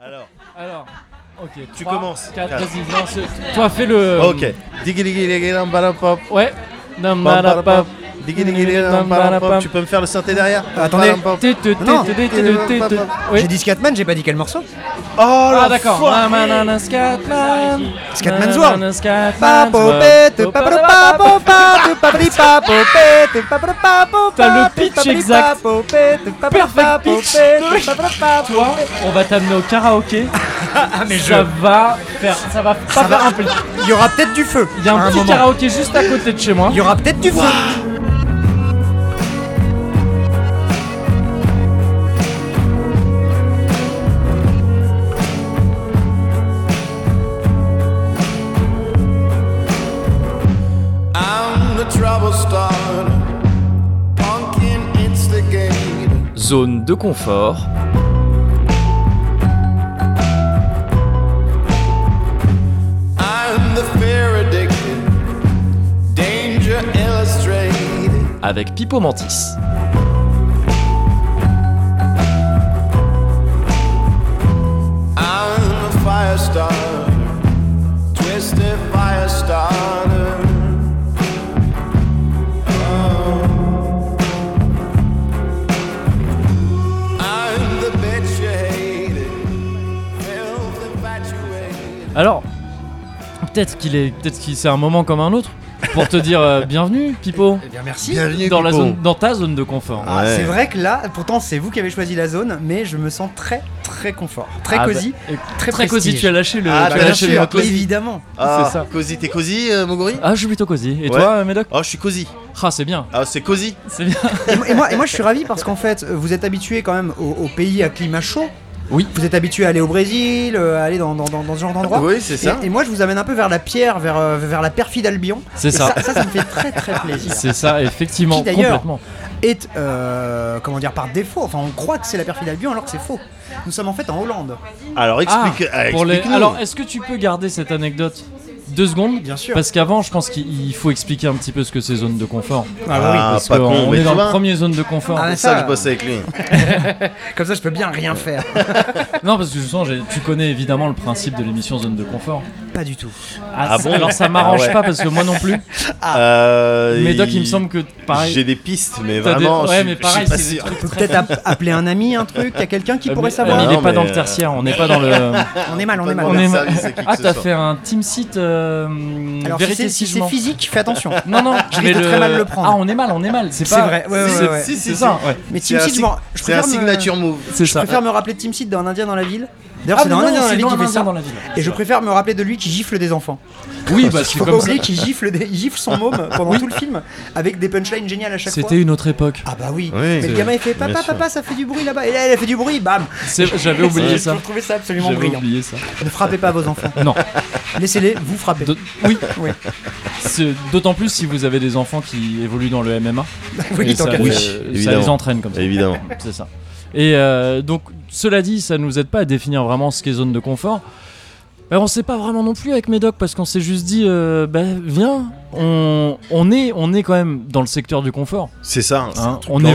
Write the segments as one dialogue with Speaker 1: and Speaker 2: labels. Speaker 1: Alors,
Speaker 2: Alors, ok.
Speaker 1: tu
Speaker 2: trois,
Speaker 1: commences.
Speaker 2: quatre,
Speaker 1: Quatre.
Speaker 2: vas-y, non, c'est- Toi, fais le.
Speaker 3: Ah,
Speaker 1: Ok. Digiligiligidam, balapop.
Speaker 2: Ouais. Non,
Speaker 1: Balapop.
Speaker 2: malapap.
Speaker 1: Digiligiligidam, balapop. Tu peux me faire le synthé derrière
Speaker 3: Attendez.
Speaker 1: Balapop.
Speaker 2: Té, té, té,
Speaker 3: Non.
Speaker 2: té, té, té, té, té.
Speaker 3: J'ai
Speaker 2: Oui.
Speaker 3: dit Scatman, j'ai pas dit quel morceau.
Speaker 1: Oh la
Speaker 2: Ah d'accord.
Speaker 1: foire.
Speaker 2: Nanana, Scatman.
Speaker 3: Scatman
Speaker 2: Nanana, Scatman
Speaker 3: Zoir.
Speaker 2: Zoir.
Speaker 3: Papopette, papopapopate, papri papopette, papopapopate,
Speaker 2: T'as le pitch
Speaker 3: papri
Speaker 2: exact.
Speaker 3: papopette,
Speaker 2: Perfect pitch
Speaker 3: papopapopate, papopapopate.
Speaker 2: Toi, on va t'amener au karaoké.
Speaker 3: Ah, mais je.
Speaker 2: Ça va faire, ça va pas
Speaker 3: Ça
Speaker 2: faire
Speaker 3: va.
Speaker 2: un peu.
Speaker 3: Il y aura peut-être du feu.
Speaker 2: Il y a
Speaker 3: à
Speaker 2: un petit
Speaker 3: moment.
Speaker 2: karaoké juste à côté de chez moi.
Speaker 3: Il y aura peut-être du feu.
Speaker 4: I'm the trouble starter. Pumpkin instigator.
Speaker 5: Zone de confort.
Speaker 4: I'm the fear addicted. Danger illustrated.
Speaker 5: avec Pipo Mantis.
Speaker 4: I'm a fire starter. Twisted fire starter. Oh. I'm the bitch you hated. Filth infatuated.
Speaker 2: Alors, peut-être qu'il est, peut-être qu'il c'est un moment comme un autre pour te dire euh, bienvenue, Pipo,
Speaker 3: Eh bien, merci.
Speaker 1: Bienvenue
Speaker 2: dans la
Speaker 1: Pipo.
Speaker 2: zone, dans ta zone de confort.
Speaker 3: Ah,
Speaker 1: Ouais.
Speaker 3: C'est vrai que là, pourtant, c'est vous qui avez choisi la zone, mais je me sens très, très confort, très
Speaker 2: Ah,
Speaker 3: cosy,
Speaker 2: bah, et-
Speaker 3: très,
Speaker 2: très cosy.
Speaker 3: prestige.
Speaker 2: Tu as lâché le.
Speaker 1: Ah,
Speaker 3: Bah,
Speaker 1: tu as
Speaker 3: bien
Speaker 1: lâché le
Speaker 3: sûr,
Speaker 1: mot cosy.
Speaker 3: Évidemment.
Speaker 1: Ah,
Speaker 2: c'est ça.
Speaker 1: Cosy, t'es cosy, euh, Mogori
Speaker 2: Ah, je suis plutôt cosy. Et
Speaker 1: Ouais.
Speaker 2: toi, euh, Médoc
Speaker 1: Oh, je suis cosy.
Speaker 2: Ah, c'est bien,
Speaker 1: Ah, c'est cosy.
Speaker 2: c'est bien.
Speaker 3: Et moi- et moi, et moi, je suis ravi parce qu'en fait, euh, vous êtes habitué quand même au, au pays à climat chaud.
Speaker 2: Oui.
Speaker 3: Vous êtes habitué à aller au Brésil, euh, à aller dans, dans- dans- dans ce genre d'endroit.
Speaker 1: Oui, c'est ça.
Speaker 3: Et, et moi, je vous amène un peu vers la pierre, vers, euh, vers la perfide Albion.
Speaker 2: C'est
Speaker 3: Et
Speaker 2: ça.
Speaker 3: ça, ça me fait très, très plaisir.
Speaker 2: C'est ça, effectivement,
Speaker 3: Qui, d'ailleurs,
Speaker 2: complètement.
Speaker 3: est, euh, comment dire, par défaut. Enfin, on croit que c'est la perfide Albion alors que c'est faux. Nous sommes en fait en Hollande.
Speaker 1: Alors,
Speaker 2: Ah,
Speaker 1: explique. ah,
Speaker 2: pour les-
Speaker 1: explique-nous.
Speaker 2: Alors, est-ce que tu peux garder cette anecdote deux secondes
Speaker 3: Bien sûr.
Speaker 2: Parce qu'avant, je pense qu'il il faut expliquer un petit peu ce que c'est zone de confort.
Speaker 1: Ah,
Speaker 2: Parce
Speaker 1: pas
Speaker 2: qu'on-
Speaker 1: con,
Speaker 2: on
Speaker 1: mais
Speaker 2: est
Speaker 1: tu
Speaker 2: dans la
Speaker 1: vois.
Speaker 2: première zone de confort.
Speaker 3: Ah,
Speaker 1: C'est
Speaker 3: ça,
Speaker 1: ça,
Speaker 3: euh,
Speaker 1: je bosse avec lui.
Speaker 3: Comme ça, je peux bien rien faire.
Speaker 2: Non, parce que justement, j'ai- tu connais évidemment le principe de l'émission zone de confort.
Speaker 3: Pas du tout.
Speaker 2: Ah,
Speaker 1: bon
Speaker 2: Alors ça m'arrange
Speaker 1: Ah ouais.
Speaker 2: pas parce que moi non plus.
Speaker 1: Euh,
Speaker 2: Ah. Mais Doc, il me semble que
Speaker 1: J'ai
Speaker 2: pareil. Ah,
Speaker 1: des pistes, mais
Speaker 2: t'as des-
Speaker 1: vraiment, je
Speaker 2: Ouais,
Speaker 1: suis-
Speaker 2: mais
Speaker 1: je suis
Speaker 2: pareil,
Speaker 1: pas
Speaker 2: c'est des
Speaker 1: sûr.
Speaker 2: trucs
Speaker 3: Peut
Speaker 2: très-
Speaker 3: peut-être app- appeler un ami, un truc. Il y a quelqu'un qui
Speaker 2: Euh,
Speaker 3: pourrait
Speaker 2: mais-
Speaker 3: savoir.
Speaker 2: mais il
Speaker 1: Non,
Speaker 2: est pas
Speaker 1: mais,
Speaker 2: dans le
Speaker 1: euh,
Speaker 2: tertiaire, on n'est pas dans le.
Speaker 3: on est mal, on est
Speaker 1: Pas de
Speaker 3: mal.
Speaker 2: On est
Speaker 1: demander service à qui que
Speaker 2: Ah,
Speaker 1: ce
Speaker 2: t'as
Speaker 1: soit.
Speaker 2: fait un team site. Euh...
Speaker 3: Alors, si
Speaker 2: vérité
Speaker 3: c'est si c'est
Speaker 2: sigement.
Speaker 3: physique, fais attention.
Speaker 2: Non, non,
Speaker 3: Je
Speaker 2: mais
Speaker 3: risque de très mal le prendre.
Speaker 2: Ah, on est mal, on est mal. C'est
Speaker 3: C'est
Speaker 2: pas...
Speaker 3: vrai, ouais, ouais,
Speaker 2: c'est-
Speaker 3: ouais.
Speaker 1: Si, si,
Speaker 2: C'est
Speaker 1: si.
Speaker 2: ça, ouais.
Speaker 3: Mais
Speaker 1: C'est
Speaker 3: Team
Speaker 1: un
Speaker 3: Seed, je
Speaker 1: sig-
Speaker 3: m'en- je
Speaker 1: c'est un
Speaker 3: préfère
Speaker 1: signature move.
Speaker 2: C'est
Speaker 3: me... Je
Speaker 2: ça.
Speaker 3: préfère me rappeler de Team Seed d'un Indien dans la ville. D'ailleurs,
Speaker 2: Ah,
Speaker 3: c'est
Speaker 2: mais
Speaker 3: dans un
Speaker 2: non,
Speaker 3: Indien dans la
Speaker 2: c'est
Speaker 3: ville
Speaker 2: dans
Speaker 3: qui
Speaker 2: un
Speaker 3: fait
Speaker 2: Indien
Speaker 3: ça.
Speaker 2: dans la ville.
Speaker 3: Et je préfère me rappeler de lui qui gifle des enfants.
Speaker 2: Oui, bah, c'est
Speaker 3: Faut pas
Speaker 2: comme ça.
Speaker 3: oublier qu'il gifle, des... il gifle son môme pendant tout le film avec des punchlines géniales à chaque fois.
Speaker 2: C'était une autre époque.
Speaker 3: Ah bah oui.
Speaker 1: Oui,
Speaker 3: mais
Speaker 1: c'est-
Speaker 3: le gamin il fait
Speaker 1: bien
Speaker 3: papa
Speaker 1: sûr.
Speaker 3: papa ça fait du bruit là-bas et là elle a fait du bruit bam.
Speaker 2: C'est- J'avais oublié ça.
Speaker 3: Je trouvais ça absolument
Speaker 2: J'avais
Speaker 3: brillant.
Speaker 2: oublié ça.
Speaker 3: Ne frappez pas vos enfants.
Speaker 2: Non.
Speaker 3: Laissez-les vous frapper.
Speaker 2: D'aut- Oui,
Speaker 3: Oui.
Speaker 2: c'est- d'autant plus si vous avez des enfants qui évoluent dans le MMA.
Speaker 3: oui,
Speaker 2: Et
Speaker 3: tant
Speaker 2: ça,
Speaker 3: qu'à
Speaker 1: oui.
Speaker 3: faire.
Speaker 2: euh, ça
Speaker 1: évidemment.
Speaker 2: les entraîne comme ça.
Speaker 1: Évidemment.
Speaker 2: C'est ça. Et euh, donc, cela dit, ça nous aide pas à définir vraiment ce qu'est zone de confort. Ben, on sait pas vraiment non plus avec Médoc parce qu'on s'est juste dit, euh, ben, viens, on, on, est, on est quand même dans le secteur du confort.
Speaker 1: C'est ça. c'est un
Speaker 2: hein.
Speaker 1: truc
Speaker 2: On
Speaker 1: dans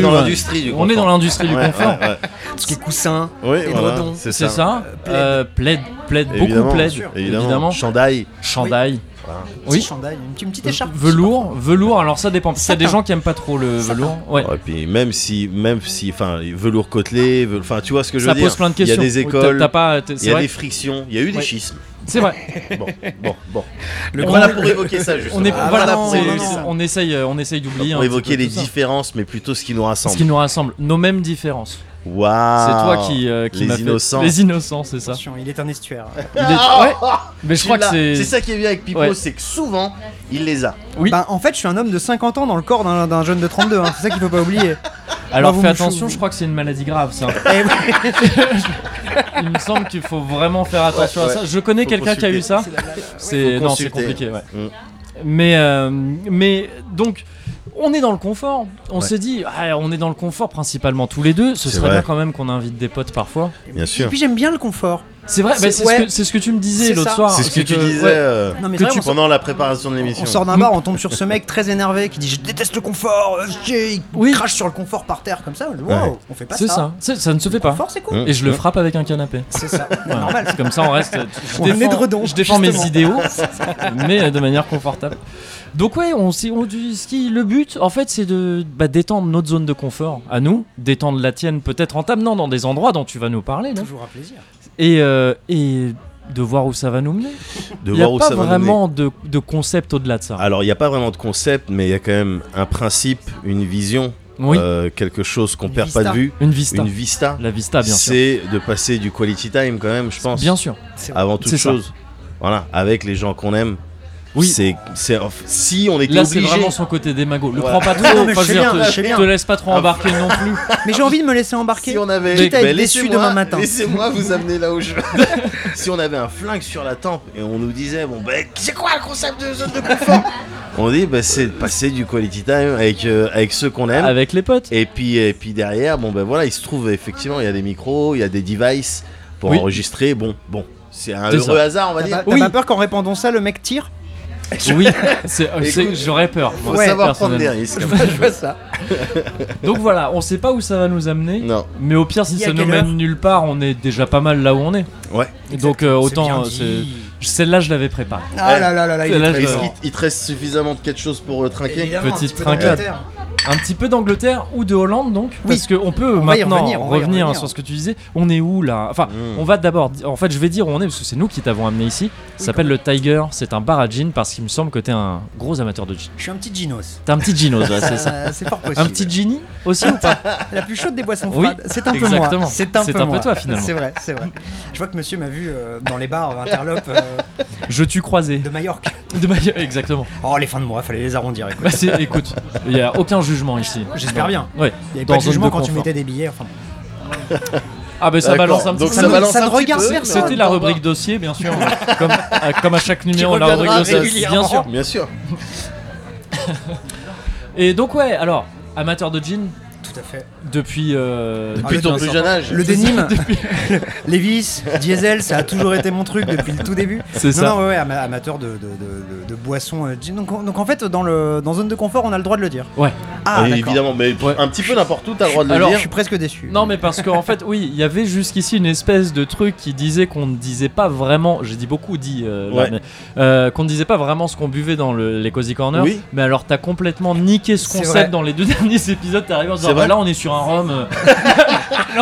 Speaker 1: l'industrie, dans
Speaker 2: ouais.
Speaker 1: l'industrie du
Speaker 2: On est dans l'industrie du confort.
Speaker 1: Ouais, ouais,
Speaker 3: Tout ce qui est coussin.
Speaker 1: ouais. Oui,
Speaker 3: Et
Speaker 1: voilà,
Speaker 3: dredon.
Speaker 1: c'est
Speaker 2: C'est
Speaker 1: ça.
Speaker 2: ça. Euh, plaide, plaide,
Speaker 1: Évidemment,
Speaker 2: beaucoup plaide,
Speaker 1: bien sûr.
Speaker 2: évidemment.
Speaker 1: Évidemment. Chandail.
Speaker 2: Chandail,
Speaker 3: Oui.
Speaker 2: Oui.
Speaker 3: Chandail, une petite- une petite écharpe.
Speaker 2: velours, velours. Alors ça dépend. Parce qu'il y a des
Speaker 3: Satin.
Speaker 2: gens qui aiment pas trop le velours. Ouais.
Speaker 1: Oh, et puis même si, même si, enfin, velours côtelé, velours- enfin, tu vois ce que je
Speaker 2: ça
Speaker 1: veux dire.
Speaker 2: pose plein de questions.
Speaker 1: Il y a des
Speaker 2: Oui, t'as-
Speaker 1: écoles.
Speaker 2: t'as pas- t'es-
Speaker 1: Il y
Speaker 2: C'est
Speaker 1: a
Speaker 2: vrai.
Speaker 1: des frictions, il y a eu des
Speaker 2: Ouais.
Speaker 1: schismes.
Speaker 2: C'est vrai.
Speaker 1: Bon, bon, bon.
Speaker 3: Le
Speaker 1: on
Speaker 3: grand-
Speaker 1: est là pour évoquer ça, justement.
Speaker 2: On est
Speaker 3: Ah,
Speaker 2: voilà,
Speaker 3: voilà,
Speaker 2: on,
Speaker 3: c'est-
Speaker 2: est-
Speaker 3: c'est ça.
Speaker 2: on essaye, euh, on essaye d'oublier.
Speaker 1: pour
Speaker 2: un petit
Speaker 1: évoquer
Speaker 2: peu
Speaker 1: les
Speaker 2: tout ça.
Speaker 1: différences, mais plutôt ce qui nous
Speaker 2: Ce qui
Speaker 1: rassemble.
Speaker 2: nous rassemble, nos mêmes différences.
Speaker 1: Waouh
Speaker 2: c'est toi qui, euh, qui
Speaker 1: Ah, les
Speaker 2: m'as fait-
Speaker 1: innocents. Ah,
Speaker 2: Les innocents, c'est ça.
Speaker 3: Attention, il est un estuaire.
Speaker 2: Il est- Ouais. Mais je
Speaker 1: Tu
Speaker 2: crois que
Speaker 1: l'as.
Speaker 2: c'est.
Speaker 1: C'est ça qui est bien avec Pipo,
Speaker 2: Ouais.
Speaker 1: c'est que souvent, il les a.
Speaker 2: Oui.
Speaker 3: Bah, en fait, je suis un homme de 50 ans dans le corps d'un d'un jeune de 32. hein. C'est ça qu'il faut pas oublier.
Speaker 2: Alors
Speaker 3: Bravo,
Speaker 2: fais
Speaker 3: Mouchou.
Speaker 2: attention, je crois que c'est une maladie grave, ça.
Speaker 3: Eh oui.
Speaker 2: Il me semble qu'il faut vraiment faire attention
Speaker 1: Ouais,
Speaker 2: à ça. Je connais
Speaker 1: Faut
Speaker 2: quelqu'un qui a eu
Speaker 1: consulter.
Speaker 2: ça. C'est
Speaker 1: faut
Speaker 2: non, c'est
Speaker 1: consulter.
Speaker 2: compliqué. Ouais.
Speaker 1: Mm.
Speaker 2: Mais euh, mais donc. On est dans le confort, on s'est dit, ah, on est dans le confort principalement tous les deux, ce
Speaker 1: C'est
Speaker 2: serait
Speaker 1: vrai.
Speaker 2: bien quand même qu'on invite des potes parfois.
Speaker 1: Bien
Speaker 3: Et
Speaker 1: sûr.
Speaker 3: puis j'aime bien le confort.
Speaker 2: C'est vrai, bah,
Speaker 3: C'est-
Speaker 2: c'est
Speaker 3: ouais.
Speaker 2: ce, que- c'est ce que tu me disais
Speaker 3: C'est
Speaker 2: l'autre
Speaker 3: ça.
Speaker 2: soir.
Speaker 1: C'est ce que, tu
Speaker 2: ouais.
Speaker 1: disais euh,
Speaker 3: Non, mais
Speaker 1: que
Speaker 3: c'est
Speaker 1: tu-
Speaker 3: vrai, on
Speaker 1: pendant la préparation de
Speaker 3: On
Speaker 1: l'émission.
Speaker 3: sort d'un bar, on tombe sur ce mec très énervé qui dit je déteste le confort, euh, j'ai- il
Speaker 2: Oui.
Speaker 3: crache sur le confort par terre comme ça. Je dis, Wow,
Speaker 1: Ouais.
Speaker 3: on fait pas ça.
Speaker 2: C'est ça. C'est- Ça ne se fait
Speaker 3: Le
Speaker 2: pas.
Speaker 3: confort, c'est cool.
Speaker 1: Hein.
Speaker 2: Et je le
Speaker 1: Hein.
Speaker 2: frappe avec un canapé.
Speaker 3: C'est ça.
Speaker 2: Voilà.
Speaker 3: Normal.
Speaker 2: Comme ça, on reste. Je
Speaker 3: On est
Speaker 2: défends-
Speaker 3: de redon,
Speaker 2: je défends mes
Speaker 3: justement.
Speaker 2: idéaux, mais de manière confortable. Donc ouais, on, s'est- on du ski. Le but, en fait, c'est de bah, détendre notre zone de confort à nous, détendre la tienne peut-être en t'amenant dans des endroits dont tu vas nous parler, non
Speaker 3: Toujours un plaisir.
Speaker 2: et, euh, et de voir où ça va nous mener.
Speaker 1: de
Speaker 2: Il n'y a
Speaker 1: voir où
Speaker 2: pas
Speaker 1: ça va nous mener. Ah,
Speaker 2: vraiment de, de concept au-delà de ça.
Speaker 1: Alors, il n'y a pas vraiment de concept, mais il y a quand même un principe, une vision,
Speaker 2: oui,
Speaker 1: euh, quelque chose qu'on
Speaker 3: Une
Speaker 1: perd pas
Speaker 3: vista.
Speaker 1: de vue,
Speaker 2: une vista.
Speaker 1: une vista.
Speaker 2: La vista, Ah, bien sûr.
Speaker 1: C'est de passer du quality time quand même, je pense.
Speaker 2: Bien sûr.
Speaker 3: C'est vrai.
Speaker 1: Avant
Speaker 2: C'est
Speaker 1: toute
Speaker 2: ça.
Speaker 1: chose. Voilà, avec les gens qu'on aime.
Speaker 2: Oui.
Speaker 1: C'est, c'est- si on était
Speaker 2: Là, c'est
Speaker 1: obligé.
Speaker 2: vraiment son côté démago. Le
Speaker 1: Ouais.
Speaker 2: prends pas trop.
Speaker 3: non, mais
Speaker 2: enfin,
Speaker 3: je sais
Speaker 2: veux dire,
Speaker 3: bien,
Speaker 2: te,
Speaker 3: je sais bien.
Speaker 2: te laisse pas trop
Speaker 1: Ah.
Speaker 2: embarquer non plus.
Speaker 3: Mais j'ai envie de me laisser embarquer.
Speaker 1: Si on avait.
Speaker 3: Quitte à être déçu
Speaker 1: laissez-moi-
Speaker 3: demain matin.
Speaker 1: Laissez-moi vous amener là où je veux. si on avait un flingue sur la tempe et on nous disait, bon, ben, c'est quoi le concept de zone de confort On dit, ben, c'est de passer du quality time avec, euh, avec ceux qu'on aime.
Speaker 2: Avec les potes.
Speaker 1: Et puis, et puis derrière, bon, ben voilà, il se trouve effectivement, il y a des micros, il y a des devices pour
Speaker 2: Oui.
Speaker 1: enregistrer. Bon, bon, c'est un
Speaker 2: C'est
Speaker 1: heureux
Speaker 2: ça. Ah bah,
Speaker 1: hasard, on va
Speaker 3: T'as
Speaker 1: dire.
Speaker 3: pas, t'as
Speaker 2: Oui.
Speaker 3: pas peur qu'en répandant ça, le mec tire
Speaker 2: Oui, c'est- euh, c'est-
Speaker 1: Écoute,
Speaker 2: j'aurais peur.
Speaker 1: Faut
Speaker 2: moi,
Speaker 1: savoir prendre des
Speaker 2: personnellement.
Speaker 1: risques.
Speaker 3: Je vois ça.
Speaker 2: Donc voilà, on sait pas où ça va nous amener.
Speaker 1: non,
Speaker 2: Mais au pire, si
Speaker 3: Il y a
Speaker 2: ça nous
Speaker 3: quelle
Speaker 2: mène nulle part, on est déjà pas mal là où on est.
Speaker 1: ouais.
Speaker 2: Donc euh, autant.
Speaker 3: C'est bien
Speaker 2: euh,
Speaker 3: dit.
Speaker 2: c'est- Celle-là, je l'avais préparée.
Speaker 3: Ah là là là là, il
Speaker 2: C'est
Speaker 3: est
Speaker 2: là,
Speaker 3: très
Speaker 2: je-
Speaker 1: Est-ce
Speaker 3: fort.
Speaker 1: qu'il il te reste suffisamment de quelque chose pour euh, trinquer
Speaker 3: Évidemment, un
Speaker 2: Petite
Speaker 3: petit peu de
Speaker 2: trinquade.
Speaker 3: terre.
Speaker 2: Un petit peu d'Angleterre ou de Hollande, donc.
Speaker 3: Oui.
Speaker 2: Parce qu'on peut
Speaker 3: On va y
Speaker 2: maintenant
Speaker 3: revenir, on va y
Speaker 2: revenir,
Speaker 3: revenir. Hmm.
Speaker 2: sur ce que tu disais. On est où là Enfin,
Speaker 1: Mm.
Speaker 2: on va d'abord. di- En fait, je vais dire où on est parce que c'est nous qui t'avons amené ici. Ça s'appelle le Tiger. C'est un bar à gin parce qu'il me semble que t'es un gros amateur de gin.
Speaker 3: Je suis un petit Ginos.
Speaker 2: T'es un petit ginos, ouais, c'est ça.
Speaker 3: Euh, C'est fort possible.
Speaker 2: Un petit Ginny aussi ou pas
Speaker 3: La plus chaude des boissons
Speaker 2: Oui,
Speaker 3: froides. C'est un peu
Speaker 2: exactement.
Speaker 3: moi. C'est un
Speaker 2: C'est
Speaker 3: peu,
Speaker 2: un peu
Speaker 3: moi.
Speaker 2: toi, finalement.
Speaker 3: C'est vrai, c'est vrai. Je vois que monsieur m'a vu euh, dans les bars euh, interlopes euh,
Speaker 2: Je t'ai croisé.
Speaker 3: de Majorque.
Speaker 2: De manière- Exactement.
Speaker 3: Oh, les fins de mois, fallait les arrondir. écoute.
Speaker 2: Bah, c'est- écoute, il n'y a aucun jugement ici.
Speaker 3: J'espère bien.
Speaker 2: Ouais.
Speaker 3: Il y avait
Speaker 2: Dans
Speaker 3: pas de
Speaker 2: zone
Speaker 3: jugement
Speaker 2: de
Speaker 3: quand tu
Speaker 2: confort.
Speaker 3: mettais des billets. Enfin,
Speaker 2: Ah ben ça
Speaker 1: D'accord.
Speaker 2: balance un petit
Speaker 1: Donc
Speaker 2: peu.
Speaker 1: ça
Speaker 3: Ça
Speaker 1: balance
Speaker 3: ne
Speaker 1: un petit
Speaker 3: regarde
Speaker 1: peu.
Speaker 3: personne.
Speaker 2: C'était la rubrique dossier, bien sûr. comme, à, comme à chaque numéro, la rubrique
Speaker 1: reviendra
Speaker 2: dossier.
Speaker 3: régulièrement.
Speaker 2: Bien sûr. Ah,
Speaker 1: Bien sûr.
Speaker 2: Et donc, ouais, alors, amateur de jean
Speaker 3: tout à fait.
Speaker 2: depuis. euh,
Speaker 1: Depuis
Speaker 3: le
Speaker 1: ton
Speaker 3: temps.
Speaker 1: plus jeune âge.
Speaker 3: Ah, Le denim, Levis, Diesel, ça a toujours été mon truc depuis le tout début.
Speaker 2: C'est
Speaker 3: Non,
Speaker 2: ça.
Speaker 3: non, ouais, ouais, ama- amateur de, de, de- de- de boissons. euh, gin. donc, on- donc en fait, dans, le, dans zone de confort, on a le droit de le dire.
Speaker 2: Ouais.
Speaker 3: Ah,
Speaker 1: Et
Speaker 3: d'accord.
Speaker 1: évidemment, mais
Speaker 2: Ouais.
Speaker 1: un petit peu n'importe où, t'as le droit de le
Speaker 2: Alors,
Speaker 3: Je
Speaker 1: dire.
Speaker 3: suis presque déçu.
Speaker 2: Non, mais parce qu'en fait, oui, il y avait jusqu'ici une espèce de truc qui disait qu'on ne disait pas vraiment. J'ai dit beaucoup, dit. euh, là,
Speaker 1: Ouais.
Speaker 2: mais, euh, qu'on ne disait pas vraiment ce qu'on buvait dans le- les Cozy Corner.
Speaker 1: Oui.
Speaker 2: Mais alors, t'as complètement niqué ce
Speaker 3: C'est
Speaker 2: concept
Speaker 3: vrai.
Speaker 2: dans les deux derniers épisodes. T'es arrivé en disant
Speaker 1: C'est
Speaker 2: bah,
Speaker 1: vrai
Speaker 2: là, on est sur un rhum. euh, là,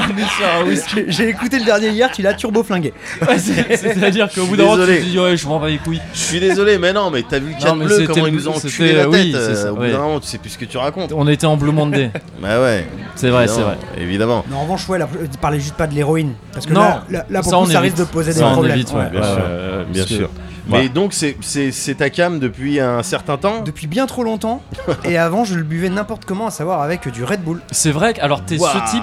Speaker 2: on est sur un whisky.
Speaker 3: J'ai- J'ai écouté le dernier hier, tu l'as turbo flingué.
Speaker 2: Ouais, c'est- C'est-à-dire qu'au
Speaker 1: Je
Speaker 2: bout
Speaker 1: suis
Speaker 2: d'un moment, tu
Speaker 1: désolé.
Speaker 2: te dis, ouais, je m'en bats les couilles.
Speaker 1: Je suis désolé, mais non, mais t'as vu le
Speaker 2: Non,
Speaker 1: cadre
Speaker 2: mais
Speaker 1: bleu,
Speaker 2: c'était
Speaker 1: comment
Speaker 2: le-
Speaker 1: ils nous ont
Speaker 2: c'était-
Speaker 1: enculé la tête.
Speaker 2: oui, c'est ça,
Speaker 1: euh, au bout
Speaker 2: ouais.
Speaker 1: d'un moment, tu sais plus ce que tu racontes.
Speaker 2: On était en Blue Monday.
Speaker 1: Bah ouais.
Speaker 2: C'est vrai, c'est vrai.
Speaker 1: évidemment, Évidemment.
Speaker 3: Mais en revanche, ouais, là, euh, parlais juste pas de l'héroïne. Parce que
Speaker 2: Non.
Speaker 3: là, là, là, pour
Speaker 2: Ça,
Speaker 3: ça,
Speaker 2: on
Speaker 3: ça
Speaker 2: évite.
Speaker 3: risque de poser
Speaker 2: Ça,
Speaker 3: des
Speaker 2: on
Speaker 3: problèmes.
Speaker 2: évite, ouais.
Speaker 1: Bien sûr.
Speaker 2: euh,
Speaker 1: bien
Speaker 2: parce que-
Speaker 1: sûr.
Speaker 2: Voilà.
Speaker 1: Mais donc, c'est- c'est c'est ta cam depuis un certain temps
Speaker 3: Depuis bien trop longtemps. et avant, je le buvais n'importe comment, à savoir avec du Red Bull.
Speaker 2: C'est vrai que, alors, t'es
Speaker 1: Waouh.
Speaker 2: ce type,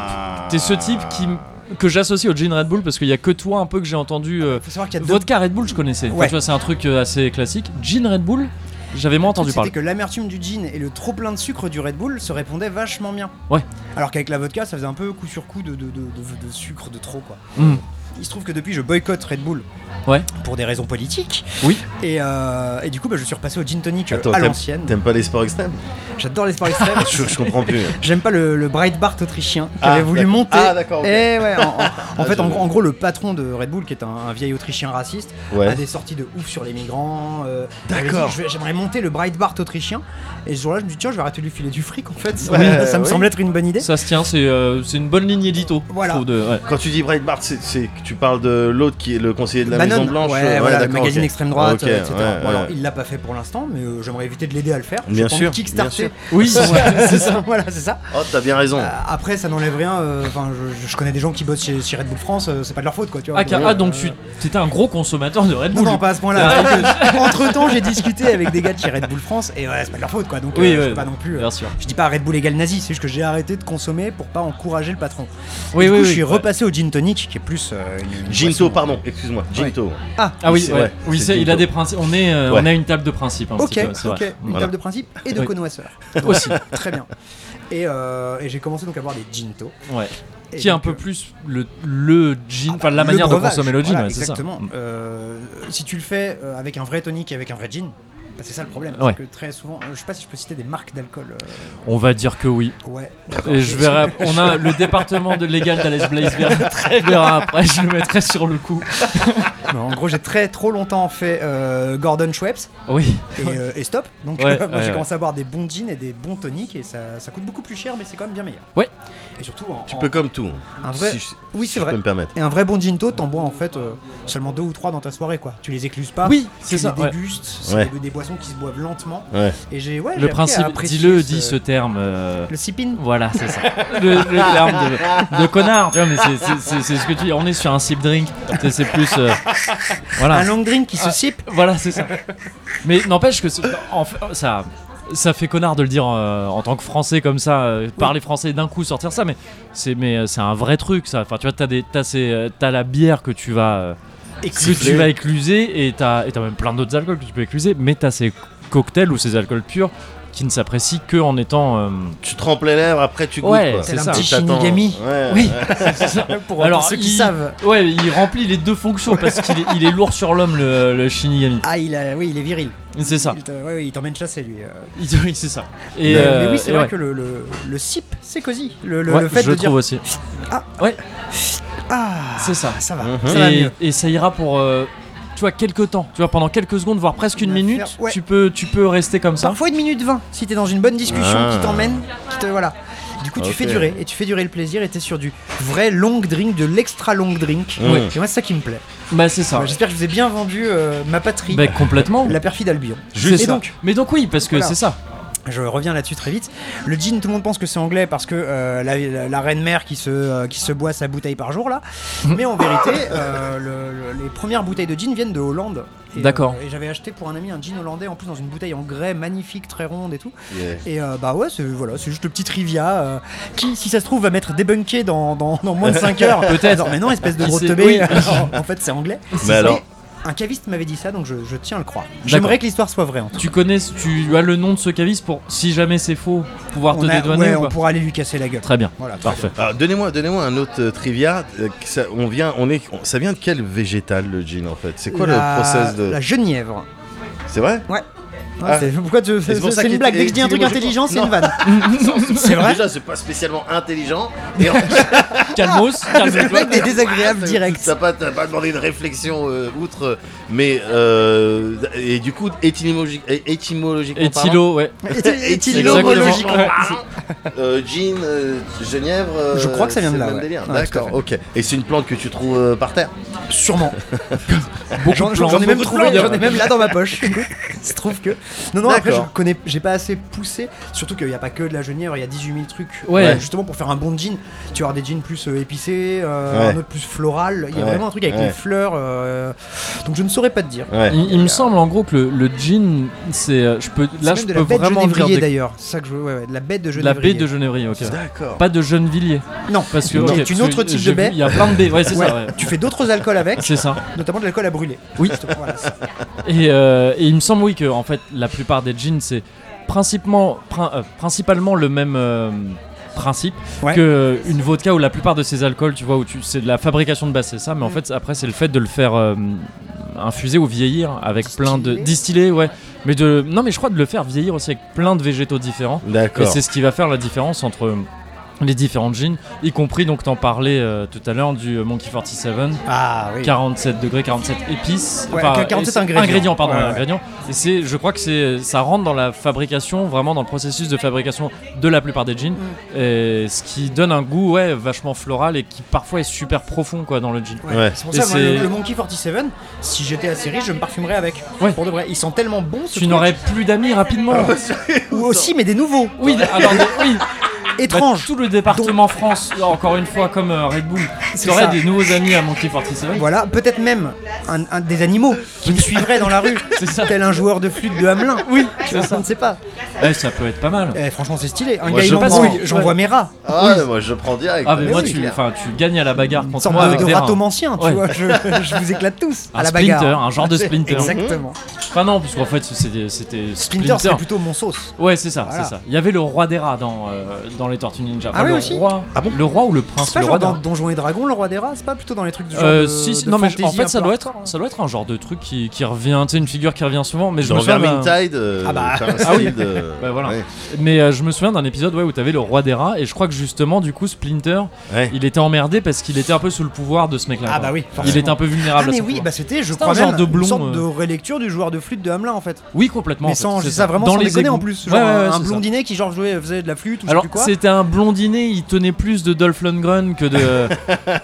Speaker 2: t'es ce type qui, m- que j'associe au gin Red Bull parce qu'il y a que toi un peu que j'ai entendu. euh,
Speaker 3: Faut savoir qu'il y a deux
Speaker 2: vodka Red Bull, je connaissais. Enfin,
Speaker 3: Ouais.
Speaker 2: tu vois, c'est un truc euh, assez classique. Gin Red Bull, j'avais moins entendu
Speaker 3: C'était
Speaker 2: parler.
Speaker 3: que l'amertume du gin et le trop plein de sucre du Red Bull se répondaient vachement bien.
Speaker 2: Ouais.
Speaker 3: Alors qu'avec la vodka, ça faisait un peu coup sur coup de, de- de- de- de sucre de trop quoi.
Speaker 2: Mm.
Speaker 1: Hmm.
Speaker 3: Il se trouve que depuis, je boycotte Red Bull.
Speaker 2: Ouais.
Speaker 3: Pour des raisons politiques.
Speaker 2: Oui.
Speaker 3: Et, euh, et du coup, bah, je suis repassé au gin tonic euh,
Speaker 1: Attends,
Speaker 3: à
Speaker 1: t'aimes-
Speaker 3: l'ancienne.
Speaker 1: T'aimes pas les sports extrêmes
Speaker 3: J'adore les sports extrêmes.
Speaker 1: je, je comprends plus.
Speaker 3: J'aime pas le, le Breitbart autrichien qui
Speaker 1: Ah,
Speaker 3: avait voulu
Speaker 1: d'accord.
Speaker 3: monter.
Speaker 1: Ah, d'accord, ok. Ah,
Speaker 3: Eh ouais, en, en- en fait,
Speaker 1: je-
Speaker 3: en, gros- en gros, le patron de Red Bull, qui est un, un vieil autrichien raciste,
Speaker 1: Ouais.
Speaker 3: a des sorties de ouf sur les migrants. euh, il avait dit,
Speaker 1: D'accord.
Speaker 3: je vais- J'aimerais monter le Breitbart autrichien. Et ce jour-là, je me dis, tiens, je vais arrêter de lui filer du fric en fait. Ça,
Speaker 1: Ouais,
Speaker 3: ça me
Speaker 1: oui.
Speaker 3: semble être une bonne idée.
Speaker 2: Ça se tient, c'est euh, c'est une bonne ligne édito. je
Speaker 3: Voilà.
Speaker 2: trouve, de- ouais.
Speaker 1: Quand tu dis Breitbart, c'est c'est que tu parles de l'autre qui est le conseiller de la
Speaker 3: Bannon,
Speaker 1: Maison Blanche
Speaker 3: ouais,
Speaker 1: euh,
Speaker 3: voilà, le
Speaker 1: d'accord,
Speaker 3: magazine
Speaker 1: ok.
Speaker 3: extrême droite,
Speaker 1: Ok,
Speaker 3: euh, etc.
Speaker 1: ouais,
Speaker 3: Bon, alors,
Speaker 1: ouais.
Speaker 3: il l'a pas fait pour l'instant, mais euh, j'aimerais éviter de l'aider à le faire. Je
Speaker 1: Bien
Speaker 3: pense
Speaker 1: sûr,
Speaker 3: Kickstarter.
Speaker 2: Oui, c'est ça.
Speaker 3: voilà, c'est ça.
Speaker 1: Oh, t'as bien raison.
Speaker 3: Euh, Après, ça n'enlève rien. euh, Enfin, je, je connais des gens qui bossent chez, chez Red Bull France, euh, c'est pas de leur faute, quoi. Tu vois.
Speaker 2: Ah, car- ah, donc tu étais un gros consommateur de Red
Speaker 3: Non,
Speaker 2: Bull.
Speaker 3: non, pas à ce point-là. Entre temps, j'ai discuté avec des gars de chez Red Bull France et ouais, c'est pas de leur faute quoi. Donc,
Speaker 2: Oui,
Speaker 3: euh, je
Speaker 2: ouais.
Speaker 3: peux pas non plus. euh,
Speaker 2: Bien sûr.
Speaker 3: je dis pas Red Bull égale nazi, c'est juste que j'ai arrêté de consommer pour pas encourager le patron. Et
Speaker 2: Oui,
Speaker 3: du
Speaker 2: oui,
Speaker 3: coup,
Speaker 2: oui.
Speaker 3: je suis repassé au gin tonic qui est plus. euh, une- une
Speaker 1: Ginto,
Speaker 3: boisson-
Speaker 1: pardon, excuse-moi. Ginto.
Speaker 3: Ah,
Speaker 2: Ah oui,
Speaker 1: C'est-
Speaker 2: ouais.
Speaker 1: ouais,
Speaker 2: oui,
Speaker 1: c'est
Speaker 2: c'est- il a
Speaker 1: Ginto.
Speaker 2: des principes. On est, euh,
Speaker 1: Ouais.
Speaker 2: on a une table de principe. Un
Speaker 3: ok,
Speaker 2: petit peu, c'est
Speaker 3: ok.
Speaker 2: vrai.
Speaker 3: Une
Speaker 1: Voilà.
Speaker 3: table de principe et de
Speaker 2: Oui.
Speaker 3: connoisseurs.
Speaker 2: Aussi.
Speaker 3: Très bien. Et, euh, et j'ai commencé donc à boire des ginto.
Speaker 2: Ouais.
Speaker 3: Et
Speaker 2: qui est un
Speaker 3: donc,
Speaker 2: peu
Speaker 3: euh,
Speaker 2: plus le, le gin, enfin la
Speaker 3: le
Speaker 2: manière de
Speaker 3: breuvage,
Speaker 2: consommer le gin,
Speaker 3: voilà,
Speaker 2: ouais, c'est ça. Mm.
Speaker 3: Exactement. Euh, si tu le fais euh, avec un vrai tonic et avec un vrai gin, bah, c'est ça le problème.
Speaker 2: Ouais.
Speaker 3: C'est que très souvent, euh, je sais pas si je peux citer des marques d'alcool. euh,
Speaker 2: On va dire que oui.
Speaker 3: ouais.
Speaker 2: Et je verrai. On a le département de légal d'Alex Blaise verra- verra après. Je le mettrai sur le coup.
Speaker 3: Non, en gros, j'ai très trop longtemps fait euh, Gordon Schweppes
Speaker 2: Oui.
Speaker 3: et, euh, et stop. Donc
Speaker 2: Ouais,
Speaker 3: moi,
Speaker 2: ouais,
Speaker 3: j'ai
Speaker 2: ouais.
Speaker 3: commencé à boire des bons jeans et des bons toniques et ça, ça coûte beaucoup plus cher, mais c'est quand même bien meilleur.
Speaker 2: Ouais.
Speaker 3: Et surtout, en,
Speaker 1: Tu
Speaker 3: en-
Speaker 1: peux comme tout.
Speaker 3: un vrai.
Speaker 1: si je-
Speaker 3: oui,
Speaker 1: si
Speaker 3: c'est
Speaker 1: je
Speaker 3: vrai.
Speaker 1: peux me permettre.
Speaker 3: Et un vrai bon gin tôt, t'en bois en fait euh, seulement deux ou trois dans ta soirée, quoi. Tu les écluses pas.
Speaker 2: Oui,
Speaker 3: tu
Speaker 2: c'est ça,
Speaker 3: Les
Speaker 2: ouais.
Speaker 3: dégustes. C'est
Speaker 1: Ouais.
Speaker 3: des, des boissons qui se boivent lentement.
Speaker 1: Ouais.
Speaker 3: Et j'ai ouais. j'ai
Speaker 2: Le
Speaker 3: appris à
Speaker 2: principe.
Speaker 3: apprécier
Speaker 2: Dis-le, dis ce terme. euh,
Speaker 3: Le sipin.
Speaker 2: Voilà, c'est ça. Le, le terme de, de connard, tu vois, mais c'est- c'est- c'est c'est ce que tu dis. On est sur un sip drink, c'est c'est plus. euh,
Speaker 3: Un
Speaker 2: voilà, Ah.
Speaker 3: long drink qui se sipe.
Speaker 2: voilà, c'est ça. Mais n'empêche que c'est- en fait, ça, ça fait connard de le dire euh, en tant que français comme ça, euh, parler français et d'un coup sortir ça, mais c'est mais euh, c'est un vrai truc ça. Enfin, tu vois, t'as des- t'as ces, euh, t'as la bière que tu vas euh,
Speaker 3: Et
Speaker 2: que tu vas écluser et t'as et t'as même plein d'autres alcools que tu peux écluser, mais t'as ces cocktails ou ces alcools purs qui ne s'apprécient que en étant euh,
Speaker 1: Tu trempes les lèvres, après tu goûtes.
Speaker 2: Ouais,
Speaker 1: quoi.
Speaker 2: c'est Tel un ça. petit
Speaker 1: T'attends-
Speaker 3: shinigami.
Speaker 1: Ouais,
Speaker 2: Oui.
Speaker 1: ouais.
Speaker 3: Pour,
Speaker 2: Alors,
Speaker 3: pour ceux qui
Speaker 2: il-
Speaker 3: savent.
Speaker 2: Ouais, il remplit les deux fonctions parce qu'il est, il est lourd sur l'homme, le, le Shinigami.
Speaker 3: Ah, il a, oui, il est viril.
Speaker 2: C'est ça.
Speaker 3: Il te- ouais, ouais, il t'emmène chasser lui. euh.
Speaker 2: Il- oui, c'est ça. Et
Speaker 3: mais,
Speaker 2: euh,
Speaker 3: mais oui, c'est
Speaker 2: et
Speaker 3: vrai
Speaker 2: ouais.
Speaker 3: que le, le, le sip, c'est cosy. Le, le-
Speaker 2: Ouais,
Speaker 3: le fait
Speaker 2: je
Speaker 3: de
Speaker 2: le
Speaker 3: dire
Speaker 2: trouve aussi.
Speaker 3: ah,
Speaker 2: C'est ça.
Speaker 3: ça va,
Speaker 1: Mhm.
Speaker 3: ça va
Speaker 2: et,
Speaker 3: mieux.
Speaker 2: et ça ira pour, euh, tu vois, quelques temps. Tu vois, pendant quelques secondes, voire presque une
Speaker 3: Une
Speaker 2: minute,
Speaker 3: affaire- ouais.
Speaker 2: tu peux, tu peux rester comme ça.
Speaker 3: Parfois une minute 20 si t'es dans une bonne discussion
Speaker 1: Ah.
Speaker 3: qui t'emmène, qui te voilà. Du coup, tu
Speaker 1: Ok.
Speaker 3: fais durer et tu fais durer le plaisir et t'es sur du vrai long drink, de l'extra long drink.
Speaker 1: Mhm.
Speaker 3: Et moi, c'est ça qui me plaît.
Speaker 2: Bah c'est ça.
Speaker 3: Ouais, J'espère que je vous ai bien vendu euh, ma patrie,
Speaker 2: Bah complètement.
Speaker 3: la perfide Albion.
Speaker 2: Juste
Speaker 3: et
Speaker 2: ça.
Speaker 3: donc,
Speaker 2: Mais donc oui, parce que
Speaker 3: Voilà.
Speaker 2: c'est ça.
Speaker 3: je reviens là-dessus très vite. Le gin, tout le monde pense que c'est anglais parce que euh, la, la- la reine mère qui se, euh, qui se boit sa bouteille par jour là.
Speaker 2: Mhm.
Speaker 3: Mais en vérité, euh, le- le- les premières bouteilles de gin viennent de Hollande. Et,
Speaker 2: D'accord.
Speaker 3: euh, et j'avais acheté pour un ami un gin hollandais en plus dans une bouteille en grès magnifique, très ronde et tout.
Speaker 1: Yeah.
Speaker 3: Et euh, bah ouais, c'est voilà, c'est juste le petit trivia euh, qui, si ça se trouve, va m'être débunké dans, dans, dans moins de 5 heures.
Speaker 2: Peut-être.
Speaker 3: Non, Mais non, espèce de
Speaker 2: Qui
Speaker 3: gros
Speaker 2: sait-
Speaker 3: teubé.
Speaker 2: oui.
Speaker 3: en, en fait, c'est anglais.
Speaker 1: Mais alors
Speaker 3: Un caviste m'avait dit ça, donc je, je tiens à le croire. J'aimerais que l'histoire soit vraie. En tout cas.
Speaker 2: Tu connais, tu as le nom de ce caviste pour, si jamais c'est faux, pouvoir
Speaker 3: On
Speaker 2: te
Speaker 3: a-
Speaker 2: dédouaner
Speaker 3: ouais,
Speaker 2: ou
Speaker 3: on
Speaker 2: pas.
Speaker 3: pourra aller lui casser la gueule.
Speaker 2: Très bien.
Speaker 3: Voilà, très
Speaker 2: Parfait.
Speaker 1: Alors, donnez-moi, donnez-moi un autre euh, trivia. euh, que ça, on vient, on est, on- ça vient de quel végétal le gin en fait C'est quoi
Speaker 3: La-
Speaker 1: le process de
Speaker 3: La genièvre.
Speaker 1: C'est vrai
Speaker 3: Ouais,
Speaker 1: Ah.
Speaker 3: c'est- Pourquoi tu... C'est
Speaker 1: c'est pour ça
Speaker 3: c'est
Speaker 1: qu'il
Speaker 3: une blague.
Speaker 1: était-
Speaker 3: Dès que je dis un truc
Speaker 1: était-
Speaker 3: intelligent, c'est
Speaker 1: Non.
Speaker 3: une vanne. C'est vrai
Speaker 1: Déjà, c'est pas spécialement intelligent. Et en plus,
Speaker 2: Calmos,
Speaker 3: Le
Speaker 2: calme-toi.
Speaker 3: mec est désagréable direct.
Speaker 1: T'as pas, t'as pas demandé de réflexion euh, outre, mais euh, et du coup, étymologi- é- étymologiquement
Speaker 2: Et
Speaker 1: parlant-
Speaker 2: Tilo, ouais.
Speaker 3: Est-il- Est-il
Speaker 2: Exactement.
Speaker 3: homologiquement
Speaker 2: Ouais.
Speaker 1: Euh, gin, euh, Genièvre. euh,
Speaker 3: Je crois que ça vient de
Speaker 1: c'est
Speaker 3: là,
Speaker 1: le même
Speaker 3: ouais.
Speaker 1: délire.
Speaker 3: Ouais,
Speaker 1: D'accord, ok. Et c'est une plante que tu trouves euh, par terre.
Speaker 3: Sûrement.
Speaker 2: Beaucoup
Speaker 3: J'en
Speaker 2: de
Speaker 3: j'en-
Speaker 2: plans.
Speaker 3: j'en ai même
Speaker 2: Beaucoup de
Speaker 3: trouvé,
Speaker 2: plans.
Speaker 3: j'en ai même là dans ma poche. Écoute, Il se trouve que. Non, non, après, je
Speaker 1: D'accord.
Speaker 3: connais, j'ai pas assez poussé. Surtout qu'il n'y a pas que de la genièvre, il y a 18 000 trucs.
Speaker 2: Ouais.
Speaker 3: Euh, justement, pour faire un bon jean, tu vas avoir des jeans plus euh, épicés, euh,
Speaker 1: Ouais.
Speaker 3: un autre plus floral. Il y a
Speaker 1: Ouais.
Speaker 3: vraiment un truc avec
Speaker 1: Ouais.
Speaker 3: les fleurs. euh, Donc je ne saurais pas te dire.
Speaker 1: Ouais.
Speaker 2: Il, il me semble en gros que le, le gin, c'est, euh, je peux, là
Speaker 3: C'est
Speaker 2: je
Speaker 3: même de
Speaker 2: peux
Speaker 3: la bête
Speaker 2: vraiment dire
Speaker 3: genévrier
Speaker 2: des-
Speaker 3: d'ailleurs. C'est ça que je veux. Ouais, ouais, de la bête de
Speaker 2: la
Speaker 3: genévrier.
Speaker 2: baie de Genévrier, ok.
Speaker 1: D'accord.
Speaker 2: Pas de Gennevilliers.
Speaker 3: Non,
Speaker 2: Parce que
Speaker 3: Non.
Speaker 2: ok,
Speaker 3: C'est une
Speaker 2: parce
Speaker 3: autre
Speaker 2: que
Speaker 3: type
Speaker 2: j'ai
Speaker 3: de
Speaker 2: vu,
Speaker 3: baie.
Speaker 2: Il y a plein de baies, ouais, c'est
Speaker 3: Ouais.
Speaker 2: ça. ouais.
Speaker 3: Tu fais d'autres alcools avec,
Speaker 2: C'est ça.
Speaker 3: notamment de l'alcool à brûler.
Speaker 2: Oui.
Speaker 3: Voilà, c'est-
Speaker 2: Et, euh, et il me semble oui que en fait la plupart des jeans c'est principalement, prin- euh, principalement le même euh, principe
Speaker 3: Ouais.
Speaker 2: que euh, une vodka ou la plupart de ces alcools, tu vois, où tu, c'est de la fabrication de base, c'est ça. Mais en fait après c'est le fait de le faire euh, infuser ou vieillir avec plein de
Speaker 3: Distiller.
Speaker 2: distiller, ouais. Mais de non mais je crois de le faire vieillir aussi avec plein de végétaux différents. Et
Speaker 1: D'accord.
Speaker 2: c'est ce qui va faire la différence entre euh, les différentes jeans, y compris donc t'en parlais euh, tout à l'heure du euh, Monkey 47,
Speaker 3: Ah oui.
Speaker 2: 47 degrés, 47 épices,
Speaker 3: Ouais, 47
Speaker 2: et c'est-
Speaker 3: ingrédients.
Speaker 2: pardon,
Speaker 3: Ouais, ouais.
Speaker 2: ingrédients. Et c'est, je crois que c'est, ça rentre dans la fabrication, vraiment dans le processus de fabrication de la plupart des jeans,
Speaker 3: Mm.
Speaker 2: et ce qui donne un goût ouais vachement floral et qui parfois est super profond quoi dans le jean.
Speaker 3: Ouais.
Speaker 1: Ouais.
Speaker 3: C'est pour
Speaker 2: Et
Speaker 3: ça, moi, le,
Speaker 2: c'est-
Speaker 3: le Monkey 47, si j'étais assez riche, je me parfumerais avec.
Speaker 2: Ouais.
Speaker 3: Pour de vrai, ils sont tellement bons. ce
Speaker 2: Tu
Speaker 3: truc.
Speaker 2: n'aurais plus d'amis rapidement.
Speaker 3: Ah, Ou aussi, mais des nouveaux.
Speaker 2: oui, alors oui. Bah,
Speaker 3: Étranges.
Speaker 2: tout le département France, encore une fois, comme euh, Red Bull,
Speaker 3: C'est
Speaker 2: tu aurais
Speaker 3: ça.
Speaker 2: des nouveaux amis à Monkey 47.
Speaker 3: Voilà, peut-être même un, un des animaux qui me suivraient dans la rue,
Speaker 2: C'est ça.
Speaker 3: tel un joueur de flûte de Hamelin. Oui,
Speaker 2: c'est ça.
Speaker 3: je ne sais pas.
Speaker 2: Eh, ça peut être pas mal.
Speaker 3: Eh, franchement, c'est stylé. Un
Speaker 1: Moi,
Speaker 3: gars,
Speaker 1: je
Speaker 3: il
Speaker 1: pense-
Speaker 3: m'embrouille, j'envoie
Speaker 2: Ouais.
Speaker 3: mes rats.
Speaker 1: Ah, ouais, moi je prends direct.
Speaker 2: Ah, mais moi,
Speaker 1: oui,
Speaker 2: tu,
Speaker 1: clair.
Speaker 2: enfin, tu gagnes à la bagarre
Speaker 3: Une
Speaker 2: contre
Speaker 3: sorte
Speaker 2: moi
Speaker 3: de,
Speaker 2: avec
Speaker 3: de
Speaker 2: des reins.
Speaker 3: ratomancien, tu
Speaker 2: Ouais.
Speaker 3: vois. Je, je vous éclate tous
Speaker 2: Un
Speaker 3: à la
Speaker 2: splinter,
Speaker 3: bagarre.
Speaker 2: un genre de splinter.
Speaker 3: Exactement.
Speaker 2: Enfin, non, parce qu'en fait, c'était, c'était
Speaker 3: Splinter,
Speaker 2: Splinter.
Speaker 3: c'est plutôt mon sauce.
Speaker 2: Ouais, c'est ça,
Speaker 3: Voilà.
Speaker 2: c'est ça. Il y avait le roi des rats dans, euh, dans dans les Tortues Ninja.
Speaker 3: Ah
Speaker 2: Enfin,
Speaker 3: oui,
Speaker 2: le
Speaker 3: aussi
Speaker 2: roi.
Speaker 1: Ah bon
Speaker 2: Le roi ou le
Speaker 3: C'est
Speaker 2: prince
Speaker 3: pas
Speaker 2: Le
Speaker 3: genre
Speaker 2: roi
Speaker 3: dans
Speaker 2: d'un-
Speaker 3: Donjons et Dragons, le roi des rats, c'est pas plutôt dans les trucs du genre.
Speaker 2: Euh,
Speaker 3: de-
Speaker 2: si, si,
Speaker 3: de
Speaker 2: non mais en
Speaker 3: fantasy un
Speaker 2: fait ça
Speaker 3: peu
Speaker 2: doit être
Speaker 3: hardcore, hein.
Speaker 2: ça doit être un genre de truc qui, qui revient, tu sais une figure qui revient souvent mais je
Speaker 1: Dans
Speaker 2: me souviens d'un-
Speaker 1: Vermintide, euh,
Speaker 3: Ah bah.
Speaker 1: t'as un
Speaker 2: Ah oui.
Speaker 1: style de-
Speaker 2: Bah voilà.
Speaker 1: euh, Ouais.
Speaker 2: mais euh, je me souviens d'un épisode ouais, où t'avais le roi des rats et je crois que justement du coup Splinter
Speaker 1: Ouais.
Speaker 2: il était emmerdé parce qu'il était un peu sous le pouvoir de ce mec là.
Speaker 3: Ah bah oui, forcément.
Speaker 2: Il était un peu
Speaker 3: Ah,
Speaker 2: vulnérable à
Speaker 3: mais
Speaker 2: son
Speaker 3: oui,
Speaker 2: pouvoir.
Speaker 3: bah c'était, je
Speaker 2: C'est un
Speaker 3: crois,
Speaker 2: genre
Speaker 3: même,
Speaker 2: de blond,
Speaker 3: une sorte de
Speaker 2: euh.
Speaker 3: relecture du joueur de flûte de Hamelin en fait.
Speaker 2: Oui complètement.
Speaker 3: mais
Speaker 2: en fait,
Speaker 3: sans,
Speaker 2: c'est
Speaker 3: c'est ça vraiment
Speaker 2: dans
Speaker 3: sans
Speaker 2: les
Speaker 3: déconner
Speaker 2: égouts.
Speaker 3: en plus.
Speaker 2: Ouais,
Speaker 3: Genre
Speaker 2: ouais, ouais,
Speaker 3: un- un
Speaker 2: c'est ça.
Speaker 3: blondinet qui genre jouait, faisait de la flûte ou je sais
Speaker 2: Alors
Speaker 3: plus quoi.
Speaker 2: c'était un blondinet, il tenait plus de Dolph Lundgren que de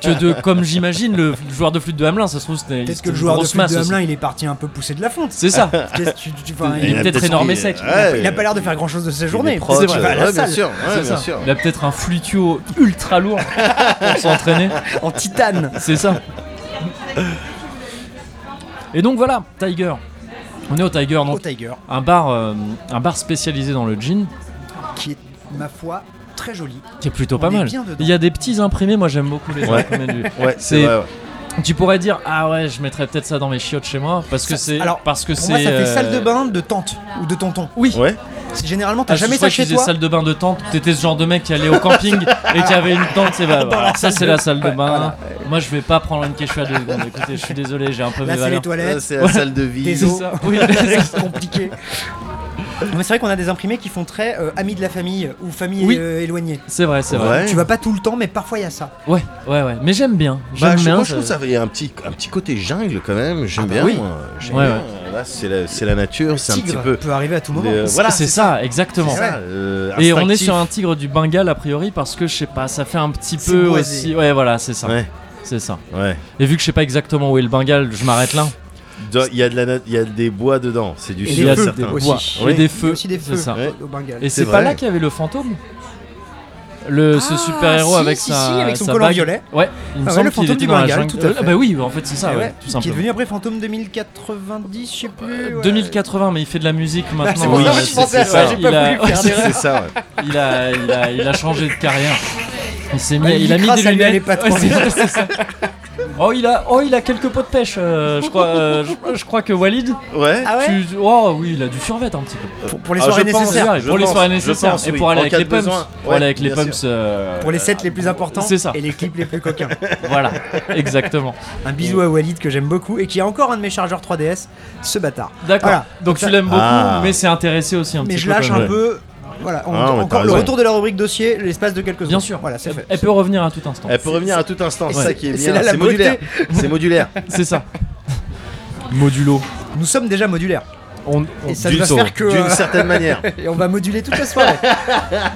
Speaker 2: que de comme j'imagine le joueur de flûte de Hamelin. Ça se trouve c'était
Speaker 3: Peut-être
Speaker 2: c'était
Speaker 3: que le
Speaker 2: une
Speaker 3: joueur de
Speaker 2: grosse
Speaker 3: flûte de
Speaker 2: masse aussi.
Speaker 3: Hamelin, il est parti un peu poussé de la fonte.
Speaker 2: C'est ça.
Speaker 3: Qu'est-ce que tu- tu- enfin,
Speaker 2: Il
Speaker 3: il,
Speaker 2: est
Speaker 3: a-
Speaker 2: peut-être
Speaker 1: pris-
Speaker 2: énormé sec.
Speaker 1: Ouais,
Speaker 3: il a- il a pas l'air de faire grand chose de ses
Speaker 1: des
Speaker 3: journées.
Speaker 1: proches,
Speaker 2: C'est vrai.
Speaker 3: Il va à la
Speaker 1: ouais, bien
Speaker 3: salle.
Speaker 1: sûr.
Speaker 2: C'est
Speaker 1: ouais, bien
Speaker 2: ça.
Speaker 1: sûr.
Speaker 2: Il a peut-être un flutio ultra lourd pour s'entraîner.
Speaker 3: en titane.
Speaker 2: C'est ça. Et donc voilà, Tiger. On est au Tiger,
Speaker 3: Au
Speaker 2: donc
Speaker 3: Tiger,
Speaker 2: un bar, euh, un bar spécialisé dans le gin,
Speaker 3: qui est, ma foi, très joli.
Speaker 2: qui est plutôt pas
Speaker 3: On est
Speaker 2: mal.
Speaker 3: bien dedans.
Speaker 2: Il y a des petits imprimés, moi j'aime beaucoup les
Speaker 1: Ouais.
Speaker 2: imprimés du-
Speaker 1: Ouais,
Speaker 2: C'est-
Speaker 1: c'est vrai. ouais.
Speaker 2: Tu pourrais dire ah ouais, je mettrais peut-être ça dans mes chiottes chez moi parce que
Speaker 3: Ça-
Speaker 2: c'est
Speaker 3: alors,
Speaker 2: parce que
Speaker 3: Pour moi,
Speaker 2: c'est
Speaker 3: ça fait
Speaker 2: euh,
Speaker 3: salle de bain de tante ou de tonton.
Speaker 2: Oui.
Speaker 1: Ouais.
Speaker 3: C'est- Généralement, t'as
Speaker 2: Ah, je
Speaker 3: jamais
Speaker 2: crois
Speaker 3: ça
Speaker 2: que
Speaker 3: chez
Speaker 2: tu disais
Speaker 3: toi.
Speaker 2: salle de bain de tente, t'étais ce genre de mec qui allait au camping et qui avait une tente, c'est bah, voilà, ça c'est la salle de bain. Moi je vais pas prendre une quechua deux secondes, écoutez, je suis désolé, j'ai un peu
Speaker 3: Là,
Speaker 2: mes
Speaker 3: c'est les
Speaker 2: valeurs.
Speaker 1: Là,
Speaker 3: toilettes.
Speaker 1: c'est la salle de vie.
Speaker 3: Des
Speaker 2: C'est
Speaker 3: os.
Speaker 2: ça, oui.
Speaker 3: C'est compliqué. Mais c'est vrai qu'on a des imprimés qui font très euh, amis de la famille ou famille
Speaker 2: Oui.
Speaker 3: euh, éloignée.
Speaker 2: C'est vrai, c'est vrai.
Speaker 1: Ouais.
Speaker 3: Tu vas pas tout le temps, mais parfois il y a ça.
Speaker 2: Ouais, ouais, ouais. Mais j'aime bien. J'aime
Speaker 1: Bah, je,
Speaker 2: bien.
Speaker 1: moi, je trouve ça, il y a un petit, un petit côté jungle quand même. J'aime bien.
Speaker 2: oui.
Speaker 1: moi. J'aime
Speaker 2: Ouais,
Speaker 1: bien. Là, c'est la, c'est la nature, c'est un petit
Speaker 3: Tigre
Speaker 1: peu.
Speaker 3: peut arriver à tout moment.
Speaker 1: les, euh,
Speaker 2: C'est-
Speaker 1: voilà,
Speaker 2: c'est ça, exactement.
Speaker 1: c'est ça, euh,
Speaker 2: Et on est
Speaker 1: instinctif.
Speaker 2: sur un tigre du Bengale a priori parce que je sais pas, ça fait un petit
Speaker 3: C'est
Speaker 2: peu
Speaker 3: boisé.
Speaker 2: aussi. Ouais, voilà, c'est ça.
Speaker 1: Ouais,
Speaker 2: C'est ça.
Speaker 1: ouais.
Speaker 2: Et vu que je sais pas exactement où est le Bengale, je m'arrête là.
Speaker 1: Do- Il y a de la, nat- il y a des bois dedans. C'est du
Speaker 3: Et
Speaker 2: Il
Speaker 1: sud
Speaker 2: y a
Speaker 1: à
Speaker 3: feux,
Speaker 1: certains.
Speaker 3: des aussi.
Speaker 2: bois,
Speaker 1: Oui.
Speaker 2: et des
Speaker 3: Il y
Speaker 2: feux.
Speaker 3: a aussi des
Speaker 2: c'est
Speaker 3: feux
Speaker 2: ça.
Speaker 1: Ouais.
Speaker 3: au Bengale.
Speaker 2: Et c'est
Speaker 1: C'est
Speaker 2: pas
Speaker 1: vrai.
Speaker 2: là qu'il y avait le fantôme le, ce
Speaker 3: Ah,
Speaker 2: super héros
Speaker 3: si,
Speaker 2: avec,
Speaker 3: si,
Speaker 2: sa,
Speaker 3: si, avec son
Speaker 2: sa
Speaker 3: collant
Speaker 2: bague.
Speaker 3: violet.
Speaker 2: Ouais, il me
Speaker 3: Ah ouais,
Speaker 2: semble
Speaker 3: le
Speaker 2: qu'il
Speaker 3: fantôme
Speaker 2: était
Speaker 3: du
Speaker 2: dans la
Speaker 3: Bengale,
Speaker 2: jungle.
Speaker 3: tout à
Speaker 2: Euh,
Speaker 3: fait.
Speaker 2: Ah bah oui, en fait c'est ça,
Speaker 3: Et
Speaker 2: ouais,
Speaker 3: ouais,
Speaker 2: tout
Speaker 3: qui est
Speaker 2: simplement. Euh,
Speaker 3: devenu après fantôme 2090, je sais plus. ouais.
Speaker 2: 2080, mais il fait de la musique
Speaker 3: Ah, c'est
Speaker 2: maintenant.
Speaker 3: pour
Speaker 1: ça que
Speaker 2: il-
Speaker 1: je pensais à
Speaker 2: c'est
Speaker 1: ça,
Speaker 2: ça,
Speaker 1: j'ai
Speaker 2: il a- ouais, c'est
Speaker 1: C'est ça. ouais.
Speaker 2: il a, il a, il a changé de carrière. Il s'est mis,
Speaker 3: Ouais,
Speaker 2: il a mis
Speaker 3: Lycra,
Speaker 2: des
Speaker 3: ça lui allait
Speaker 2: lunettes.
Speaker 3: pas trop
Speaker 2: Ouais, c'est- c'est ça. Oh il a, oh il a quelques pots de pêche. euh, je crois, euh, je, je crois que Walid.
Speaker 1: Ouais.
Speaker 3: Ah ouais
Speaker 2: tu- oh oui, il a du survêt un petit peu.
Speaker 3: pour, pour les
Speaker 1: Ah,
Speaker 3: soirées
Speaker 1: je pense,
Speaker 3: nécessaires.
Speaker 1: ouais.
Speaker 2: Pour les
Speaker 1: pense,
Speaker 2: soirées
Speaker 1: je
Speaker 2: nécessaires
Speaker 1: pense,
Speaker 2: et
Speaker 1: oui.
Speaker 2: pour aller
Speaker 1: En
Speaker 2: avec
Speaker 1: cas
Speaker 2: les
Speaker 1: de
Speaker 2: pumps.
Speaker 1: besoin,
Speaker 2: Pour
Speaker 1: ouais,
Speaker 2: aller avec les
Speaker 1: bien sûr.
Speaker 2: pumps. euh,
Speaker 3: Pour les sets les plus importants
Speaker 2: C'est ça.
Speaker 3: et les clips les plus coquins.
Speaker 2: Voilà, exactement.
Speaker 3: Un bisou à Walid que j'aime beaucoup et qui est encore un de mes chargeurs 3DS, ce bâtard.
Speaker 2: D'accord.
Speaker 3: Voilà.
Speaker 2: Donc tu l'aimes beaucoup,
Speaker 1: Ah.
Speaker 2: mais c'est intéressé aussi un
Speaker 3: Mais
Speaker 2: petit
Speaker 3: je
Speaker 2: peu.
Speaker 3: lâche
Speaker 2: quand même.
Speaker 3: un peu. Voilà, on-
Speaker 1: Ah, mais t'as
Speaker 3: encore le
Speaker 1: raison.
Speaker 3: retour de la rubrique dossier, l'espace de quelques secondes.
Speaker 2: Bien sûr. Eh,
Speaker 3: Voilà, c'est fait.
Speaker 2: Elle peut revenir à tout instant.
Speaker 1: Elle peut revenir à tout instant. C'est
Speaker 2: Ouais.
Speaker 1: ça qui est
Speaker 3: C'est
Speaker 1: bien.
Speaker 3: là la
Speaker 1: C'est modulaire. C'est modulaire.
Speaker 2: C'est ça. Modulo.
Speaker 3: Nous sommes déjà modulaires.
Speaker 2: On, on-
Speaker 3: Et ça ne
Speaker 1: D'une
Speaker 3: va se faire que.
Speaker 1: d'une
Speaker 3: euh,
Speaker 1: certaine manière.
Speaker 3: et on va moduler toute la soirée. D'ailleurs,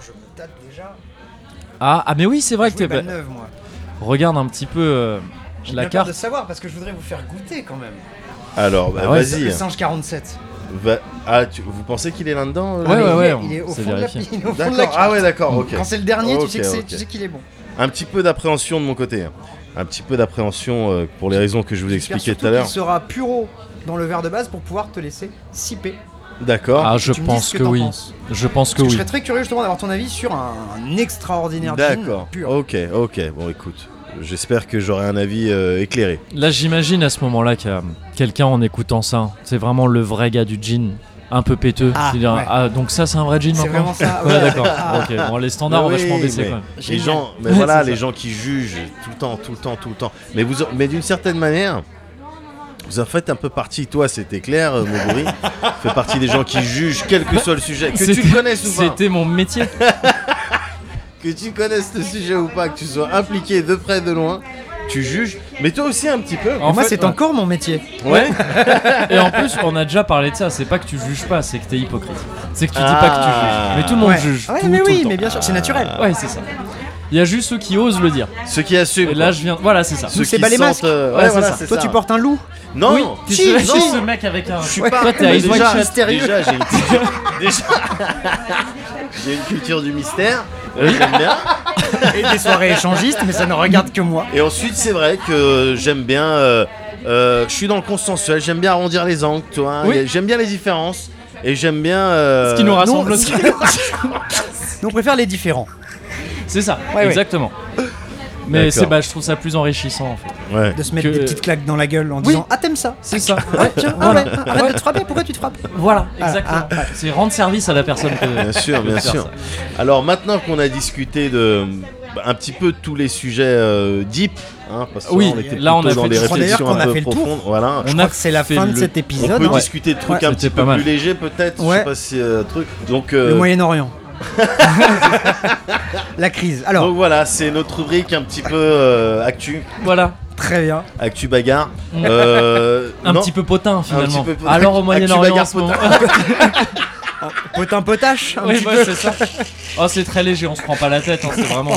Speaker 3: je me tape déjà.
Speaker 2: Ah, ah, mais oui, c'est vrai
Speaker 3: Je
Speaker 2: que
Speaker 3: voulais
Speaker 2: t'es.
Speaker 3: pas
Speaker 2: bah,
Speaker 3: neuf, moi.
Speaker 2: regarde un petit peu euh,
Speaker 3: J'ai
Speaker 2: la
Speaker 3: bien peur
Speaker 2: carte.
Speaker 3: de savoir parce que je voudrais vous faire goûter quand même.
Speaker 1: Alors, bah,
Speaker 2: Ah ouais,
Speaker 3: Le
Speaker 1: vas-y.
Speaker 3: singe 47.
Speaker 1: Va- Ah, tu- vous pensez qu'il est là-dedans euh,
Speaker 2: Ouais,
Speaker 3: Mais
Speaker 2: ouais,
Speaker 3: il
Speaker 2: ouais,
Speaker 3: est-
Speaker 2: on-
Speaker 3: Il est au
Speaker 2: c'est
Speaker 3: fond de la-
Speaker 2: vérifié.
Speaker 3: il est au fond de la
Speaker 1: D'accord. Ah
Speaker 3: carte.
Speaker 1: ouais, d'accord. Ok.
Speaker 3: Quand c'est le dernier, tu sais
Speaker 1: Ok,
Speaker 3: que c'est-
Speaker 1: ok.
Speaker 3: tu sais qu'il est bon.
Speaker 1: Un petit peu d'appréhension de mon côté. Un petit peu d'appréhension euh, pour les raisons que je vous
Speaker 3: J'espère
Speaker 1: expliquais
Speaker 3: surtout
Speaker 1: tout à l'heure.
Speaker 3: qu'il sera plus haut dans le verre de base pour pouvoir te laisser siper.
Speaker 1: D'accord.
Speaker 2: Ah, je
Speaker 3: tu me dis
Speaker 2: pense
Speaker 3: ce que
Speaker 2: que
Speaker 3: t'en
Speaker 2: oui.
Speaker 3: penses.
Speaker 2: Je pense que
Speaker 3: Parce que
Speaker 2: oui.
Speaker 3: je serais très curieux justement d'avoir ton avis sur un, un extraordinaire gin
Speaker 1: D'accord. Oh.
Speaker 3: pur.
Speaker 1: Ok, ok. Bon, écoute, j'espère que j'aurai un avis euh, éclairé.
Speaker 2: Là, j'imagine à ce moment-là qu'il y a quelqu'un en écoutant ça. C'est vraiment le vrai gars du jean. Un peu péteux.
Speaker 3: Ah,
Speaker 2: qui dit,
Speaker 3: ouais.
Speaker 2: ah, donc ça, c'est un vrai jean
Speaker 3: C'est
Speaker 2: maintenant
Speaker 3: vraiment ça.
Speaker 2: Ouais,
Speaker 3: ouais.
Speaker 2: d'accord.
Speaker 3: Ah,
Speaker 2: Ok, bon, les standards ont
Speaker 1: Oui,
Speaker 2: vachement baissé
Speaker 1: mais
Speaker 2: quand même.
Speaker 1: Les
Speaker 3: Génial.
Speaker 1: gens, mais
Speaker 2: Ouais,
Speaker 1: voilà,
Speaker 2: c'est
Speaker 1: les
Speaker 2: ça.
Speaker 1: gens qui jugent tout le temps, tout le temps, tout le temps. Mais vous, en- mais d'une certaine manière, vous en faites un peu partie. Toi, c'était clair, euh, Moguri. fait partie des gens qui jugent, quel que soit le sujet, que tu
Speaker 2: C'était-
Speaker 1: le connaisses ou pas,
Speaker 2: C'était mon métier.
Speaker 1: que tu connaisses le sujet ou pas, que tu sois impliqué de près de loin, tu juges. Mais toi aussi un petit peu.
Speaker 2: En
Speaker 3: moi,
Speaker 2: fait,
Speaker 3: c'est
Speaker 2: ouais.
Speaker 3: encore mon métier.
Speaker 1: Ouais.
Speaker 2: Et en plus, on a déjà parlé de ça. C'est pas que tu juges pas, c'est que t'es hypocrite. C'est que tu dis pas que
Speaker 1: Ah.
Speaker 2: tu juges. Mais tout le monde
Speaker 3: Ouais.
Speaker 2: juge.
Speaker 3: Ouais,
Speaker 2: tout-
Speaker 3: mais
Speaker 2: tout
Speaker 3: oui,
Speaker 2: le temps.
Speaker 3: mais bien sûr, c'est naturel.
Speaker 2: Ouais, c'est ça. Il y a juste ceux qui osent le dire.
Speaker 1: Ceux qui assument.
Speaker 2: Et là,
Speaker 1: quoi.
Speaker 2: je viens. Voilà, c'est ça.
Speaker 1: Ceux
Speaker 3: c'est
Speaker 1: qui
Speaker 3: pas les
Speaker 1: sentent,
Speaker 3: masques.
Speaker 1: euh,
Speaker 2: Ouais,
Speaker 1: ouais,
Speaker 2: c'est
Speaker 1: voilà,
Speaker 2: ça.
Speaker 1: c'est
Speaker 3: Toi,
Speaker 1: ça.
Speaker 3: tu portes un loup.
Speaker 1: Non.
Speaker 2: oui, t'es
Speaker 3: Si,
Speaker 2: ce,
Speaker 3: si.
Speaker 2: t'es ce mec avec un.
Speaker 1: Je suis
Speaker 3: Ouais.
Speaker 1: pas
Speaker 2: Toi, t'es Eyes Wide
Speaker 1: déjà,
Speaker 2: Shut.
Speaker 1: mystérieux. Déjà, j'ai une culture, déjà, j'ai une culture du mystère. Euh, j'aime bien.
Speaker 3: Et des soirées échangistes, mais ça ne regarde que moi.
Speaker 1: Et ensuite, c'est vrai que j'aime bien. euh, euh, je suis dans le consensuel. J'aime bien arrondir les angles, toi. hein.
Speaker 2: Oui.
Speaker 1: J'aime bien les différences. Et j'aime bien. euh,
Speaker 2: Ce qui nous rassemble
Speaker 3: non,
Speaker 2: aussi.
Speaker 3: Nous, on préfère les différents.
Speaker 2: C'est ça,
Speaker 3: Ouais, ouais.
Speaker 2: exactement. Mais c'est,
Speaker 1: D'accord.
Speaker 2: bah, je trouve ça plus enrichissant en fait.
Speaker 1: Ouais.
Speaker 3: de se mettre
Speaker 2: Que-
Speaker 3: des petites claques dans la gueule en
Speaker 2: Oui.
Speaker 3: disant Ah, t'aimes ça
Speaker 2: C'est ça.
Speaker 3: Ah, tiens, ah ouais, ah, arrête de te frapper, pourquoi tu te frappes
Speaker 2: Voilà,
Speaker 3: Ah,
Speaker 2: exactement. C'est rendre service à la personne que.
Speaker 1: Bien sûr, bien
Speaker 2: faire
Speaker 1: sûr.
Speaker 2: ça.
Speaker 1: Alors maintenant qu'on a discuté de bah, un petit peu tous les sujets euh, deep, hein, parce que
Speaker 2: Oui,
Speaker 1: on était
Speaker 2: là, on
Speaker 1: plutôt dans
Speaker 2: a fait-
Speaker 1: des
Speaker 2: je
Speaker 3: crois d'ailleurs
Speaker 1: réflexions
Speaker 3: qu'on a
Speaker 1: un peu
Speaker 3: fait le tour.
Speaker 1: profondes. Voilà.
Speaker 3: Je
Speaker 2: On
Speaker 3: crois
Speaker 2: a
Speaker 3: que c'est la
Speaker 2: fait
Speaker 3: fin de
Speaker 2: le-
Speaker 3: cet
Speaker 1: On
Speaker 3: épisode.
Speaker 1: peut
Speaker 3: hein.
Speaker 1: discuter de trucs
Speaker 3: Ouais.
Speaker 1: un
Speaker 2: C'était
Speaker 1: petit
Speaker 2: pas
Speaker 1: peu
Speaker 2: mal.
Speaker 1: plus légers peut-être, je
Speaker 3: Ouais.
Speaker 1: sais pas si euh, truc. Donc, euh,
Speaker 3: Le Moyen-Orient. la crise. Alors,
Speaker 1: donc voilà, c'est notre rubrique un petit peu euh, actu,
Speaker 2: Voilà,
Speaker 3: très bien.
Speaker 1: actu bagarre. Euh,
Speaker 2: un
Speaker 1: non,
Speaker 2: petit peu potin finalement.
Speaker 1: petit peu potin. Ah,
Speaker 2: Alors au
Speaker 1: Actu
Speaker 2: Moyen-Orient en
Speaker 1: bagarre
Speaker 2: ce moment.
Speaker 3: Potin potache, un
Speaker 2: Oui,
Speaker 3: petit
Speaker 2: bah,
Speaker 3: peu.
Speaker 2: c'est ça. Oh, c'est très léger, on se prend pas la tête, hein, c'est vraiment.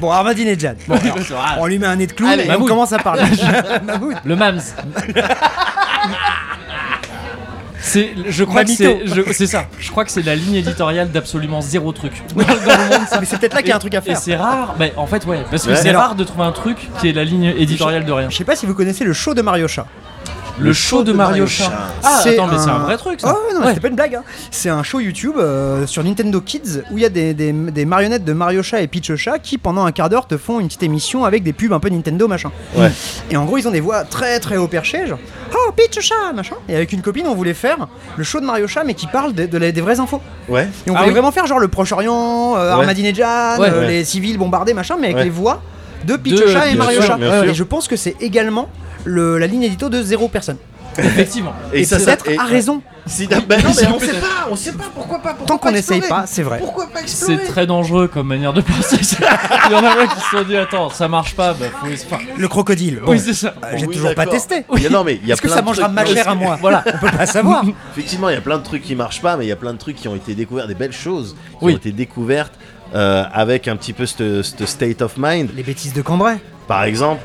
Speaker 3: Bon, Ahmadinejad. Bon, alors, on lui met un nez de clou
Speaker 2: Allez,
Speaker 3: et on
Speaker 2: Mahmoud.
Speaker 3: commence à parler. Mahmoud.
Speaker 2: Le Mams. C'est, je crois que
Speaker 3: Mamito.
Speaker 2: c'est, je- c'est ça. Je crois que c'est la ligne éditoriale d'absolument zéro truc dans, dans le monde. Ça.
Speaker 3: Mais c'est peut-être là qu'il y a un truc à
Speaker 2: Et
Speaker 3: faire.
Speaker 2: c'est rare. Bah, en fait, ouais, parce que
Speaker 1: Ouais.
Speaker 2: c'est
Speaker 3: Alors-
Speaker 2: rare de trouver un truc qui est la ligne éditoriale de rien.
Speaker 3: Je sais pas si vous connaissez le show de Mario Chat.
Speaker 2: Le show de Mario Chat. Ah, attends, mais c'est un vrai truc. Ça.
Speaker 3: Oh non,
Speaker 2: Ouais.
Speaker 3: c'est pas une blague. hein. C'est un show YouTube euh, sur Nintendo Kids où il y a des, des- des marionnettes de Mario Chat et Peach Chat qui pendant un quart d'heure te font une petite émission avec des pubs un peu Nintendo machin.
Speaker 1: Ouais.
Speaker 3: Et en gros ils ont des voix très très haut perché genre oh Peach Chat machin. Et avec une copine on voulait faire le show de Mario Chat mais qui parle de, de la- des vraies infos.
Speaker 1: Ouais.
Speaker 3: Et on
Speaker 2: Ah
Speaker 3: voulait
Speaker 2: oui.
Speaker 3: vraiment faire genre le Proche-Orient, euh,
Speaker 1: Ouais.
Speaker 3: Ahmadinejad,
Speaker 2: Ouais.
Speaker 3: euh,
Speaker 1: Ouais.
Speaker 3: les civils bombardés, machin, mais avec
Speaker 1: Ouais.
Speaker 3: les voix de
Speaker 2: De-
Speaker 3: Peach Chat et
Speaker 2: bien
Speaker 3: Mario
Speaker 1: sûr,
Speaker 3: Chat.
Speaker 1: bien sûr.
Speaker 3: Et je pense que c'est également le- la ligne édito de zéro personne.
Speaker 2: Effectivement.
Speaker 3: Et, peut-être
Speaker 1: et-
Speaker 3: à raison.
Speaker 1: Si t'as- bah, non, mais on sait
Speaker 2: peut-être.
Speaker 1: pas, on sait pas pourquoi pas. Pourquoi
Speaker 3: Tant qu'on
Speaker 1: pas
Speaker 3: n'essaye
Speaker 1: explorer
Speaker 3: pas, c'est vrai.
Speaker 1: Pourquoi pas explorer
Speaker 2: C'est très dangereux comme manière de penser. Il y en a qui se sont dit attends, ça marche pas. Bah, faut... enfin,
Speaker 3: Le crocodile. bon.
Speaker 2: oui, c'est ça.
Speaker 3: Euh, J'ai
Speaker 1: Oui,
Speaker 3: toujours pas
Speaker 1: d'accord.
Speaker 3: testé.
Speaker 1: Il y a- non, mais il y a
Speaker 3: Est-ce que
Speaker 1: plein
Speaker 3: ça
Speaker 1: de
Speaker 3: mangera
Speaker 1: trucs-
Speaker 3: ma chair à moi Voilà, on peut pas savoir.
Speaker 1: Effectivement, il y a plein de trucs qui marchent pas, mais il y a plein de trucs qui ont été découverts, des belles choses qui
Speaker 2: Oui.
Speaker 1: ont été découvertes euh, avec un petit peu ce ce state of mind.
Speaker 3: Les bêtises de Cambrai.
Speaker 1: Par exemple,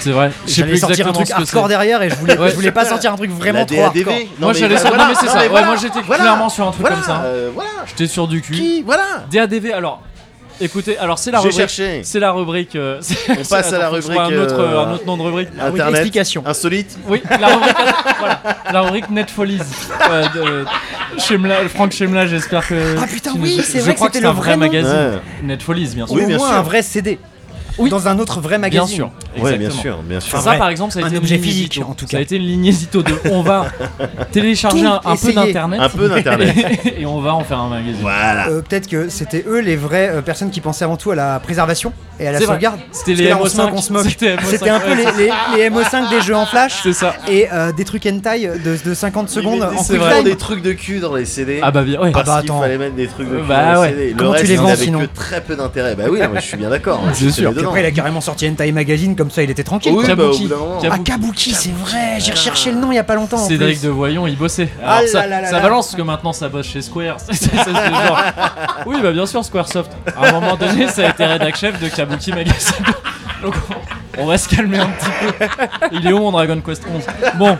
Speaker 2: C'est vrai. Je sais
Speaker 3: J'allais
Speaker 2: plus
Speaker 3: sortir un
Speaker 2: exactement
Speaker 3: truc
Speaker 2: ce que
Speaker 3: hardcore
Speaker 2: c'est.
Speaker 3: derrière et je voulais,
Speaker 2: Ouais.
Speaker 3: je voulais pas sortir un truc vraiment
Speaker 1: la
Speaker 3: trop hardcore.
Speaker 1: DADV.
Speaker 2: Moi, j'allais
Speaker 1: voilà,
Speaker 2: sortir- non, mais c'est
Speaker 1: non,
Speaker 2: ça. Ouais,
Speaker 1: voilà,
Speaker 2: moi, j'étais
Speaker 1: voilà,
Speaker 2: clairement sur un truc
Speaker 1: voilà,
Speaker 2: comme ça.
Speaker 1: euh, voilà.
Speaker 2: J'étais sur du cul.
Speaker 1: Qui Voilà.
Speaker 2: DADV, alors. Écoutez, alors c'est la
Speaker 1: J'ai
Speaker 2: rubrique.
Speaker 1: cherché.
Speaker 2: C'est la rubrique. euh, c'est-
Speaker 1: On passe à la
Speaker 2: attends, faut que je trouve
Speaker 1: rubrique,
Speaker 2: Un autre,
Speaker 1: euh,
Speaker 2: un autre nom de rubrique.
Speaker 1: Internet.
Speaker 3: explication.
Speaker 1: Insolite.
Speaker 2: Oui, la rubrique, voilà, la rubrique Netfolies euh, de Shemla- Franck Chemla, j'espère que.
Speaker 3: Ah, putain,
Speaker 2: tu
Speaker 3: oui,
Speaker 2: nous-
Speaker 3: c'est
Speaker 2: je
Speaker 3: vrai que
Speaker 2: crois
Speaker 3: c'était
Speaker 2: c'est
Speaker 3: le
Speaker 2: un vrai
Speaker 3: vrai nom.
Speaker 2: magazine. Netfolies, bien sûr.
Speaker 1: Oui,
Speaker 3: Au
Speaker 1: bien
Speaker 3: moins
Speaker 1: sûr.
Speaker 3: un vrai CD.
Speaker 2: Oui.
Speaker 3: Dans un autre vrai
Speaker 2: Bien
Speaker 3: magazine.
Speaker 2: sûr.
Speaker 1: Oui, bien
Speaker 2: exactement. Ah,
Speaker 1: sûr, bien sûr.
Speaker 3: Enfin,
Speaker 2: Ça,
Speaker 3: vrai.
Speaker 2: par exemple, ça a
Speaker 3: Un
Speaker 2: été une
Speaker 3: objet
Speaker 2: ligne
Speaker 3: physique,
Speaker 2: édito.
Speaker 3: en tout
Speaker 2: Ça
Speaker 3: cas.
Speaker 2: a été une ligne édito de on va télécharger
Speaker 3: Tout
Speaker 2: un, un peu
Speaker 3: essayer.
Speaker 2: d'internet.
Speaker 1: Un peu d'internet.
Speaker 2: et on va en faire un magazine.
Speaker 1: Voilà.
Speaker 3: Euh, Peut-être que c'était eux les vraies euh, personnes qui pensaient avant tout à la préservation et à la
Speaker 2: C'est vrai.
Speaker 3: sauvegarde.
Speaker 2: C'était
Speaker 3: Parce
Speaker 2: les
Speaker 3: que là, on
Speaker 2: MO5,
Speaker 3: se moque, on se moque.
Speaker 2: c'était MO5,
Speaker 3: C'était un peu
Speaker 2: ouais,
Speaker 3: les, les- les MO5 des jeux en flash
Speaker 2: C'est ça.
Speaker 3: et euh, des trucs hentai de, de 50 secondes
Speaker 1: Ils
Speaker 3: en
Speaker 1: mettaient
Speaker 3: quick
Speaker 1: souvent
Speaker 3: time.
Speaker 1: des trucs de cul dans les CD.
Speaker 2: Ah bah bien, ouais.
Speaker 1: Parce
Speaker 3: Ah bah
Speaker 1: qu'il
Speaker 3: attends.
Speaker 1: fallait mettre des trucs de cul
Speaker 2: Bah
Speaker 1: dans
Speaker 2: ouais.
Speaker 1: les CD. Le
Speaker 3: Comment tu
Speaker 1: reste,
Speaker 3: les
Speaker 1: ils
Speaker 3: vends,
Speaker 1: avaient
Speaker 3: sinon
Speaker 1: que très peu d'intérêt. Bah oui, non, mais je suis bien d'accord.
Speaker 2: Bien
Speaker 1: Je te
Speaker 2: sûr.
Speaker 1: mets
Speaker 3: Puis
Speaker 1: dedans.
Speaker 3: après, il a carrément sorti Hentai Magazine, comme ça il était tranquille.
Speaker 1: Oui,
Speaker 3: quoi.
Speaker 1: bah, au
Speaker 2: Kabuki.
Speaker 1: bout d'un moment.
Speaker 3: Ah,
Speaker 2: Kabuki.
Speaker 3: Kabuki, c'est vrai,
Speaker 2: Ah.
Speaker 3: j'ai recherché le nom il y a pas longtemps. en
Speaker 2: Cédric
Speaker 3: plus.
Speaker 2: de Voyon, il bossait.
Speaker 3: Ah
Speaker 2: Alors
Speaker 3: là
Speaker 2: ça,
Speaker 3: là là
Speaker 2: ça
Speaker 3: là.
Speaker 2: balance parce que maintenant ça bosse chez Square. Ça, ça, c'est genre- Oui, bah bien sûr, Squaresoft. À un moment donné, ça a été rédac chef de Kabuki Magazine. Donc on, on va se calmer un petit peu. Il est où mon Dragon Quest 11 Bon,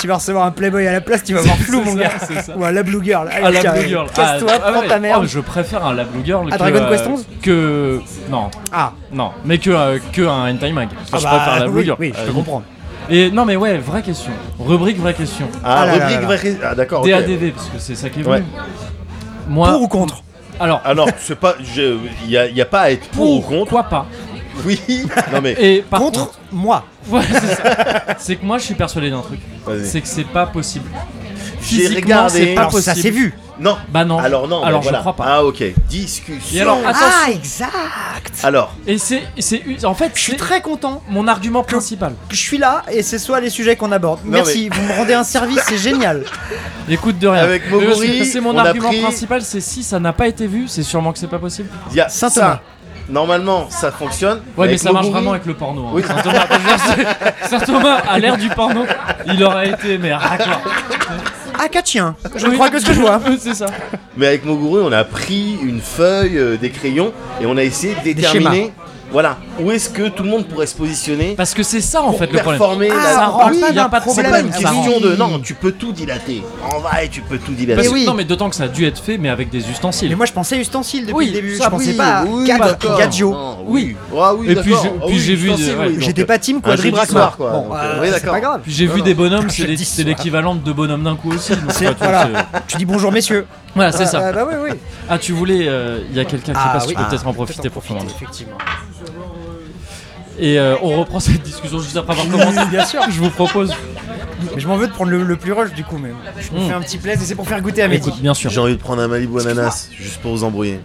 Speaker 3: Tu vas recevoir un Playboy à la place, tu vas voir flou,
Speaker 2: C'est
Speaker 3: mon
Speaker 2: ça,
Speaker 3: gars.
Speaker 2: c'est ça.
Speaker 3: Ou un la Blue Girl. Allez,
Speaker 2: à la
Speaker 3: tiens,
Speaker 2: Blue Girl.
Speaker 3: Casse-toi,
Speaker 2: Ah, ah
Speaker 3: prends
Speaker 2: ouais.
Speaker 3: ta mère.
Speaker 2: Oh, je préfère un la Blue Girl
Speaker 3: À
Speaker 2: que,
Speaker 3: Dragon
Speaker 2: euh,
Speaker 3: Quest 11?
Speaker 2: que non,
Speaker 3: Ah,
Speaker 2: non, mais que euh, que un hentai mag.
Speaker 3: ah
Speaker 2: je
Speaker 3: bah,
Speaker 2: préfère la Blue
Speaker 3: oui,
Speaker 2: Girl.
Speaker 3: Oui, je te
Speaker 2: Euh,
Speaker 3: comprends.
Speaker 2: Et non, mais ouais, vraie question. Rubrique, vraie question.
Speaker 1: Ah,
Speaker 3: Ah là là
Speaker 1: rubrique,
Speaker 3: là.
Speaker 1: vraie- Ah, d'accord. ok.
Speaker 2: DADV parce que c'est ça qui est venu.
Speaker 1: Ouais.
Speaker 2: Moi,
Speaker 3: Pour ou contre
Speaker 2: alors
Speaker 1: Alors, c'est pas. Il n'y a, y a pas à être pour ou contre.
Speaker 2: Pourquoi pas
Speaker 1: Oui. Non, mais.
Speaker 2: Et par contre,
Speaker 3: Contre moi.
Speaker 2: Ouais, c'est ça. c'est que moi je suis persuadé d'un truc.
Speaker 1: Vas-y.
Speaker 2: C'est que c'est pas possible.
Speaker 1: J'ai
Speaker 2: Physiquement,
Speaker 1: regardé.
Speaker 2: c'est pas
Speaker 3: Alors ça
Speaker 2: possible.
Speaker 3: s'est vu.
Speaker 1: Non.
Speaker 2: Bah non.
Speaker 1: Alors, non.
Speaker 2: Alors,
Speaker 1: mais
Speaker 2: je
Speaker 1: voilà.
Speaker 2: crois pas.
Speaker 1: Ah, ok. Discussion.
Speaker 2: Et alors, attention.
Speaker 3: Ah, exact.
Speaker 1: Alors,
Speaker 2: Et c'est, et c'est, en fait, c'est
Speaker 3: Je suis très content.
Speaker 2: mon argument principal.
Speaker 3: Je suis là et c'est soit les sujets qu'on aborde. Merci, vous me rendez un service, c'est génial.
Speaker 2: Écoute de rien.
Speaker 1: Avec Moguri,
Speaker 2: Mais c'est- c'est mon
Speaker 1: on a
Speaker 2: argument
Speaker 1: pris-
Speaker 2: principal. C'est si ça n'a pas été vu, c'est sûrement que c'est pas possible.
Speaker 1: il y a
Speaker 3: Saint Thomas.
Speaker 1: ça. Normalement, ça fonctionne.
Speaker 2: Ouais, mais
Speaker 1: Avec
Speaker 2: ça marche
Speaker 1: Moguri,
Speaker 2: vraiment avec le porno. hein.
Speaker 1: Oui.
Speaker 2: Saint Thomas, Saint Thomas, à l'ère du porno, il aurait été mais raccord.
Speaker 3: Ah, Katien, je crois que ce que je vois.
Speaker 2: c'est ça.
Speaker 1: Mais avec Moguru, on a pris une feuille, euh, des crayons, et on a essayé de
Speaker 3: schémas.
Speaker 1: déterminer. Voilà. où est-ce que tout le monde pourrait se positionner
Speaker 2: Parce que c'est ça en
Speaker 1: pour
Speaker 2: fait le problème.
Speaker 1: performer
Speaker 3: Ah,
Speaker 1: la-
Speaker 2: ça rentre,
Speaker 3: oui,
Speaker 2: il y a
Speaker 3: d'un
Speaker 2: pas de
Speaker 1: C'est
Speaker 3: problème,
Speaker 1: pas une
Speaker 3: ça rentre.
Speaker 1: question de non, tu peux tout dilater. En vrai, tu peux tout dilater.
Speaker 2: Parce que-
Speaker 3: Eh oui.
Speaker 2: Non, mais d'autant que ça a dû être fait, mais avec des ustensiles.
Speaker 3: Mais moi je pensais ustensile depuis
Speaker 2: Oui,
Speaker 3: le début,
Speaker 2: ça,
Speaker 3: je pensais
Speaker 2: oui,
Speaker 3: pas à
Speaker 1: oui,
Speaker 3: Gad-
Speaker 1: d'accord.
Speaker 3: Gadgio.
Speaker 1: Non,
Speaker 2: Oui.
Speaker 1: Ah oui,
Speaker 2: Et puis
Speaker 1: d'accord.
Speaker 2: j'ai-
Speaker 1: Ah
Speaker 2: puis
Speaker 1: oui,
Speaker 2: j'ai vu
Speaker 1: ustensile,
Speaker 2: des- ouais,
Speaker 1: oui.
Speaker 2: donc,
Speaker 3: J'étais pas team
Speaker 1: euh, un
Speaker 3: quadribratoire.
Speaker 1: gibrosoir, quoi.
Speaker 3: Bon,
Speaker 1: Donc,
Speaker 3: euh,
Speaker 1: euh, oui,
Speaker 3: c'est
Speaker 1: d'accord.
Speaker 3: pas grave.
Speaker 2: Puis j'ai vu
Speaker 1: non.
Speaker 2: des bonhommes,
Speaker 3: Ah, Je
Speaker 2: c'est les-
Speaker 3: dis
Speaker 2: c'est
Speaker 3: ça.
Speaker 2: l'équivalent de deux bonhommes d'un coup aussi. donc, toi, tu-
Speaker 3: voilà.
Speaker 2: c'est-
Speaker 3: Tu dis bonjour messieurs.
Speaker 2: Voilà, c'est
Speaker 3: Ah,
Speaker 2: ça.
Speaker 3: ah, bah oui, oui.
Speaker 2: Ah, tu voulais. euh, Il y a quelqu'un qui
Speaker 3: Ah,
Speaker 2: passe,
Speaker 3: oui.
Speaker 2: tu peux
Speaker 3: Ah,
Speaker 2: peut-être en
Speaker 3: Peut-être
Speaker 2: profiter pour commander.
Speaker 3: Effectivement.
Speaker 2: Et euh, on reprend cette discussion juste après avoir
Speaker 3: Oui,
Speaker 2: commencé.
Speaker 3: bien sûr. Ah,
Speaker 2: Je vous propose.
Speaker 3: Mais je m'en veux de prendre le, le plus rush du coup, mais je me
Speaker 2: Mm.
Speaker 3: fais un petit plaisir et c'est pour faire goûter à mes
Speaker 2: Écoute, bien sûr.
Speaker 1: J'ai envie de prendre un Malibu ananas juste pour vous embrouiller.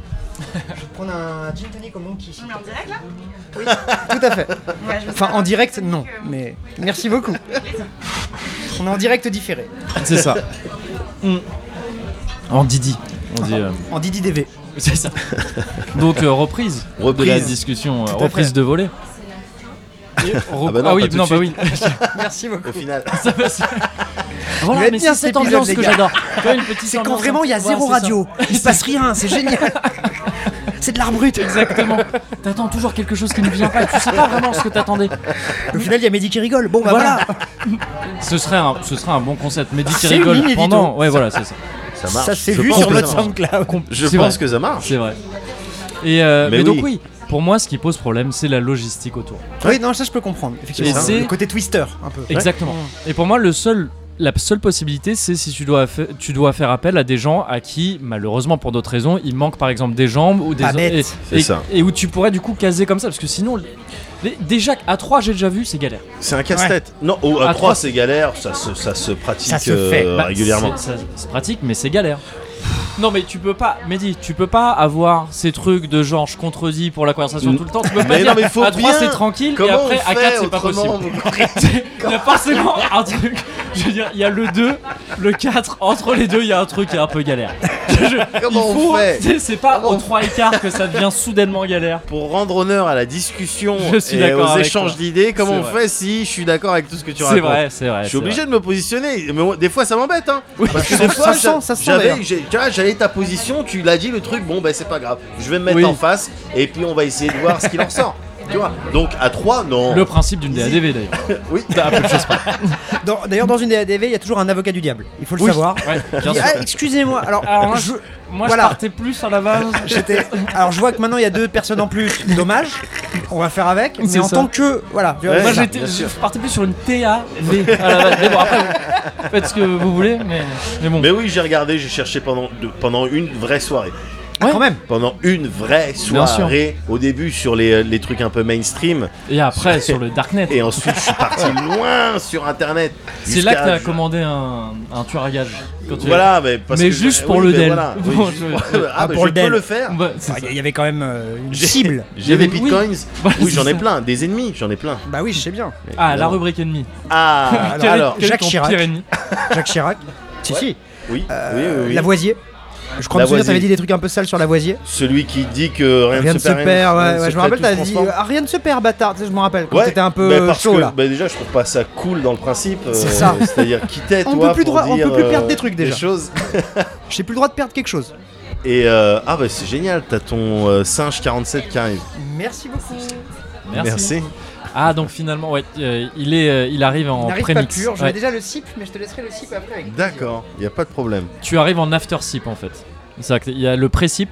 Speaker 3: prendre un gin tonic au monkey.
Speaker 6: On est en direct là
Speaker 3: Tout à fait.
Speaker 6: Ouais, je me
Speaker 3: Enfin,
Speaker 6: suis-
Speaker 3: en direct, non. Mais merci beaucoup. On est en direct différé.
Speaker 2: C'est ça. Mm. En Didi. On dit. euh,
Speaker 3: En Didi DV.
Speaker 2: C'est ça. Donc euh, reprise,
Speaker 1: Reprise.
Speaker 2: de la discussion, euh,
Speaker 3: à
Speaker 2: reprise
Speaker 3: fait.
Speaker 2: de volet.
Speaker 1: Ah bah non,
Speaker 2: oui,
Speaker 1: pas tout
Speaker 2: non,
Speaker 1: de
Speaker 2: bah oui.
Speaker 3: Merci beaucoup.
Speaker 1: Au final.
Speaker 2: Ça va, c'est- voilà,
Speaker 3: êtes
Speaker 2: mais
Speaker 3: bien
Speaker 2: c'est cette
Speaker 3: cet épisode,
Speaker 2: ambiance
Speaker 3: les
Speaker 2: que
Speaker 3: gars.
Speaker 2: j'adore. Tu vois, une petite
Speaker 3: C'est quand
Speaker 2: ambiance-
Speaker 3: vraiment il y a
Speaker 2: Ouais,
Speaker 3: zéro
Speaker 2: c'est ça.
Speaker 3: radio. Il se passe rien, c'est génial. C'est de l'art brut.
Speaker 2: Exactement. T'attends toujours quelque chose qui ne vient pas et tu sais pas vraiment ce que t'attendais.
Speaker 3: Au final, il y a Mehdi qui rigole. Bon, bah
Speaker 2: Voilà.
Speaker 3: voilà.
Speaker 2: Ce serait un, ce serait un bon concept. Mais dis qui
Speaker 3: C'est
Speaker 2: rigole
Speaker 3: inédit.
Speaker 2: pendant. Ouais, voilà, c'est ça.
Speaker 1: Ça marche.
Speaker 3: Ça s'est
Speaker 1: Je
Speaker 3: vu
Speaker 1: pense
Speaker 3: sur
Speaker 1: que
Speaker 3: notre
Speaker 1: ça marche.
Speaker 3: SoundCloud.
Speaker 1: Je
Speaker 2: C'est
Speaker 1: pense
Speaker 2: vrai.
Speaker 1: que ça marche.
Speaker 2: C'est vrai. Et euh,
Speaker 1: Mais
Speaker 2: mais, donc
Speaker 1: oui.
Speaker 2: oui, pour moi, ce qui pose problème, c'est la logistique autour.
Speaker 3: Oui, non, ça je peux comprendre. Effectivement,
Speaker 2: Et c'est-
Speaker 3: le côté twister un peu.
Speaker 2: Exactement. Et pour moi, le seul, la seule possibilité, c'est si tu dois, fa- tu dois faire appel à des gens à qui, malheureusement pour d'autres raisons, il manque par exemple des jambes ou des
Speaker 3: Pas bête.
Speaker 2: et-
Speaker 1: C'est
Speaker 2: et,
Speaker 1: ça.
Speaker 2: et où tu pourrais du coup caser comme ça, parce que sinon, les- les- déjà à 3 j'ai déjà vu, c'est galère.
Speaker 1: C'est un casse-tête. Non, au- à 3
Speaker 2: À trois.
Speaker 1: c'est galère, ça se, ça se pratique
Speaker 3: Ça se fait.
Speaker 1: euh,
Speaker 2: Bah,
Speaker 1: régulièrement.
Speaker 2: c'est- ça- C'est pratique, mais c'est galère. Non mais tu peux pas, Mehdi, tu peux pas avoir ces trucs de genre je contredis pour la conversation tout le temps. Tu peux pas
Speaker 1: Mm. Mais
Speaker 2: dire
Speaker 1: non, mais faut
Speaker 2: à 3
Speaker 1: bien.
Speaker 2: c'est tranquille et
Speaker 1: Comment
Speaker 2: après
Speaker 1: on
Speaker 2: à
Speaker 1: fait
Speaker 2: 4 c'est pas possible.
Speaker 1: autrement, vous
Speaker 2: Il y a forcément un truc. Je veux dire, il y a le 2, le 4, entre les deux, il y a un truc qui est un peu galère. Je-
Speaker 1: Comment
Speaker 2: il
Speaker 1: on
Speaker 2: faut-
Speaker 1: fait
Speaker 2: c'est- C'est pas
Speaker 1: Comment
Speaker 2: au
Speaker 1: on-
Speaker 2: 3 et quart que ça devient soudainement galère.
Speaker 1: Pour rendre honneur à la discussion
Speaker 2: Je suis
Speaker 1: et
Speaker 2: d'accord
Speaker 1: aux
Speaker 2: avec
Speaker 1: échanges
Speaker 2: toi.
Speaker 1: d'idées, comment
Speaker 2: C'est
Speaker 1: on
Speaker 2: vrai.
Speaker 1: fait si je suis d'accord avec tout ce que tu
Speaker 2: C'est
Speaker 1: racontes
Speaker 2: vrai, c'est vrai.
Speaker 1: Je suis obligé de me positionner, mais moi, des fois ça m'embête hein.
Speaker 2: Oui.
Speaker 1: Parce que
Speaker 3: Ça
Speaker 1: des
Speaker 3: se
Speaker 1: fois
Speaker 3: sent,
Speaker 1: j'a-
Speaker 3: ça se sent,
Speaker 1: j'avais
Speaker 3: d'ailleurs.
Speaker 1: j'ai- tu vois, j'avais ta position, tu l'as dit le truc, bon ben c'est pas grave. Je vais me mettre
Speaker 2: Oui.
Speaker 1: en face et puis on va essayer de voir ce qu'il en sort. Tu vois. Donc à 3 non.
Speaker 2: Le principe d'une DADV d'ailleurs.
Speaker 1: Oui.
Speaker 2: T'as un peu de choses pas.
Speaker 3: Dans- D'ailleurs, dans une DADV, il y a toujours un avocat du diable. Il faut le savoir.
Speaker 2: Ouais,
Speaker 3: Il
Speaker 2: bien
Speaker 3: dit,
Speaker 2: sûr.
Speaker 3: Ah, excusez-moi. Alors,
Speaker 2: Alors moi,
Speaker 3: je-
Speaker 2: Moi
Speaker 3: Voilà.
Speaker 2: je partais plus sur la base.
Speaker 3: j'étais- alors, je vois que maintenant il y a deux personnes en plus. Dommage. On va faire avec. Mais
Speaker 2: C'est
Speaker 3: en
Speaker 2: ça.
Speaker 3: tant que voilà.
Speaker 1: Ouais.
Speaker 2: Moi
Speaker 1: ça,
Speaker 2: j'étais-
Speaker 1: bien sûr.
Speaker 2: je partais plus sur une TAV à Ah, la base. Mais bon, après, vous faites ce que vous voulez, mais, mais bon.
Speaker 1: Mais oui, j'ai regardé, j'ai cherché pendant, de- pendant une vraie soirée.
Speaker 3: Ah, quand même.
Speaker 1: Pendant une vraie
Speaker 2: Bien sûr.
Speaker 1: soirée, au début sur les, les trucs un peu mainstream,
Speaker 2: Et après, sur le Darknet.
Speaker 1: et ensuite je suis parti loin sur internet.
Speaker 2: C'est là que
Speaker 1: Jusqu'à-
Speaker 2: t'as commandé un, un tueur à gage. Quand tu-
Speaker 1: Voilà, mais parce
Speaker 2: Mais
Speaker 1: que-
Speaker 2: juste
Speaker 1: oui,
Speaker 2: pour le
Speaker 1: mais
Speaker 2: Dell.
Speaker 1: voilà. Oui,
Speaker 2: Bon,
Speaker 1: juste
Speaker 2: je-
Speaker 1: pour- Ah, bah,
Speaker 3: pour
Speaker 1: je
Speaker 3: le Dell.
Speaker 1: peux le faire.
Speaker 2: Bah, c'est
Speaker 3: Enfin,
Speaker 1: Ah,
Speaker 2: ça.
Speaker 3: Il y avait quand même euh, une
Speaker 1: J'ai-
Speaker 3: cible.
Speaker 1: J'ai des
Speaker 2: Oui.
Speaker 1: bitcoins.
Speaker 2: Voilà,
Speaker 1: oui,
Speaker 2: c'est
Speaker 1: j'en ai
Speaker 2: ça.
Speaker 1: plein. Des ennemis, j'en ai plein.
Speaker 3: Bah oui, je sais bien.
Speaker 2: Ah, la
Speaker 1: Non.
Speaker 2: rubrique ennemie.
Speaker 1: Ah,
Speaker 3: Quel est-
Speaker 1: alors.
Speaker 2: Quel est
Speaker 3: Jacques
Speaker 2: ton
Speaker 3: Chirac.
Speaker 2: pire ennemi
Speaker 3: Jacques Chirac. Si, si.
Speaker 1: Oui,
Speaker 3: Euh,
Speaker 1: oui, Euh, oui, oui.
Speaker 3: Lavoisier. Je crois que
Speaker 1: Lavoisier.
Speaker 3: tu avais dit des trucs un peu sales sur Lavoisier.
Speaker 1: Celui qui dit que rien,
Speaker 3: Rien ne se perd.
Speaker 1: rien
Speaker 3: ouais,
Speaker 1: ne
Speaker 3: ouais,
Speaker 1: se
Speaker 3: Je me
Speaker 1: crée,
Speaker 3: rappelle,
Speaker 1: tout
Speaker 3: t'avais
Speaker 1: se
Speaker 3: dit
Speaker 1: transforme.
Speaker 3: ah, rien ne se perd, bâtard. Tu sais, Je me rappelle quand
Speaker 1: Ouais,
Speaker 3: t'étais un
Speaker 1: bah,
Speaker 3: peu euh,
Speaker 1: parce
Speaker 3: chaud
Speaker 1: que-
Speaker 3: là.
Speaker 1: bah, déjà, je trouve pas ça cool dans le principe.
Speaker 3: C'est
Speaker 1: euh,
Speaker 3: ça.
Speaker 1: C'est-à-dire, quitter
Speaker 3: On
Speaker 1: toi
Speaker 3: peut plus
Speaker 1: pour
Speaker 3: droit- on
Speaker 1: dire,
Speaker 3: peut plus perdre
Speaker 1: euh,
Speaker 3: des trucs, déjà.
Speaker 1: choses.
Speaker 3: J'ai plus le droit de perdre quelque chose.
Speaker 1: Et euh, ah bah c'est génial, t'as ton euh, singe 47 qui arrive.
Speaker 3: Merci beaucoup.
Speaker 2: Merci. Ah, donc finalement, ouais, euh, il, est, euh, il arrive en
Speaker 3: N'arrive pas
Speaker 2: prémix.
Speaker 3: pur.
Speaker 2: Ouais.
Speaker 3: J'avais déjà le sip, mais je te laisserai le sip après. avec plaisir.
Speaker 1: D'accord, y a pas de problème.
Speaker 2: Tu arrives en after sip en fait. C'est vrai qu'il y a le pré-sip.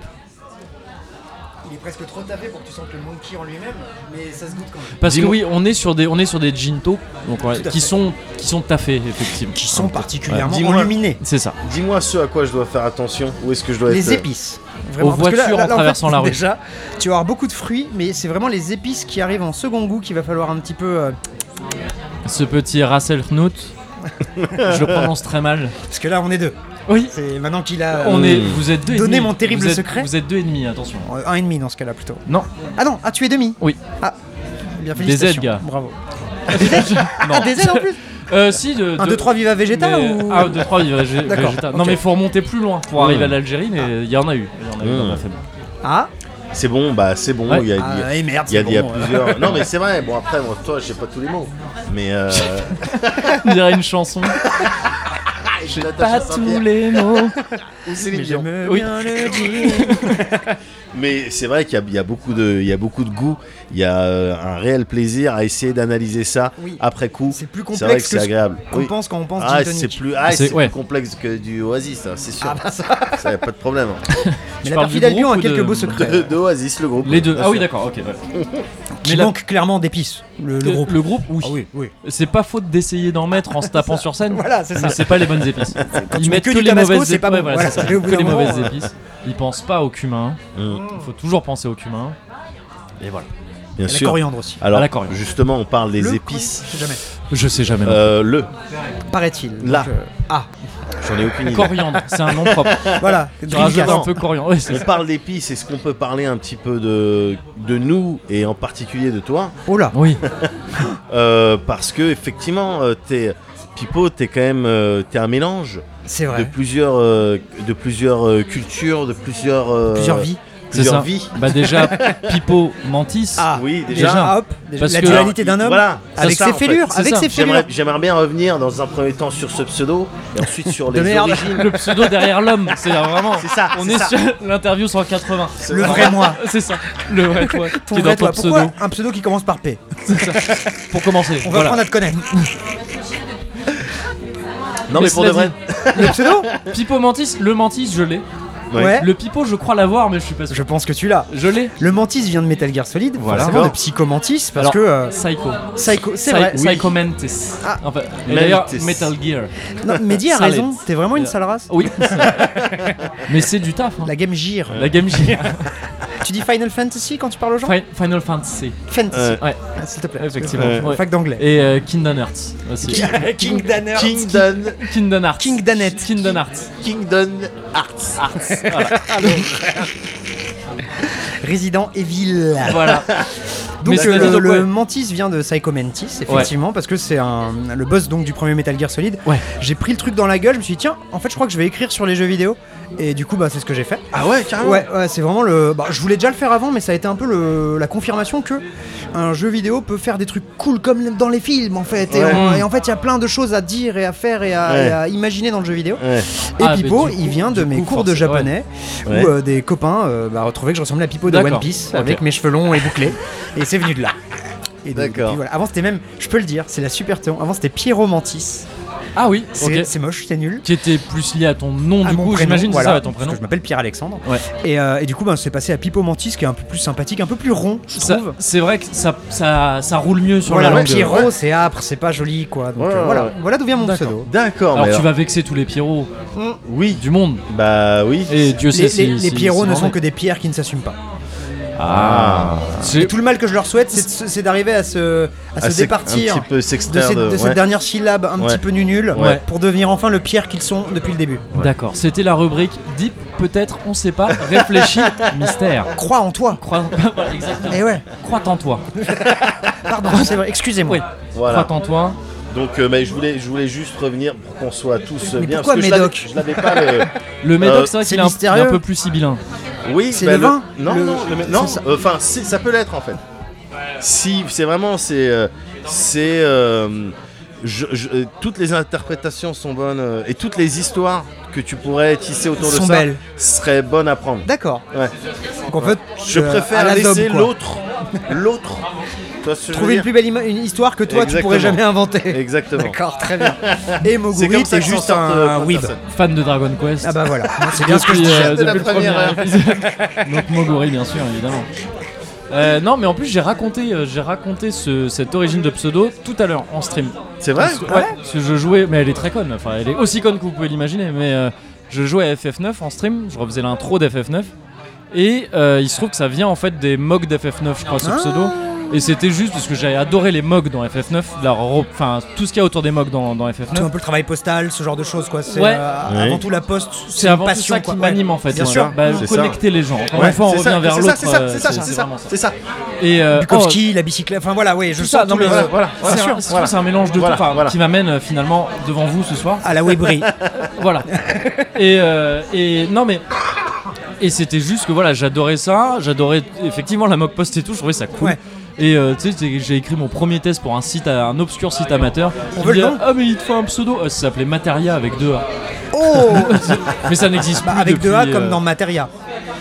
Speaker 3: Il est presque trop tapé pour que tu sentes le monkey en lui-même, mais ça se goûte quand même.
Speaker 2: Parce que
Speaker 1: Dis-moi.
Speaker 2: oui, on est sur des, on est sur des ginto donc, ouais,
Speaker 3: Tout à fait.
Speaker 2: qui, sont, qui sont taffés, effectivement.
Speaker 3: Qui sont particulièrement
Speaker 1: Dis-moi.
Speaker 3: enluminés.
Speaker 2: C'est ça.
Speaker 1: Dis-moi ce à quoi je dois faire attention, où est-ce que je dois être.
Speaker 3: Les
Speaker 1: euh,
Speaker 3: épices. Vraiment,
Speaker 2: Aux
Speaker 3: parce que
Speaker 2: voitures en
Speaker 3: fait,
Speaker 2: traversant la rue.
Speaker 3: Déjà, tu vas avoir beaucoup de fruits, mais c'est vraiment les épices qui arrivent en second goût qu'il va falloir un petit peu. euh,
Speaker 2: Ce petit Russell Knut, je le prononce très mal.
Speaker 3: Parce que là, on est deux.
Speaker 2: Oui,
Speaker 3: C'est maintenant qu'il a.
Speaker 2: on
Speaker 3: euh,
Speaker 1: Hmm.
Speaker 2: est, vous êtes deux
Speaker 3: Donnez
Speaker 2: ennemis.
Speaker 3: mon terrible
Speaker 2: Vous êtes-
Speaker 3: secret.
Speaker 2: Vous êtes deux ennemis, attention.
Speaker 3: Un et demi dans ce cas-là plutôt.
Speaker 2: Non,
Speaker 3: Ah non, ah tu es demi.
Speaker 2: oui.
Speaker 3: Ah, bien
Speaker 2: Des
Speaker 3: félicitations.
Speaker 2: aides, gars.
Speaker 3: Bravo.
Speaker 2: non.
Speaker 3: Ah, des aides en plus
Speaker 2: Euh, si, de,
Speaker 3: Un,
Speaker 2: de-
Speaker 3: deux, trois, viva Vegeta
Speaker 2: mais-
Speaker 3: ou.
Speaker 2: Ah, 2, 3, végétal.
Speaker 3: D'accord,
Speaker 2: Non,
Speaker 3: ok.
Speaker 2: mais faut remonter plus loin
Speaker 1: Hmm.
Speaker 2: pour arriver à l'Algérie, mais il y en a eu. Il y en a eu dans
Speaker 1: Mm.
Speaker 2: ma famille.
Speaker 3: Ah,
Speaker 1: C'est bon, bah c'est bon,
Speaker 2: Ouais.
Speaker 1: il y a, il y a-
Speaker 3: ah, et merde,
Speaker 1: il y a-
Speaker 3: c'est
Speaker 1: il y a
Speaker 3: bon, euh.
Speaker 1: plusieurs. non mais c'est vrai, bon après, moi, toi, j'ai pas tous les mots. Mais euh,
Speaker 2: On dirait une chanson.
Speaker 1: suis
Speaker 2: Pas tous les mots.
Speaker 3: Mais j'aime
Speaker 2: Oui.
Speaker 3: bien le gin.
Speaker 1: Mais c'est vrai qu'il y a- il y, a beaucoup de, il y a beaucoup de goût. Il y a euh, un réel plaisir à essayer d'analyser ça
Speaker 3: Oui.
Speaker 1: après coup.
Speaker 3: C'est plus
Speaker 1: Ah, C'est vrai que
Speaker 3: complexe
Speaker 1: c'est
Speaker 3: que ce
Speaker 1: agréable.
Speaker 3: qu'on
Speaker 1: Oui.
Speaker 3: pense quand on pense
Speaker 1: Ah,
Speaker 3: gin
Speaker 1: c'est
Speaker 3: tonic.
Speaker 1: plus, ah,
Speaker 2: C'est-
Speaker 1: c'est
Speaker 2: ouais.
Speaker 1: plus complexe que du Oasis, hein, c'est sûr.
Speaker 3: Ah bah ça.
Speaker 1: Ça y a pas de problème. hein.
Speaker 3: Mais la
Speaker 2: parles du
Speaker 3: perfide
Speaker 2: groupe
Speaker 3: Albion
Speaker 2: ou
Speaker 3: a
Speaker 2: de-
Speaker 3: quelques beaux secrets.
Speaker 1: De, de Oasis, le groupe.
Speaker 2: Les deux.
Speaker 1: bien
Speaker 2: Ah oui,
Speaker 1: sûr.
Speaker 2: d'accord, ok. ouais.
Speaker 3: Qui
Speaker 2: Mais la-
Speaker 3: manque clairement d'épices, le, le groupe.
Speaker 2: Le groupe, oui.
Speaker 3: Ah oui, oui.
Speaker 2: C'est pas faute d'essayer d'en mettre en se tapant sur scène.
Speaker 3: Voilà,
Speaker 1: Ah,
Speaker 3: c'est ça.
Speaker 2: mais c'est pas les bonnes épices.
Speaker 3: tu
Speaker 2: Ils
Speaker 3: mets
Speaker 2: mettent
Speaker 3: que
Speaker 2: que,
Speaker 3: du
Speaker 2: les
Speaker 3: Tabasco,
Speaker 2: mauvaises
Speaker 3: c'est
Speaker 2: épices.
Speaker 3: pas bon. Voilà,
Speaker 2: ça.
Speaker 3: et au bout
Speaker 2: Que
Speaker 3: d'un
Speaker 2: les
Speaker 3: moment,
Speaker 2: mauvaises
Speaker 3: euh,
Speaker 2: épices. Ils pensent pas au cumin.
Speaker 1: Mm.
Speaker 2: Il faut toujours penser au cumin. Et voilà.
Speaker 1: Bien
Speaker 3: La
Speaker 1: sûr.
Speaker 3: coriandre aussi.
Speaker 1: Alors,
Speaker 2: Ah, la coriandre.
Speaker 1: justement, on parle des
Speaker 3: Le
Speaker 1: épices.
Speaker 3: coriandre, je sais jamais.
Speaker 2: Je sais jamais. non.
Speaker 1: Euh, le,
Speaker 3: Paraît-il.
Speaker 1: Là.
Speaker 3: Donc, euh, Ah,
Speaker 1: j'en ai aucune idée.
Speaker 2: Euh, Coriandre, c'est un nom propre.
Speaker 3: voilà.
Speaker 2: Tu rajoutes
Speaker 3: délicat.
Speaker 2: un peu coriandre. Ouais, c'est
Speaker 1: On
Speaker 2: ça.
Speaker 1: parle d'épices, est-ce qu'on peut parler un petit peu de, de nous et en particulier de toi
Speaker 3: Oh là.
Speaker 2: Oui.
Speaker 1: Euh, Parce que effectivement, euh, t'es Pipo, t'es quand même euh, t'es un mélange
Speaker 3: C'est
Speaker 1: de
Speaker 3: vrai.
Speaker 1: plusieurs euh, de plusieurs euh, cultures, de plusieurs euh,
Speaker 3: Plusieurs vies.
Speaker 2: C'est
Speaker 1: plusieurs
Speaker 2: ça.
Speaker 1: vies.
Speaker 2: Bah déjà, Pipo Mantis.
Speaker 3: Ah,
Speaker 1: Oui, déjà.
Speaker 2: Déjà.
Speaker 3: Ah, hop, déjà,
Speaker 2: Parce
Speaker 3: la
Speaker 2: que-
Speaker 3: dualité d'un homme
Speaker 1: Voilà, c'est
Speaker 3: avec
Speaker 1: ça,
Speaker 3: ses
Speaker 1: en fait.
Speaker 3: fêlures,
Speaker 2: C'est
Speaker 3: avec
Speaker 2: ça.
Speaker 3: ses
Speaker 1: J'aimerais,
Speaker 3: fêlures.
Speaker 1: j'aimerais bien revenir dans un premier temps sur ce pseudo et ensuite sur les
Speaker 3: De merde.
Speaker 1: origines.
Speaker 2: Le pseudo derrière l'homme, c'est vraiment.
Speaker 1: C'est ça,
Speaker 2: On
Speaker 1: c'est
Speaker 2: est
Speaker 1: ça.
Speaker 2: sur l'interview 180.
Speaker 3: Le vrai moi.
Speaker 2: C'est ça, le vrai toi
Speaker 3: Ton
Speaker 2: qui est dans
Speaker 3: vrai toi.
Speaker 2: ton
Speaker 3: Pourquoi
Speaker 2: pseudo.
Speaker 3: un pseudo qui commence par P
Speaker 2: Pour commencer,
Speaker 3: On va
Speaker 2: voilà.
Speaker 3: apprendre à te connaître.
Speaker 1: Non mais pour de vrai.
Speaker 2: cela
Speaker 3: Le pseudo
Speaker 2: dit, Pipo Mantis, le Mantis, je l'ai.
Speaker 1: Ouais.
Speaker 3: Ouais.
Speaker 2: Le Pipo, je crois l'avoir, mais je suis pas sûr.
Speaker 3: Je pense que tu l'as.
Speaker 2: Je l'ai.
Speaker 3: Le Mantis vient de Metal Gear Solid,
Speaker 2: Voilà.
Speaker 3: forcément de
Speaker 1: D'accord.
Speaker 3: Psychomantis, parce
Speaker 2: Alors,
Speaker 3: que euh,
Speaker 2: Psycho.
Speaker 3: Psycho, c'est
Speaker 2: Psy-
Speaker 3: vrai.
Speaker 2: oui. Psycho Mantis.
Speaker 3: Ah.
Speaker 2: Enfin, et
Speaker 1: Mantis.
Speaker 2: d'ailleurs, Metal Gear.
Speaker 3: Non, Mehdi a
Speaker 2: Salade.
Speaker 3: raison, t'es vraiment une sale race.
Speaker 2: Oui. mais c'est du taf. hein.
Speaker 3: La Game Gear.
Speaker 2: La Game Gear.
Speaker 3: Tu dis Final Fantasy quand tu parles aux gens
Speaker 2: Fin- Final Fantasy.
Speaker 3: Fantasy,
Speaker 1: Euh,
Speaker 2: Ouais,
Speaker 3: Ah, s'il te plaît.
Speaker 2: effectivement.
Speaker 1: Euh,
Speaker 2: Ouais.
Speaker 3: Fac d'anglais.
Speaker 2: Et euh, Kingdom Hearts aussi.
Speaker 3: King Danner.
Speaker 1: Kingdom,
Speaker 2: Kingdom Hearts.
Speaker 3: King Danette.
Speaker 2: Kingdom Hearts.
Speaker 1: Kingdom Arts.
Speaker 3: Resident Evil.
Speaker 2: Voilà.
Speaker 3: Donc
Speaker 2: Mais
Speaker 3: euh,
Speaker 2: c'est-
Speaker 3: le,
Speaker 2: donc, ouais.
Speaker 3: le Mantis vient de Psycho Mantis, effectivement, parce que c'est un- le boss donc du premier Metal Gear Solid.
Speaker 2: Ouais.
Speaker 3: J'ai pris le truc dans la gueule, je me suis dit tiens, en fait je crois que je vais écrire sur les jeux vidéo. Et du coup bah c'est ce que j'ai fait.
Speaker 1: Ah ouais, carrément.
Speaker 3: Ouais, ouais, c'est vraiment le. bah, je voulais déjà le faire avant, mais ça a été un peu le- la confirmation que un jeu vidéo peut faire des trucs cool comme dans les films en fait. Et,
Speaker 1: Ouais.
Speaker 3: on-
Speaker 2: Mm.
Speaker 3: et en fait, il y a plein de choses à dire et à faire et à,
Speaker 1: Ouais.
Speaker 3: et à imaginer dans le jeu vidéo.
Speaker 1: Ouais.
Speaker 3: Et
Speaker 2: Ah,
Speaker 3: Pipo,
Speaker 2: mais du coup-
Speaker 3: il vient de
Speaker 2: du
Speaker 3: mes
Speaker 2: coup,
Speaker 3: cours de
Speaker 2: forcément,
Speaker 3: japonais
Speaker 1: ouais.
Speaker 3: où euh, des copains euh, bah, retrouvaient que je ressemblais à Pipo de
Speaker 2: D'accord,
Speaker 3: One Piece
Speaker 2: ok.
Speaker 3: avec mes cheveux longs et bouclés. et c'est venu de là. Et donc,
Speaker 1: D'accord.
Speaker 3: depuis, voilà. Avant c'était même, je peux le dire, c'est la super théon. Avant c'était Pierrot Mantis.
Speaker 2: Ah oui,
Speaker 3: C'est
Speaker 2: ok.
Speaker 3: c'est moche, c'est nul.
Speaker 2: Qui était plus lié à ton nom,
Speaker 3: À
Speaker 2: du
Speaker 3: mon
Speaker 2: coup,
Speaker 3: prénom,
Speaker 2: j'imagine, c'est
Speaker 3: voilà,
Speaker 2: ça, à ton
Speaker 3: parce
Speaker 2: prénom.
Speaker 3: que je m'appelle Pierre Alexandre.
Speaker 2: Ouais.
Speaker 3: Et, euh, et du coup, ben, c'est passé à Pipo Mantis, qui est un peu plus sympathique, un peu plus rond, je
Speaker 2: Ça-
Speaker 3: trouve.
Speaker 2: C'est vrai que ça, ça, ça roule mieux sur
Speaker 3: Voilà,
Speaker 2: la langue.
Speaker 3: Pierrot, c'est âpre, c'est pas joli, quoi. Donc,
Speaker 1: Ouais,
Speaker 3: euh,
Speaker 1: ouais,
Speaker 3: voilà,
Speaker 1: ouais.
Speaker 3: voilà d'où vient mon
Speaker 2: D'accord.
Speaker 3: pseudo.
Speaker 1: D'accord,
Speaker 2: Alors
Speaker 1: mais
Speaker 2: tu vas vexer tous les Pierrots
Speaker 1: Oui.
Speaker 2: du monde.
Speaker 1: Bah oui.
Speaker 2: Et Dieu
Speaker 3: Les,
Speaker 2: sait si
Speaker 3: les- les
Speaker 2: si-
Speaker 3: Pierrots
Speaker 2: si
Speaker 3: ne
Speaker 2: on
Speaker 3: sont
Speaker 2: est.
Speaker 3: que des pierres qui ne s'assument pas.
Speaker 1: Ah.
Speaker 2: C'est-
Speaker 3: Tout le mal que je leur souhaite, c'est de se- c'est d'arriver à se, à se
Speaker 1: Ah, c'est-
Speaker 3: départir
Speaker 1: Un petit peu
Speaker 3: de,
Speaker 1: s'extraire
Speaker 3: cette,
Speaker 1: de.
Speaker 3: de cette
Speaker 1: ouais.
Speaker 3: dernière syllabe un
Speaker 1: Ouais.
Speaker 3: petit peu nul
Speaker 1: Ouais.
Speaker 3: pour devenir enfin le pierre qu'ils sont depuis le début.
Speaker 2: D'accord, c'était la rubrique Deep, peut-être, on sait pas, réfléchis, mystère.
Speaker 3: Crois en toi.
Speaker 2: Crois... Voilà, exactement.
Speaker 3: Et ouais,
Speaker 2: Crois en toi.
Speaker 3: pardon, c'est vrai, excusez-moi.
Speaker 2: Oui.
Speaker 1: Voilà.
Speaker 2: Crois en toi.
Speaker 1: Donc, euh, mais je voulais, je voulais juste revenir pour qu'on soit tous euh,
Speaker 3: Mais
Speaker 1: bien.
Speaker 3: pourquoi
Speaker 1: parce que je
Speaker 3: Médoc
Speaker 1: l'avais- je l'avais pas le.
Speaker 2: Le médoc,
Speaker 1: Euh,
Speaker 2: c'est vrai
Speaker 3: c'est
Speaker 2: qu'il est un- il est un,
Speaker 3: mystérieux.
Speaker 2: peu plus sibyllin.
Speaker 1: Oui,
Speaker 3: C'est
Speaker 1: bah,
Speaker 3: le vin
Speaker 1: Non,
Speaker 3: Le-
Speaker 1: non, le mé- non. euh, Enfin, si, ça peut l'être en fait. Si, c'est vraiment, c'est, euh, c'est, euh, je- je- euh, toutes les interprétations sont bonnes euh, et toutes les histoires que tu pourrais tisser autour de
Speaker 3: Sont
Speaker 1: ça
Speaker 3: belles.
Speaker 1: seraient bonnes à prendre.
Speaker 3: D'accord.
Speaker 1: Ouais.
Speaker 3: Donc en fait,
Speaker 1: Je
Speaker 3: euh, à
Speaker 1: préfère
Speaker 3: la daube,
Speaker 1: laisser
Speaker 3: quoi.
Speaker 1: l'autre, l'autre. Tu vois ce que je veux
Speaker 3: Trouver une
Speaker 1: dire
Speaker 3: plus belle ima- une histoire que toi tu
Speaker 1: Exactement.
Speaker 3: pourrais jamais inventer.
Speaker 1: Exactement.
Speaker 3: D'accord, très bien. Et
Speaker 1: C'est
Speaker 3: Moguri,
Speaker 1: comme ça
Speaker 3: t'es
Speaker 1: que s'en
Speaker 3: juste
Speaker 1: sortent,
Speaker 3: un,
Speaker 1: euh,
Speaker 3: un
Speaker 1: plein de
Speaker 3: weeb.
Speaker 1: personnes.
Speaker 2: bah, Fan de Dragon Quest.
Speaker 3: Ah bah voilà, c'est bien ce que je
Speaker 2: depuis,
Speaker 3: disais.
Speaker 2: euh,
Speaker 1: de la
Speaker 2: depuis le premier
Speaker 1: première heure.
Speaker 2: épisode. Donc Moguri, bien sûr, évidemment. Euh, non, mais en plus, j'ai raconté, euh, j'ai raconté ce- cette origine de pseudo tout à l'heure en stream.
Speaker 1: C'est vrai.
Speaker 2: Parce que- ouais, parce que je jouais, mais elle est très conne, enfin elle est aussi conne que vous pouvez l'imaginer, mais euh, je jouais à FF9 en stream, je refaisais l'intro d'FF9, et euh, il se trouve que ça vient en fait des mogs d'FF9, je crois, ce
Speaker 3: Ah.
Speaker 2: pseudo. Et c'était juste parce que j'avais adoré les mogs dans FF9, la ro- enfin tout ce qu'il y a autour des mogs dans, dans
Speaker 3: C'est un
Speaker 2: FF9.
Speaker 3: peu le travail postal, ce genre de choses quoi. C'est
Speaker 2: Ouais.
Speaker 3: euh,
Speaker 1: Oui.
Speaker 3: avant tout la poste,
Speaker 2: C'est
Speaker 3: une
Speaker 2: avant tout
Speaker 3: passion,
Speaker 2: ça qui
Speaker 3: quoi.
Speaker 2: m'anime
Speaker 3: Ouais.
Speaker 2: en fait.
Speaker 3: Bien
Speaker 2: ouais.
Speaker 3: sûr.
Speaker 2: Bah,
Speaker 1: C'est ça.
Speaker 2: connecter les gens. Encore
Speaker 1: Ouais,
Speaker 2: une fois, on
Speaker 1: c'est
Speaker 2: revient
Speaker 1: ça,
Speaker 2: vers
Speaker 1: c'est
Speaker 2: l'autre.
Speaker 1: ça, c'est ça,
Speaker 2: euh,
Speaker 1: c'est ça,
Speaker 2: c'est-
Speaker 1: c'est
Speaker 2: c'est
Speaker 1: ça,
Speaker 2: vraiment ça.
Speaker 1: c'est ça.
Speaker 2: Et euh, oh,
Speaker 3: Bukowski, la bicyclette, enfin voilà, oui, je
Speaker 2: tout
Speaker 3: sens
Speaker 2: ça, non
Speaker 3: tout
Speaker 2: mais
Speaker 3: le-
Speaker 2: euh, voilà,
Speaker 3: Bien
Speaker 2: c'est un-
Speaker 3: sûr,
Speaker 2: c'est
Speaker 3: voilà.
Speaker 2: un mélange de
Speaker 1: Voilà,
Speaker 2: tout enfin,
Speaker 1: voilà.
Speaker 2: qui m'amène euh, finalement devant vous ce soir.
Speaker 3: à la Webri.
Speaker 2: voilà. Et, euh, et non mais. Et c'était juste que voilà, j'adorais ça, j'adorais effectivement la mock post et tout, je trouvais ça cool.
Speaker 3: Ouais.
Speaker 2: Et euh, tu sais, c'est- j'ai écrit mon premier test pour un site, à- un obscur site amateur.
Speaker 3: On
Speaker 2: Il
Speaker 3: veut
Speaker 2: me
Speaker 3: le
Speaker 2: dit,
Speaker 3: nom
Speaker 2: Ah, mais il te faut un pseudo. Euh, ça s'appelait Materia avec deux A.
Speaker 3: Oh
Speaker 2: Mais ça n'existe
Speaker 3: Bah,
Speaker 2: plus.
Speaker 3: avec deux A
Speaker 2: depuis,
Speaker 3: comme
Speaker 2: euh,
Speaker 3: dans Materia.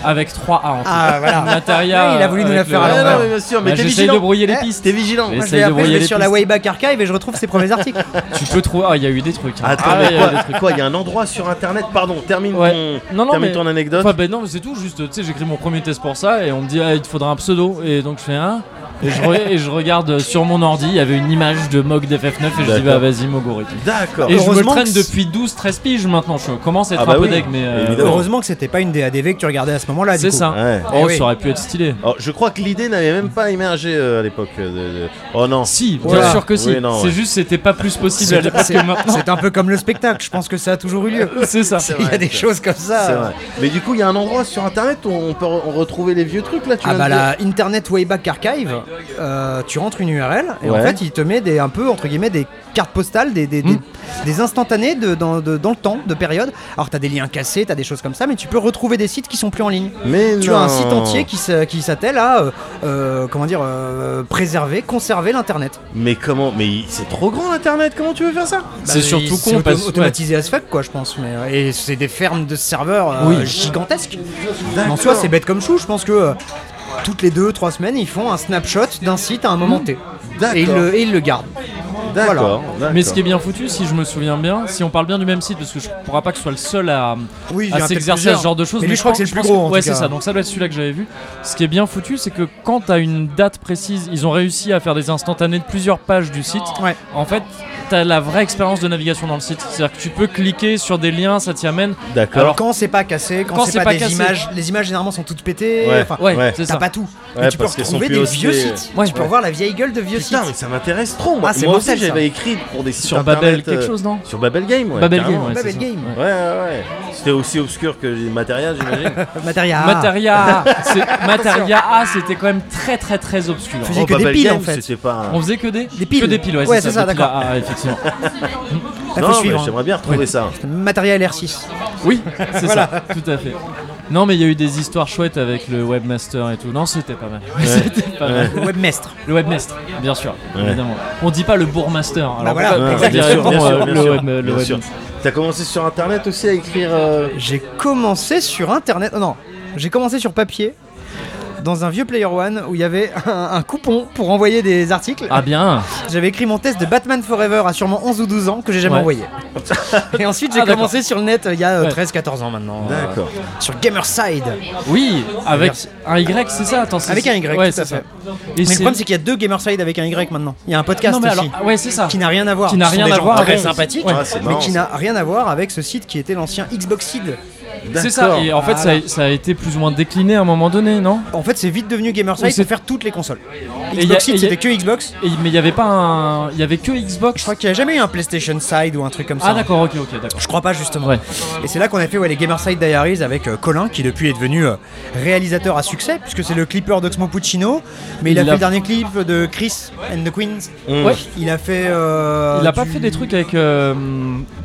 Speaker 2: Avec trois A en tout.
Speaker 3: Ah voilà.
Speaker 2: Materia.
Speaker 3: Ouais, il a voulu nous
Speaker 2: avec
Speaker 3: la faire
Speaker 2: le-
Speaker 3: à
Speaker 1: Ouais,
Speaker 3: l'envers.
Speaker 1: non, mais bien sûr, mais
Speaker 2: Bah,
Speaker 1: t'es
Speaker 2: J'essaye de
Speaker 1: vigilant.
Speaker 2: brouiller les
Speaker 3: Eh,
Speaker 2: pistes.
Speaker 1: T'es vigilant.
Speaker 2: Mais-
Speaker 3: Moi, je
Speaker 2: Essaye
Speaker 3: vais,
Speaker 2: de
Speaker 3: après, je
Speaker 2: brouiller
Speaker 3: vais
Speaker 2: les
Speaker 3: sur la
Speaker 2: pistes.
Speaker 3: Wayback Archive et je retrouve ses premiers articles.
Speaker 2: Tu peux trouver. Ah, il y a eu des trucs. hein.
Speaker 1: Attends,
Speaker 2: Ah,
Speaker 1: mais
Speaker 2: ouais, il y a
Speaker 1: quoi
Speaker 2: eu des trucs.
Speaker 1: Quoi, il y a un endroit sur internet Pardon, termine
Speaker 2: Ouais.
Speaker 1: ton,
Speaker 2: Non, non,
Speaker 1: termine
Speaker 2: mais-
Speaker 1: ton anecdote.
Speaker 2: Enfin, ben non, mais c'est tout. Juste, tu sais, j'écris mon premier test pour ça et on me dit, ah, il te faudra un pseudo. Et donc, je fais un. Et je, re- et je regarde sur mon ordi, il y avait une image de Mog d'FF9 et je dis, bah
Speaker 1: D'accord.
Speaker 2: vas-y, Mogorithme.
Speaker 1: D'accord.
Speaker 2: Et je me
Speaker 3: Heureusement que
Speaker 2: traîne
Speaker 3: c-
Speaker 2: depuis 12-13 piges maintenant. Je commence à être
Speaker 1: Ah bah
Speaker 2: un peu
Speaker 1: oui,
Speaker 2: deg, mais. euh,
Speaker 1: évidemment.
Speaker 3: Heureusement que c'était pas une DADV que tu regardais à ce moment-là. du
Speaker 2: c'est
Speaker 3: coup.
Speaker 2: ça.
Speaker 1: Ouais.
Speaker 2: Oh,
Speaker 3: Eh oui.
Speaker 2: ça aurait pu être stylé.
Speaker 1: Alors, je crois que l'idée n'avait même pas émergé euh, à l'époque. euh, de- de- Oh non.
Speaker 2: Si, bien
Speaker 3: Voilà.
Speaker 2: sûr que si.
Speaker 1: Oui, non,
Speaker 2: c'est
Speaker 1: ouais.
Speaker 2: juste, c'était pas plus possible à
Speaker 3: C'est
Speaker 2: l'époque que maintenant.
Speaker 3: c'est un peu comme le spectacle. Je pense que ça a toujours eu lieu.
Speaker 2: C'est ça.
Speaker 1: C'est
Speaker 3: Il y a
Speaker 1: vrai,
Speaker 3: des
Speaker 1: c'est-
Speaker 3: choses comme ça.
Speaker 1: C'est vrai. Mais du coup, il y a un endroit sur internet où on peut re- retrouver les vieux trucs là. Tu
Speaker 3: Ah
Speaker 1: viens
Speaker 3: bah
Speaker 1: de dire.
Speaker 3: la Internet Wayback Archive, euh, tu rentres une URL et en
Speaker 1: Ouais. Hmm.
Speaker 3: fait il te met des, un peu entre guillemets des cartes postales, des, des, des- des instantanés de, dans, de- dans le temps, de période. Alors t'as des liens cassés, t'as des choses comme ça, mais tu peux retrouver des sites qui sont plus en ligne.
Speaker 1: Mais
Speaker 3: Tu
Speaker 1: non.
Speaker 3: as un site entier qui se- qui s'attelle à euh, euh, comment dire euh, préserver, conserver l'internet.
Speaker 1: Mais comment Mais il- c'est trop grand internet. Comment tu veux faire ça
Speaker 2: C'est
Speaker 3: Bah,
Speaker 2: surtout
Speaker 3: il-
Speaker 2: con
Speaker 3: c'est auto-
Speaker 2: parce-
Speaker 3: automatisé as fuck quoi je pense mais euh, et c'est des fermes de serveurs euh,
Speaker 2: Oui.
Speaker 3: gigantesques. En soi c'est bête comme chou je pense que euh, toutes les deux trois semaines ils font un snapshot d'un site à un moment T
Speaker 1: D'accord.
Speaker 3: et ils le, et ils le gardent.
Speaker 1: D'accord. d'accord.
Speaker 2: Mais ce qui est bien foutu, si je me souviens bien, si on parle bien du même site, parce que je ne pourra pas que ce soit le seul à,
Speaker 3: Oui, il y en a
Speaker 2: à
Speaker 3: peut-être
Speaker 2: s'exercer à
Speaker 3: plusieurs.
Speaker 2: ce genre de choses.
Speaker 3: Mais lui, je crois que c'est le plus
Speaker 2: pense
Speaker 3: gros, en
Speaker 2: Ouais,
Speaker 3: tout
Speaker 2: c'est
Speaker 3: cas.
Speaker 2: ça. Donc ça doit être celui-là que j'avais vu. Ce qui est bien foutu, c'est que quand tu as une date précise, ils ont réussi à faire des instantanés de plusieurs pages du site.
Speaker 3: Ouais.
Speaker 2: En fait, tu as la vraie expérience de navigation dans le site. C'est-à-dire que tu peux cliquer sur des liens, ça t'y amène.
Speaker 1: D'accord.
Speaker 3: Alors quand c'est pas cassé, quand,
Speaker 2: Quand
Speaker 3: c'est
Speaker 2: c'est
Speaker 3: pas,
Speaker 2: pas
Speaker 3: des
Speaker 2: cassé.
Speaker 3: images, les images généralement sont toutes pétées.
Speaker 1: Ouais.
Speaker 3: Enfin,
Speaker 2: Ouais,
Speaker 1: Ouais.
Speaker 2: c'est
Speaker 3: T'as
Speaker 2: ça.
Speaker 3: pas tout.
Speaker 1: Ouais,
Speaker 3: mais tu peux
Speaker 1: parce qu'elles sont
Speaker 3: retrouver
Speaker 1: plus
Speaker 3: des
Speaker 1: hostées.
Speaker 3: vieux sites.
Speaker 2: Ouais.
Speaker 3: tu peux voir la vieille gueule de vieux
Speaker 1: Putain, mais
Speaker 3: sites.
Speaker 1: ça m'intéresse trop. Moi,
Speaker 3: Ah, c'est
Speaker 1: Moi
Speaker 3: mortel,
Speaker 1: aussi,
Speaker 3: ça.
Speaker 1: j'avais écrit pour des sites
Speaker 2: Sur
Speaker 1: internet,
Speaker 2: Babel, quelque
Speaker 1: euh,
Speaker 2: chose, non
Speaker 1: Sur Babel Game, ouais.
Speaker 2: Babel
Speaker 1: carrément.
Speaker 2: Game, ouais,
Speaker 3: Babel
Speaker 2: c'est ça.
Speaker 3: Game.
Speaker 2: Ouais.
Speaker 1: Ouais, ouais, ouais. C'était aussi obscur que les matérias, j'imagine.
Speaker 3: Materia.
Speaker 2: Materia, c'est- Materia A, c'était quand même très très très obscur.
Speaker 3: Faisait que des
Speaker 1: Babel
Speaker 3: piles,
Speaker 1: Game,
Speaker 3: en fait.
Speaker 1: C'était pas. un-
Speaker 2: On faisait que des,
Speaker 3: Des piles.
Speaker 2: Que des piles, ouais,
Speaker 3: Ouais,
Speaker 2: c'est
Speaker 3: c'est ça,
Speaker 2: des piles
Speaker 3: d'accord.
Speaker 2: à A, effectivement.
Speaker 3: Ah, faut
Speaker 1: Non, mais
Speaker 3: suivre, hein.
Speaker 1: j'aimerais bien retrouver ça.
Speaker 3: Materia LR6.
Speaker 2: Oui, c'est ça, tout à fait. Non, mais il y a eu des histoires chouettes avec le webmaster et tout. Non, c'était pas mal. c'était pas mal.
Speaker 3: Le webmestre.
Speaker 2: Le webmaster, bien sûr,
Speaker 1: Ouais.
Speaker 2: évidemment. On dit pas le bourgmaster. Alors
Speaker 3: Bah voilà,
Speaker 2: on va- on va
Speaker 1: bien sûr,
Speaker 2: directement,
Speaker 1: bien
Speaker 2: euh,
Speaker 1: sûr, bien
Speaker 2: le
Speaker 1: sûr,
Speaker 2: web- le
Speaker 1: bien
Speaker 2: web-
Speaker 1: sûr. T'as commencé sur internet aussi à écrire. euh,
Speaker 3: J'ai commencé sur internet. oh non, j'ai commencé sur papier. Dans un vieux Player One où il y avait un, un coupon pour envoyer des articles.
Speaker 2: Ah bien,
Speaker 3: J'avais écrit mon test de Batman Forever à sûrement 11 ou 12 ans que j'ai jamais
Speaker 2: Ouais.
Speaker 3: envoyé. Et ensuite j'ai
Speaker 2: Ah, d'accord.
Speaker 3: commencé sur le net euh, il y a
Speaker 2: Ouais.
Speaker 3: 13-14 ans maintenant. euh,
Speaker 1: D'accord.
Speaker 3: sur Gamerside.
Speaker 2: oui, avec un Y, c'est ça. Attends, c'est-
Speaker 3: Avec un Y,
Speaker 2: ouais,
Speaker 3: tout à
Speaker 2: c'est ça.
Speaker 3: fait.
Speaker 2: Et
Speaker 3: Mais le
Speaker 2: c'est-
Speaker 3: problème c'est qu'il y a deux Gamerside avec un Y maintenant. Il y a un podcast
Speaker 2: non mais alors,
Speaker 3: aussi.
Speaker 2: ah, ouais, c'est ça.
Speaker 3: Qui n'a rien à voir.
Speaker 2: Qui n'a
Speaker 3: Ce sont
Speaker 2: rien
Speaker 3: des
Speaker 2: à
Speaker 3: gens
Speaker 2: voir
Speaker 3: Très
Speaker 2: avec-
Speaker 3: sympathique,
Speaker 2: Ouais.
Speaker 1: Ah, c'est
Speaker 3: mais
Speaker 1: marrant.
Speaker 3: qui n'a rien à voir avec ce site qui était l'ancien Xboxid.
Speaker 1: D'accord.
Speaker 2: C'est ça. Et en fait, ça a, ça a été plus ou moins décliné à un moment donné, non
Speaker 3: En fait, c'est vite devenu
Speaker 2: Oui,
Speaker 3: Gamerside
Speaker 2: c'est-
Speaker 3: pour faire toutes les consoles.
Speaker 2: Et y a- et y
Speaker 3: Xboxid,
Speaker 2: a-
Speaker 3: c'était que Xbox.
Speaker 2: Et- Mais il y avait pas un, il y avait que Xbox.
Speaker 3: Je crois qu'il n'y a jamais eu un PlayStation Side ou un truc comme ça.
Speaker 2: Ah d'accord, ok, ok, d'accord.
Speaker 3: Je crois pas justement.
Speaker 2: Ouais.
Speaker 3: Et c'est là qu'on a fait ouais, les Gamerside Diaries avec euh, Colin qui depuis est devenu euh, réalisateur à succès puisque c'est le clipper d'Oxmo Puccino mais il, a
Speaker 2: Il
Speaker 3: fait
Speaker 2: a-
Speaker 3: le dernier clip de Chris and the Queens.
Speaker 1: Mm.
Speaker 2: Ouais.
Speaker 3: Il a fait euh,
Speaker 2: Il a pas
Speaker 3: du
Speaker 2: fait des trucs avec. euh,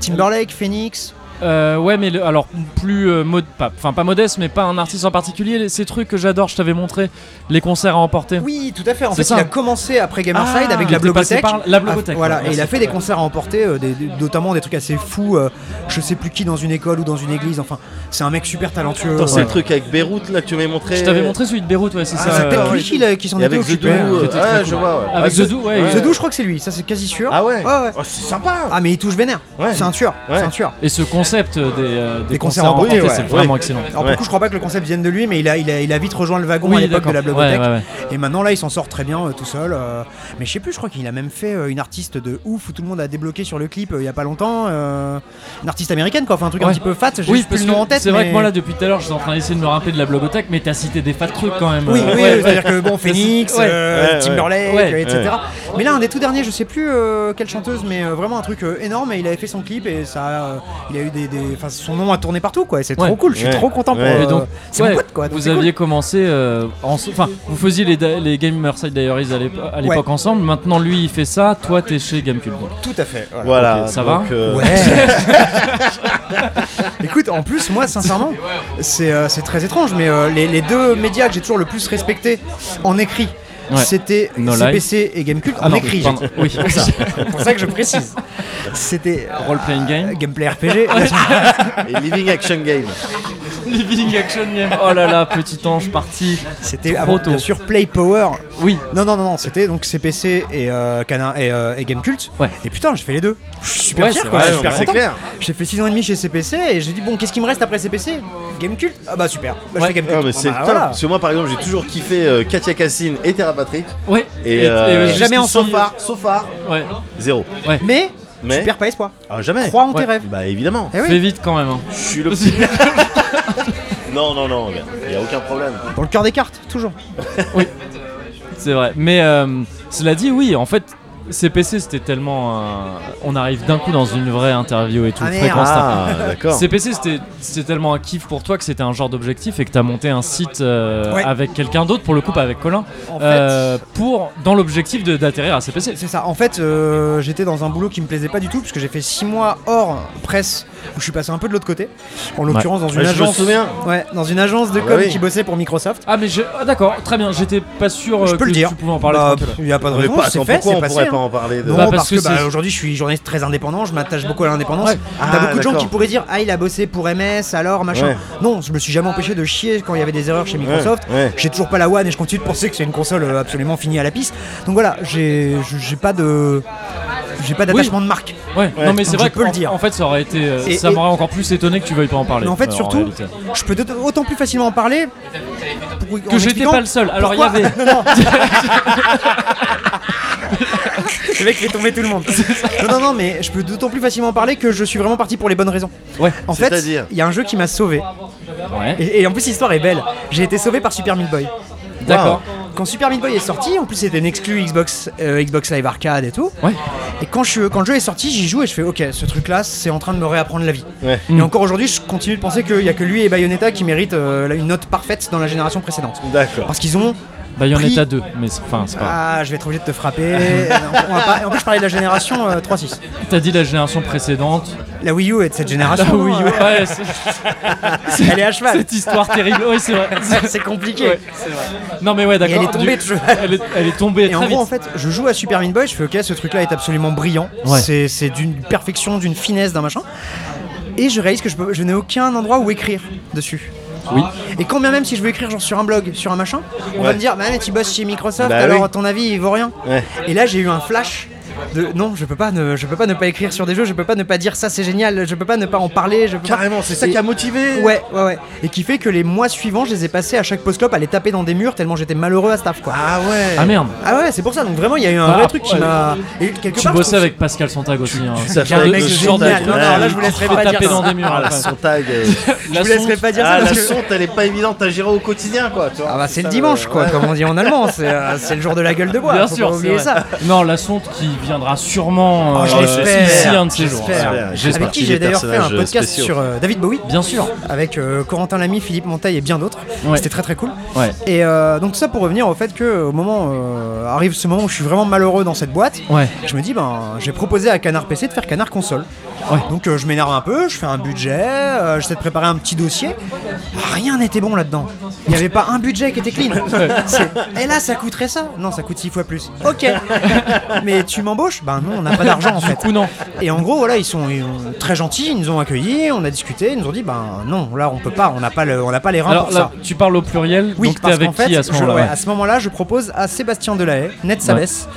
Speaker 3: Timberlake, Phoenix.
Speaker 2: euh, ouais, mais le- alors plus euh, mod- pas- enfin pas modeste, mais pas un artiste en particulier. les- Ces trucs que j'adore, je t'avais montré les concerts à emporter.
Speaker 3: Oui, tout à fait. En
Speaker 2: C'est
Speaker 3: fait,
Speaker 2: ça.
Speaker 3: il a commencé après Gamerside
Speaker 2: Ah,
Speaker 3: avec
Speaker 2: il
Speaker 3: la
Speaker 2: était passé
Speaker 3: blogothèque.
Speaker 2: par la blogothèque,
Speaker 3: Ah, voilà,
Speaker 2: ouais,
Speaker 3: et il a
Speaker 2: merci.
Speaker 3: fait des concerts à emporter, euh, des- des- notamment des trucs assez fous. euh, je sais plus qui dans une école ou dans une église. Enfin, c'est un mec super talentueux.
Speaker 1: Attends, c'est
Speaker 3: ouais.
Speaker 1: le truc avec Beyrouth là que tu m'avais montré.
Speaker 2: Je t'avais montré celui de Beyrouth, ouais, c'est
Speaker 3: Euh, Ah,
Speaker 2: ça.
Speaker 3: c'est peut-être
Speaker 2: euh,
Speaker 3: lui qui, l'a- qui s'en
Speaker 1: Et
Speaker 3: était
Speaker 1: avec The Do.
Speaker 3: occupé. hein.
Speaker 2: C'était très
Speaker 1: Ouais,
Speaker 2: cool.
Speaker 1: je vois. ouais.
Speaker 2: Avec The Do, ouais.
Speaker 3: The Do, je crois que c'est lui. Ça, c'est quasi sûr.
Speaker 1: Ah ouais.
Speaker 3: ouais.
Speaker 1: Oh, c'est sympa.
Speaker 3: Ah mais il touche vénère,
Speaker 1: Ouais.
Speaker 3: c'est un tueur,
Speaker 1: Ouais.
Speaker 3: c'est un tueur.
Speaker 2: Et ce concept euh, des, euh, des
Speaker 3: Des
Speaker 2: concerts,
Speaker 3: concerts
Speaker 2: à
Speaker 3: en
Speaker 2: emporter,
Speaker 1: bruit, ouais,
Speaker 2: c'est
Speaker 1: ouais.
Speaker 2: vraiment excellent.
Speaker 3: Alors
Speaker 1: Ouais.
Speaker 3: pour le coup je crois pas que le concept vienne de lui mais il a, il a, il a vite rejoint le wagon
Speaker 2: Oui,
Speaker 3: à l'époque
Speaker 2: d'accord.
Speaker 3: de la blogothèque
Speaker 2: Ouais, ouais, ouais.
Speaker 3: et maintenant là il s'en sort très bien euh, tout seul euh, mais je sais plus je crois qu'il a même fait euh, une artiste de ouf où tout le monde a débloqué sur le clip euh, il y a pas longtemps euh, une artiste américaine quoi enfin un truc un
Speaker 2: Ouais.
Speaker 3: petit peu fat j'ai
Speaker 2: Oui,
Speaker 3: juste plus
Speaker 2: parce
Speaker 3: le
Speaker 2: que
Speaker 3: nom en tête
Speaker 2: c'est vrai
Speaker 3: mais-
Speaker 2: que moi là depuis tout à l'heure, je suis en train d'essayer de me rappeler de la blogothèque, mais t'as cité des fat trucs quand même.
Speaker 3: oui,
Speaker 2: euh,
Speaker 3: oui,
Speaker 2: ouais,
Speaker 3: c'est-à-dire
Speaker 2: ouais.
Speaker 3: que bon, Phoenix,
Speaker 2: Ouais.
Speaker 3: euh,
Speaker 1: Ouais, ouais.
Speaker 3: Timberlake,
Speaker 2: Ouais.
Speaker 3: euh, etc.
Speaker 1: Ouais.
Speaker 3: Mais là, un des tout derniers, je sais plus euh, quelle chanteuse, mais euh, vraiment un truc euh, énorme. Et il avait fait son clip et ça, euh, il a eu des, des- enfin, son nom a tourné partout, quoi. Et c'est
Speaker 2: Ouais.
Speaker 3: trop cool. Je suis
Speaker 1: Ouais.
Speaker 3: trop content pour.
Speaker 1: Ouais.
Speaker 3: euh,
Speaker 2: Et donc,
Speaker 3: c'est
Speaker 2: ouais,
Speaker 3: mon pote, quoi. donc
Speaker 2: vous
Speaker 3: c'est cool.
Speaker 2: aviez commencé, euh, en- enfin, vous faisiez les, da- les Gamerside Diaries à l'épo- à l'époque ensemble. Maintenant, lui, il fait ça. Toi, t'es chez Gamecube.
Speaker 3: Tout à fait. Voilà.
Speaker 1: Voilà.
Speaker 2: Ok, ça
Speaker 1: donc,
Speaker 2: va
Speaker 1: euh,
Speaker 3: Ouais. Écoute, en plus, moi, sincèrement, c'est euh, c'est très étrange, mais euh, les, les deux médias que j'ai toujours le plus respectés en écrit.
Speaker 2: Ouais.
Speaker 3: C'était
Speaker 2: No Ah
Speaker 3: CPC et Gamecult en
Speaker 2: non,
Speaker 3: écrit.
Speaker 2: pardon.
Speaker 3: j'ai dit.
Speaker 2: Oui.
Speaker 3: pour, ça, pour ça que je précise. C'était euh,
Speaker 2: Role-playing game.
Speaker 3: gameplay RPG.
Speaker 1: Et Living Action Game.
Speaker 2: Living Action Game. Oh là là, petit ange parti.
Speaker 3: C'était
Speaker 2: Trop
Speaker 3: avant,
Speaker 2: tôt.
Speaker 3: bien sûr Play Power.
Speaker 2: Oui.
Speaker 3: Non, non, non, non, c'était donc CPC et, euh, Canin, et, euh, et Gamecult.
Speaker 2: Ouais.
Speaker 3: Et putain, j'ai fait les deux. Je suis super
Speaker 2: Ouais,
Speaker 3: fier,
Speaker 2: c'est
Speaker 3: quoi.
Speaker 2: vrai,
Speaker 3: je suis
Speaker 2: ouais,
Speaker 3: super
Speaker 1: c'est
Speaker 3: content.
Speaker 1: clair.
Speaker 3: J'ai fait 6 ans et demi chez CPC et j'ai dit, bon, qu'est-ce qui me reste après CPC Gamecult Ah bah super. Bah, je fais Gamecult.
Speaker 1: Ah, mais
Speaker 3: Ah,
Speaker 1: c'est
Speaker 3: bah,
Speaker 1: top.
Speaker 3: voilà.
Speaker 1: Parce que moi, par exemple, j'ai toujours kiffé euh, Katia Cassine et Terra Patrick.
Speaker 2: Ouais.
Speaker 1: Et, euh,
Speaker 2: jusqu'ici-
Speaker 3: jamais en
Speaker 1: So far, so far,
Speaker 2: Ouais.
Speaker 1: zéro.
Speaker 3: Mais,
Speaker 1: Mais-
Speaker 3: tu perds pas espoir.
Speaker 1: Ah, jamais.
Speaker 3: Crois en tes
Speaker 2: Ouais.
Speaker 3: rêves.
Speaker 1: Bah, évidemment.
Speaker 3: Eh oui.
Speaker 2: Fais vite quand même. hein.
Speaker 1: Je suis le Non, non, non, il n'y a aucun problème.
Speaker 3: Dans le cœur des cartes, toujours.
Speaker 2: C'est vrai. Mais euh, cela dit, oui, en fait, CPC c'était tellement. un- On arrive d'un coup dans une vraie interview et tout.
Speaker 3: Ah, merde.
Speaker 2: fréquence tard.
Speaker 1: Ah, d'accord.
Speaker 2: CPC c'était- c'était tellement un kiff pour toi que c'était un genre d'objectif et que t'as monté un site euh,
Speaker 3: Ouais.
Speaker 2: avec quelqu'un d'autre, pour le coup pas avec Colin,
Speaker 3: En
Speaker 2: euh, pour dans l'objectif de- d'atterrir à CPC.
Speaker 3: C'est ça. En fait, euh, j'étais dans un boulot qui me plaisait pas du tout, puisque j'ai fait 6 mois hors presse, où je suis passé un peu de l'autre côté. En l'occurrence, dans une
Speaker 1: Ouais, je me
Speaker 3: agence.
Speaker 1: souviens.
Speaker 3: Ouais, dans une agence de
Speaker 1: Ah bah
Speaker 3: com
Speaker 1: oui.
Speaker 3: qui bossait pour Microsoft.
Speaker 2: Ah mais je- ah, d'accord, très bien, j'étais pas sûr euh,
Speaker 3: je peux
Speaker 2: que
Speaker 3: le dire.
Speaker 2: tu pouvais en parler.
Speaker 3: Bah,
Speaker 2: tranquille.
Speaker 3: pff, y a pas de
Speaker 1: Mais
Speaker 3: raison.
Speaker 1: pas-
Speaker 3: c'est
Speaker 1: attends,
Speaker 3: fait,
Speaker 1: pourquoi
Speaker 3: c'est
Speaker 1: on
Speaker 3: passé,
Speaker 1: pourrait
Speaker 3: hein.
Speaker 1: pas en parler de...
Speaker 3: Non,
Speaker 2: Bah,
Speaker 3: parce,
Speaker 2: parce
Speaker 3: que,
Speaker 2: que
Speaker 3: bah,
Speaker 2: c'est-
Speaker 3: aujourd'hui je suis journaliste très indépendant, je m'attache beaucoup à l'indépendance.
Speaker 2: Ouais.
Speaker 1: Ah,
Speaker 3: T'as beaucoup de gens
Speaker 1: d'accord.
Speaker 3: qui pourraient dire Ah, il a bossé pour MS, alors machin.
Speaker 1: Ouais.
Speaker 3: Non, je me suis jamais empêché de chier quand il y avait des erreurs chez Microsoft.
Speaker 1: Ouais, ouais.
Speaker 3: J'ai toujours pas la One et je continue de penser que c'est une console euh, absolument finie à la piste. Donc voilà, j'ai j'ai pas de. J'ai pas d'attachement de marque.
Speaker 2: Ouais. non mais c'est
Speaker 3: je
Speaker 2: vrai
Speaker 3: peux le
Speaker 2: qu'en
Speaker 3: dire.
Speaker 2: en fait ça aurait été euh,
Speaker 3: Et-
Speaker 2: ça
Speaker 3: et-
Speaker 2: m'aurait encore plus étonné que tu veuilles pas en parler.
Speaker 3: Mais en fait,
Speaker 2: euh,
Speaker 3: surtout,
Speaker 2: réalité.
Speaker 3: je peux d'aut- autant plus facilement en parler pour- en
Speaker 2: que j'étais
Speaker 3: expliquant
Speaker 2: pas le seul. Alors il y
Speaker 3: pourquoi-
Speaker 2: avait
Speaker 3: Le mec fait tomber tout le monde. non, non, non, mais je peux d'autant plus facilement en parler que je suis vraiment parti pour les bonnes raisons.
Speaker 2: Ouais.
Speaker 3: En fait,
Speaker 1: C'est-à-dire
Speaker 3: il y a un jeu qui m'a sauvé.
Speaker 2: Ouais.
Speaker 3: Et, et en plus, l'histoire est belle. J'ai été sauvé par Super Meat Boy.
Speaker 2: D'accord.
Speaker 3: Quand Super Meat Boy est sorti, en plus c'était une exclue Xbox, euh, Xbox Live Arcade et tout.
Speaker 2: Ouais.
Speaker 3: Et quand, je, quand le jeu est sorti, j'y joue et je fais ok, ce truc là, c'est en train de me réapprendre la vie.
Speaker 1: Ouais.
Speaker 3: Et encore aujourd'hui, je continue de penser qu'il n'y a que lui et Bayonetta qui méritent euh, une note parfaite dans la génération précédente.
Speaker 1: D'accord.
Speaker 3: Parce qu'ils ont.
Speaker 2: Bayonetta
Speaker 3: pris-
Speaker 2: 2, mais c'est- enfin c'est pas.
Speaker 3: Ah, je vais être obligé de te frapper. Euh, on va pas- En plus, je parlais de la génération euh, 3.6.
Speaker 2: T'as dit la génération précédente.
Speaker 3: La Wii U est de cette
Speaker 2: La
Speaker 3: génération.
Speaker 2: Wii U.
Speaker 3: hein.
Speaker 2: Ouais, c'est-
Speaker 3: Elle est à cheval.
Speaker 2: cette histoire terrible. Ouais, c'est vrai.
Speaker 3: C'est compliqué.
Speaker 2: Ouais. Non mais ouais,
Speaker 3: Et
Speaker 2: d'accord.
Speaker 3: elle est tombée de
Speaker 2: Du-
Speaker 3: cheval.
Speaker 2: Elle est, elle est tombée
Speaker 3: Et
Speaker 2: très
Speaker 3: en gros, en
Speaker 2: vite.
Speaker 3: fait, je joue à Super Meat Boy, je fais ok, ce truc-là est absolument brillant.
Speaker 2: Ouais.
Speaker 3: C'est c'est d'une perfection, d'une finesse, d'un machin. Et je réalise que je, peux- je n'ai aucun endroit où écrire dessus.
Speaker 2: Oui.
Speaker 3: Et quand bien même si je veux écrire genre sur un blog, sur un machin, on va
Speaker 1: Ouais.
Speaker 3: me dire, bah mais tu bosses chez Microsoft,
Speaker 1: Bah
Speaker 3: alors
Speaker 1: oui.
Speaker 3: ton avis il vaut rien.
Speaker 1: Ouais.
Speaker 3: Et là j'ai eu un flash de non, je peux pas ne, je peux pas ne pas écrire sur des jeux, je peux pas ne pas dire ça c'est génial, je peux pas ne pas en parler, je peux pas-
Speaker 1: Carrément, c'est ça
Speaker 3: Et-
Speaker 1: qui a motivé
Speaker 3: Ouais, ouais, ouais. Et qui fait que les mois suivants, je les ai passés à chaque post-clop à les taper dans des murs tellement j'étais malheureux à staff quoi.
Speaker 1: Ah ouais
Speaker 2: Ah merde.
Speaker 3: Ah ouais, c'est pour ça. Donc vraiment, il y a eu un
Speaker 2: Ah,
Speaker 3: vrai truc qui
Speaker 2: ouais.
Speaker 3: m'a. Et quelque
Speaker 2: Tu
Speaker 3: part, je
Speaker 2: bossais
Speaker 3: trouve-
Speaker 2: avec Pascal Sontag aussi. hein.
Speaker 1: Ça
Speaker 2: Ce genre
Speaker 1: fait
Speaker 2: de-
Speaker 1: un mec
Speaker 2: ce
Speaker 1: génial.
Speaker 2: genre de-
Speaker 1: Non, non, là,
Speaker 3: je vous laisserai
Speaker 2: Il te
Speaker 3: pas
Speaker 2: fait
Speaker 3: dire
Speaker 2: taper
Speaker 3: ça.
Speaker 2: dans des murs.
Speaker 1: Ah, la
Speaker 2: enfin.
Speaker 1: sontag euh.
Speaker 2: La
Speaker 3: Je vous laisserai
Speaker 2: sonde-
Speaker 3: pas dire
Speaker 1: Ah,
Speaker 3: ça
Speaker 1: la
Speaker 3: parce que.
Speaker 1: sonde, elle est pas évidente à gérer au quotidien, quoi, tu vois.
Speaker 3: Ah bah c'est le
Speaker 1: ça,
Speaker 3: dimanche
Speaker 1: euh,
Speaker 3: quoi,
Speaker 1: ouais.
Speaker 3: comme on dit en allemand, c'est euh, c'est le jour de la gueule de bois,
Speaker 2: Bien
Speaker 3: faut
Speaker 2: sûr,
Speaker 3: pas
Speaker 2: c'est
Speaker 3: oublier
Speaker 2: vrai.
Speaker 3: ça.
Speaker 2: Non, la sonde qui viendra sûrement
Speaker 3: Oh, je
Speaker 2: euh,
Speaker 3: l'espère,
Speaker 2: ici un de ces jours.
Speaker 3: j'espère.
Speaker 1: Avec
Speaker 2: Ouais, J'espère.
Speaker 3: Avec
Speaker 1: J'espère
Speaker 3: qui
Speaker 1: qu'il
Speaker 3: j'ai
Speaker 1: est
Speaker 3: d'ailleurs fait un
Speaker 1: personnage
Speaker 3: podcast
Speaker 1: spéciaux.
Speaker 3: sur euh, David Bowie,
Speaker 2: Bien sûr.
Speaker 3: avec euh, Corentin Lamy, Philippe Montaille et bien d'autres.
Speaker 2: Ouais.
Speaker 3: C'était très très cool.
Speaker 2: Ouais.
Speaker 3: Et euh, donc ça pour revenir au fait que au moment euh, arrive ce moment où je suis vraiment malheureux dans cette boîte.
Speaker 2: Ouais.
Speaker 3: Je me dis ben j'ai proposé à Canard PC de faire Canard console.
Speaker 2: Ouais.
Speaker 3: Donc euh, je m'énerve un peu, je fais un budget, euh, j'essaie de préparer un petit dossier. Ah, Rien n'était bon là-dedans. Il n'y avait pas un budget qui était clean. C'est- Et là ça coûterait ça Non, ça coûte six fois plus. Ok. Mais tu m'embauches Ben non, on n'a pas d'argent en fait.
Speaker 2: Ou non.
Speaker 3: Et en gros, voilà, ils sont, ils sont très gentils, ils nous ont accueillis, on a discuté, ils nous ont dit, ben non, là on peut pas, on n'a pas, le- on n'a pas les reins
Speaker 2: Alors
Speaker 3: pour
Speaker 2: là,
Speaker 3: ça.
Speaker 2: tu parles au pluriel.
Speaker 3: Oui,
Speaker 2: donc t'es
Speaker 3: parce
Speaker 2: avec
Speaker 3: qu'en fait,
Speaker 2: qui à ce
Speaker 3: je-
Speaker 2: moment-là
Speaker 3: ouais,
Speaker 2: ouais.
Speaker 3: à ce moment-là, je propose à Sébastien Delahaye, Ned Sabès,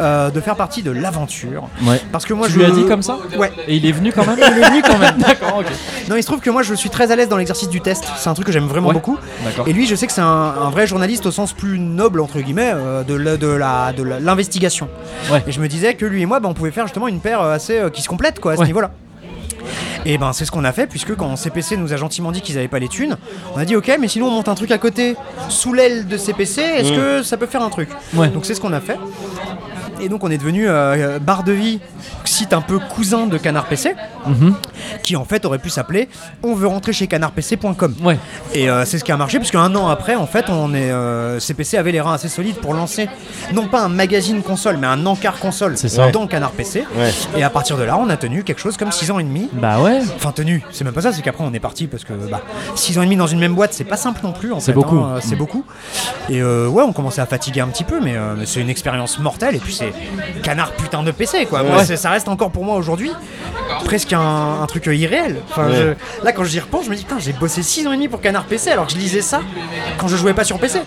Speaker 3: euh, de faire partie de l'aventure.
Speaker 2: Ouais.
Speaker 3: Parce que moi,
Speaker 2: Tu
Speaker 3: je
Speaker 2: lui as dit comme ça
Speaker 3: Ouais.
Speaker 2: Et il est venu quand même Il est venu quand même. D'accord, ok.
Speaker 3: Non, il se trouve que moi, je suis très à l'aise dans l'exercice du test. C'est un truc que j'aime vraiment
Speaker 2: Ouais.
Speaker 3: beaucoup.
Speaker 2: D'accord.
Speaker 3: Et lui, je sais que c'est un, un vrai journaliste au sens plus noble entre guillemets euh, de la- de la- de la- l'investigation.
Speaker 2: Ouais.
Speaker 3: Et je me disais que lui et moi, bah, on pouvait faire justement une paire euh, assez euh, qui se complète quoi à ce
Speaker 2: Ouais.
Speaker 3: niveau-là. Et ben c'est ce qu'on a fait puisque quand CPC nous a gentiment dit qu'ils avaient pas les thunes, on a dit ok mais sinon on monte un truc à côté sous l'aile de CPC, est-ce que ça peut faire un truc
Speaker 2: Mmh. Ouais.
Speaker 3: Donc c'est ce qu'on a fait. Et donc on est devenu euh, euh, barre de vie, site un peu cousin de Canard PC.
Speaker 2: Mhm.
Speaker 3: qui en fait aurait pu s'appeler On veut rentrer chez canardpc.com.
Speaker 2: Ouais.
Speaker 3: Et euh, c'est ce qui a marché, puisque un an après, en fait, on est, euh, CPC avait les reins assez solides pour lancer, non pas un magazine console, mais un encart console
Speaker 2: C'est ça.
Speaker 3: dans Canard PC.
Speaker 1: Ouais.
Speaker 3: Et à partir de là, on a tenu quelque chose comme 6 ans et demi.
Speaker 2: Bah ouais.
Speaker 3: Enfin tenu, c'est même pas ça, c'est qu'après on est parti parce que bah, 6 ans et demi dans une même boîte, c'est pas simple non plus. en
Speaker 2: C'est
Speaker 3: fait,
Speaker 2: beaucoup. Mmh.
Speaker 3: hein, euh, c'est beaucoup. Et euh, ouais, on commençait à fatiguer un petit peu, mais euh, mais c'est une expérience mortelle. Et puis c'est canard putain de PC quoi. Moi,
Speaker 1: Ouais.
Speaker 3: c'est- ça reste encore pour moi aujourd'hui presque un, un truc euh, irréel. Enfin,
Speaker 1: Ouais.
Speaker 3: je- là quand j'y repense, je me dis putain, j'ai bossé 6 ans et demi pour canard PC alors que je lisais ça quand je jouais pas sur PC.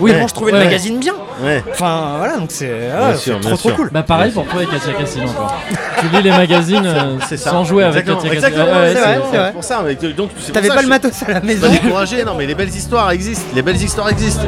Speaker 3: Oui,
Speaker 1: Ouais.
Speaker 3: moi je trouvais
Speaker 2: Ouais.
Speaker 3: le magazine bien.
Speaker 1: Ouais.
Speaker 3: Enfin voilà, donc c'est ah,
Speaker 1: Bien
Speaker 3: c'est
Speaker 1: sûr,
Speaker 3: trop
Speaker 1: bien
Speaker 3: trop
Speaker 1: sûr.
Speaker 3: cool.
Speaker 2: Bah pareil pour toi et Katia Cassino quoi. tu lis les magazines euh,
Speaker 1: C'est ça.
Speaker 2: sans jouer avec
Speaker 1: Exactement.
Speaker 2: Katia Cassino.
Speaker 1: Exactement,
Speaker 2: Ouais,
Speaker 1: c'est
Speaker 2: ouais,
Speaker 1: vrai,
Speaker 3: c'est
Speaker 1: c'est
Speaker 3: vrai.
Speaker 1: pour ça. mais donc, c'est pour
Speaker 3: T'avais
Speaker 1: ça
Speaker 3: pas
Speaker 1: que
Speaker 3: le
Speaker 1: je-
Speaker 3: matos à la
Speaker 1: Pas
Speaker 3: maison.
Speaker 1: découragé, non, mais les belles histoires existent. Les belles histoires existent.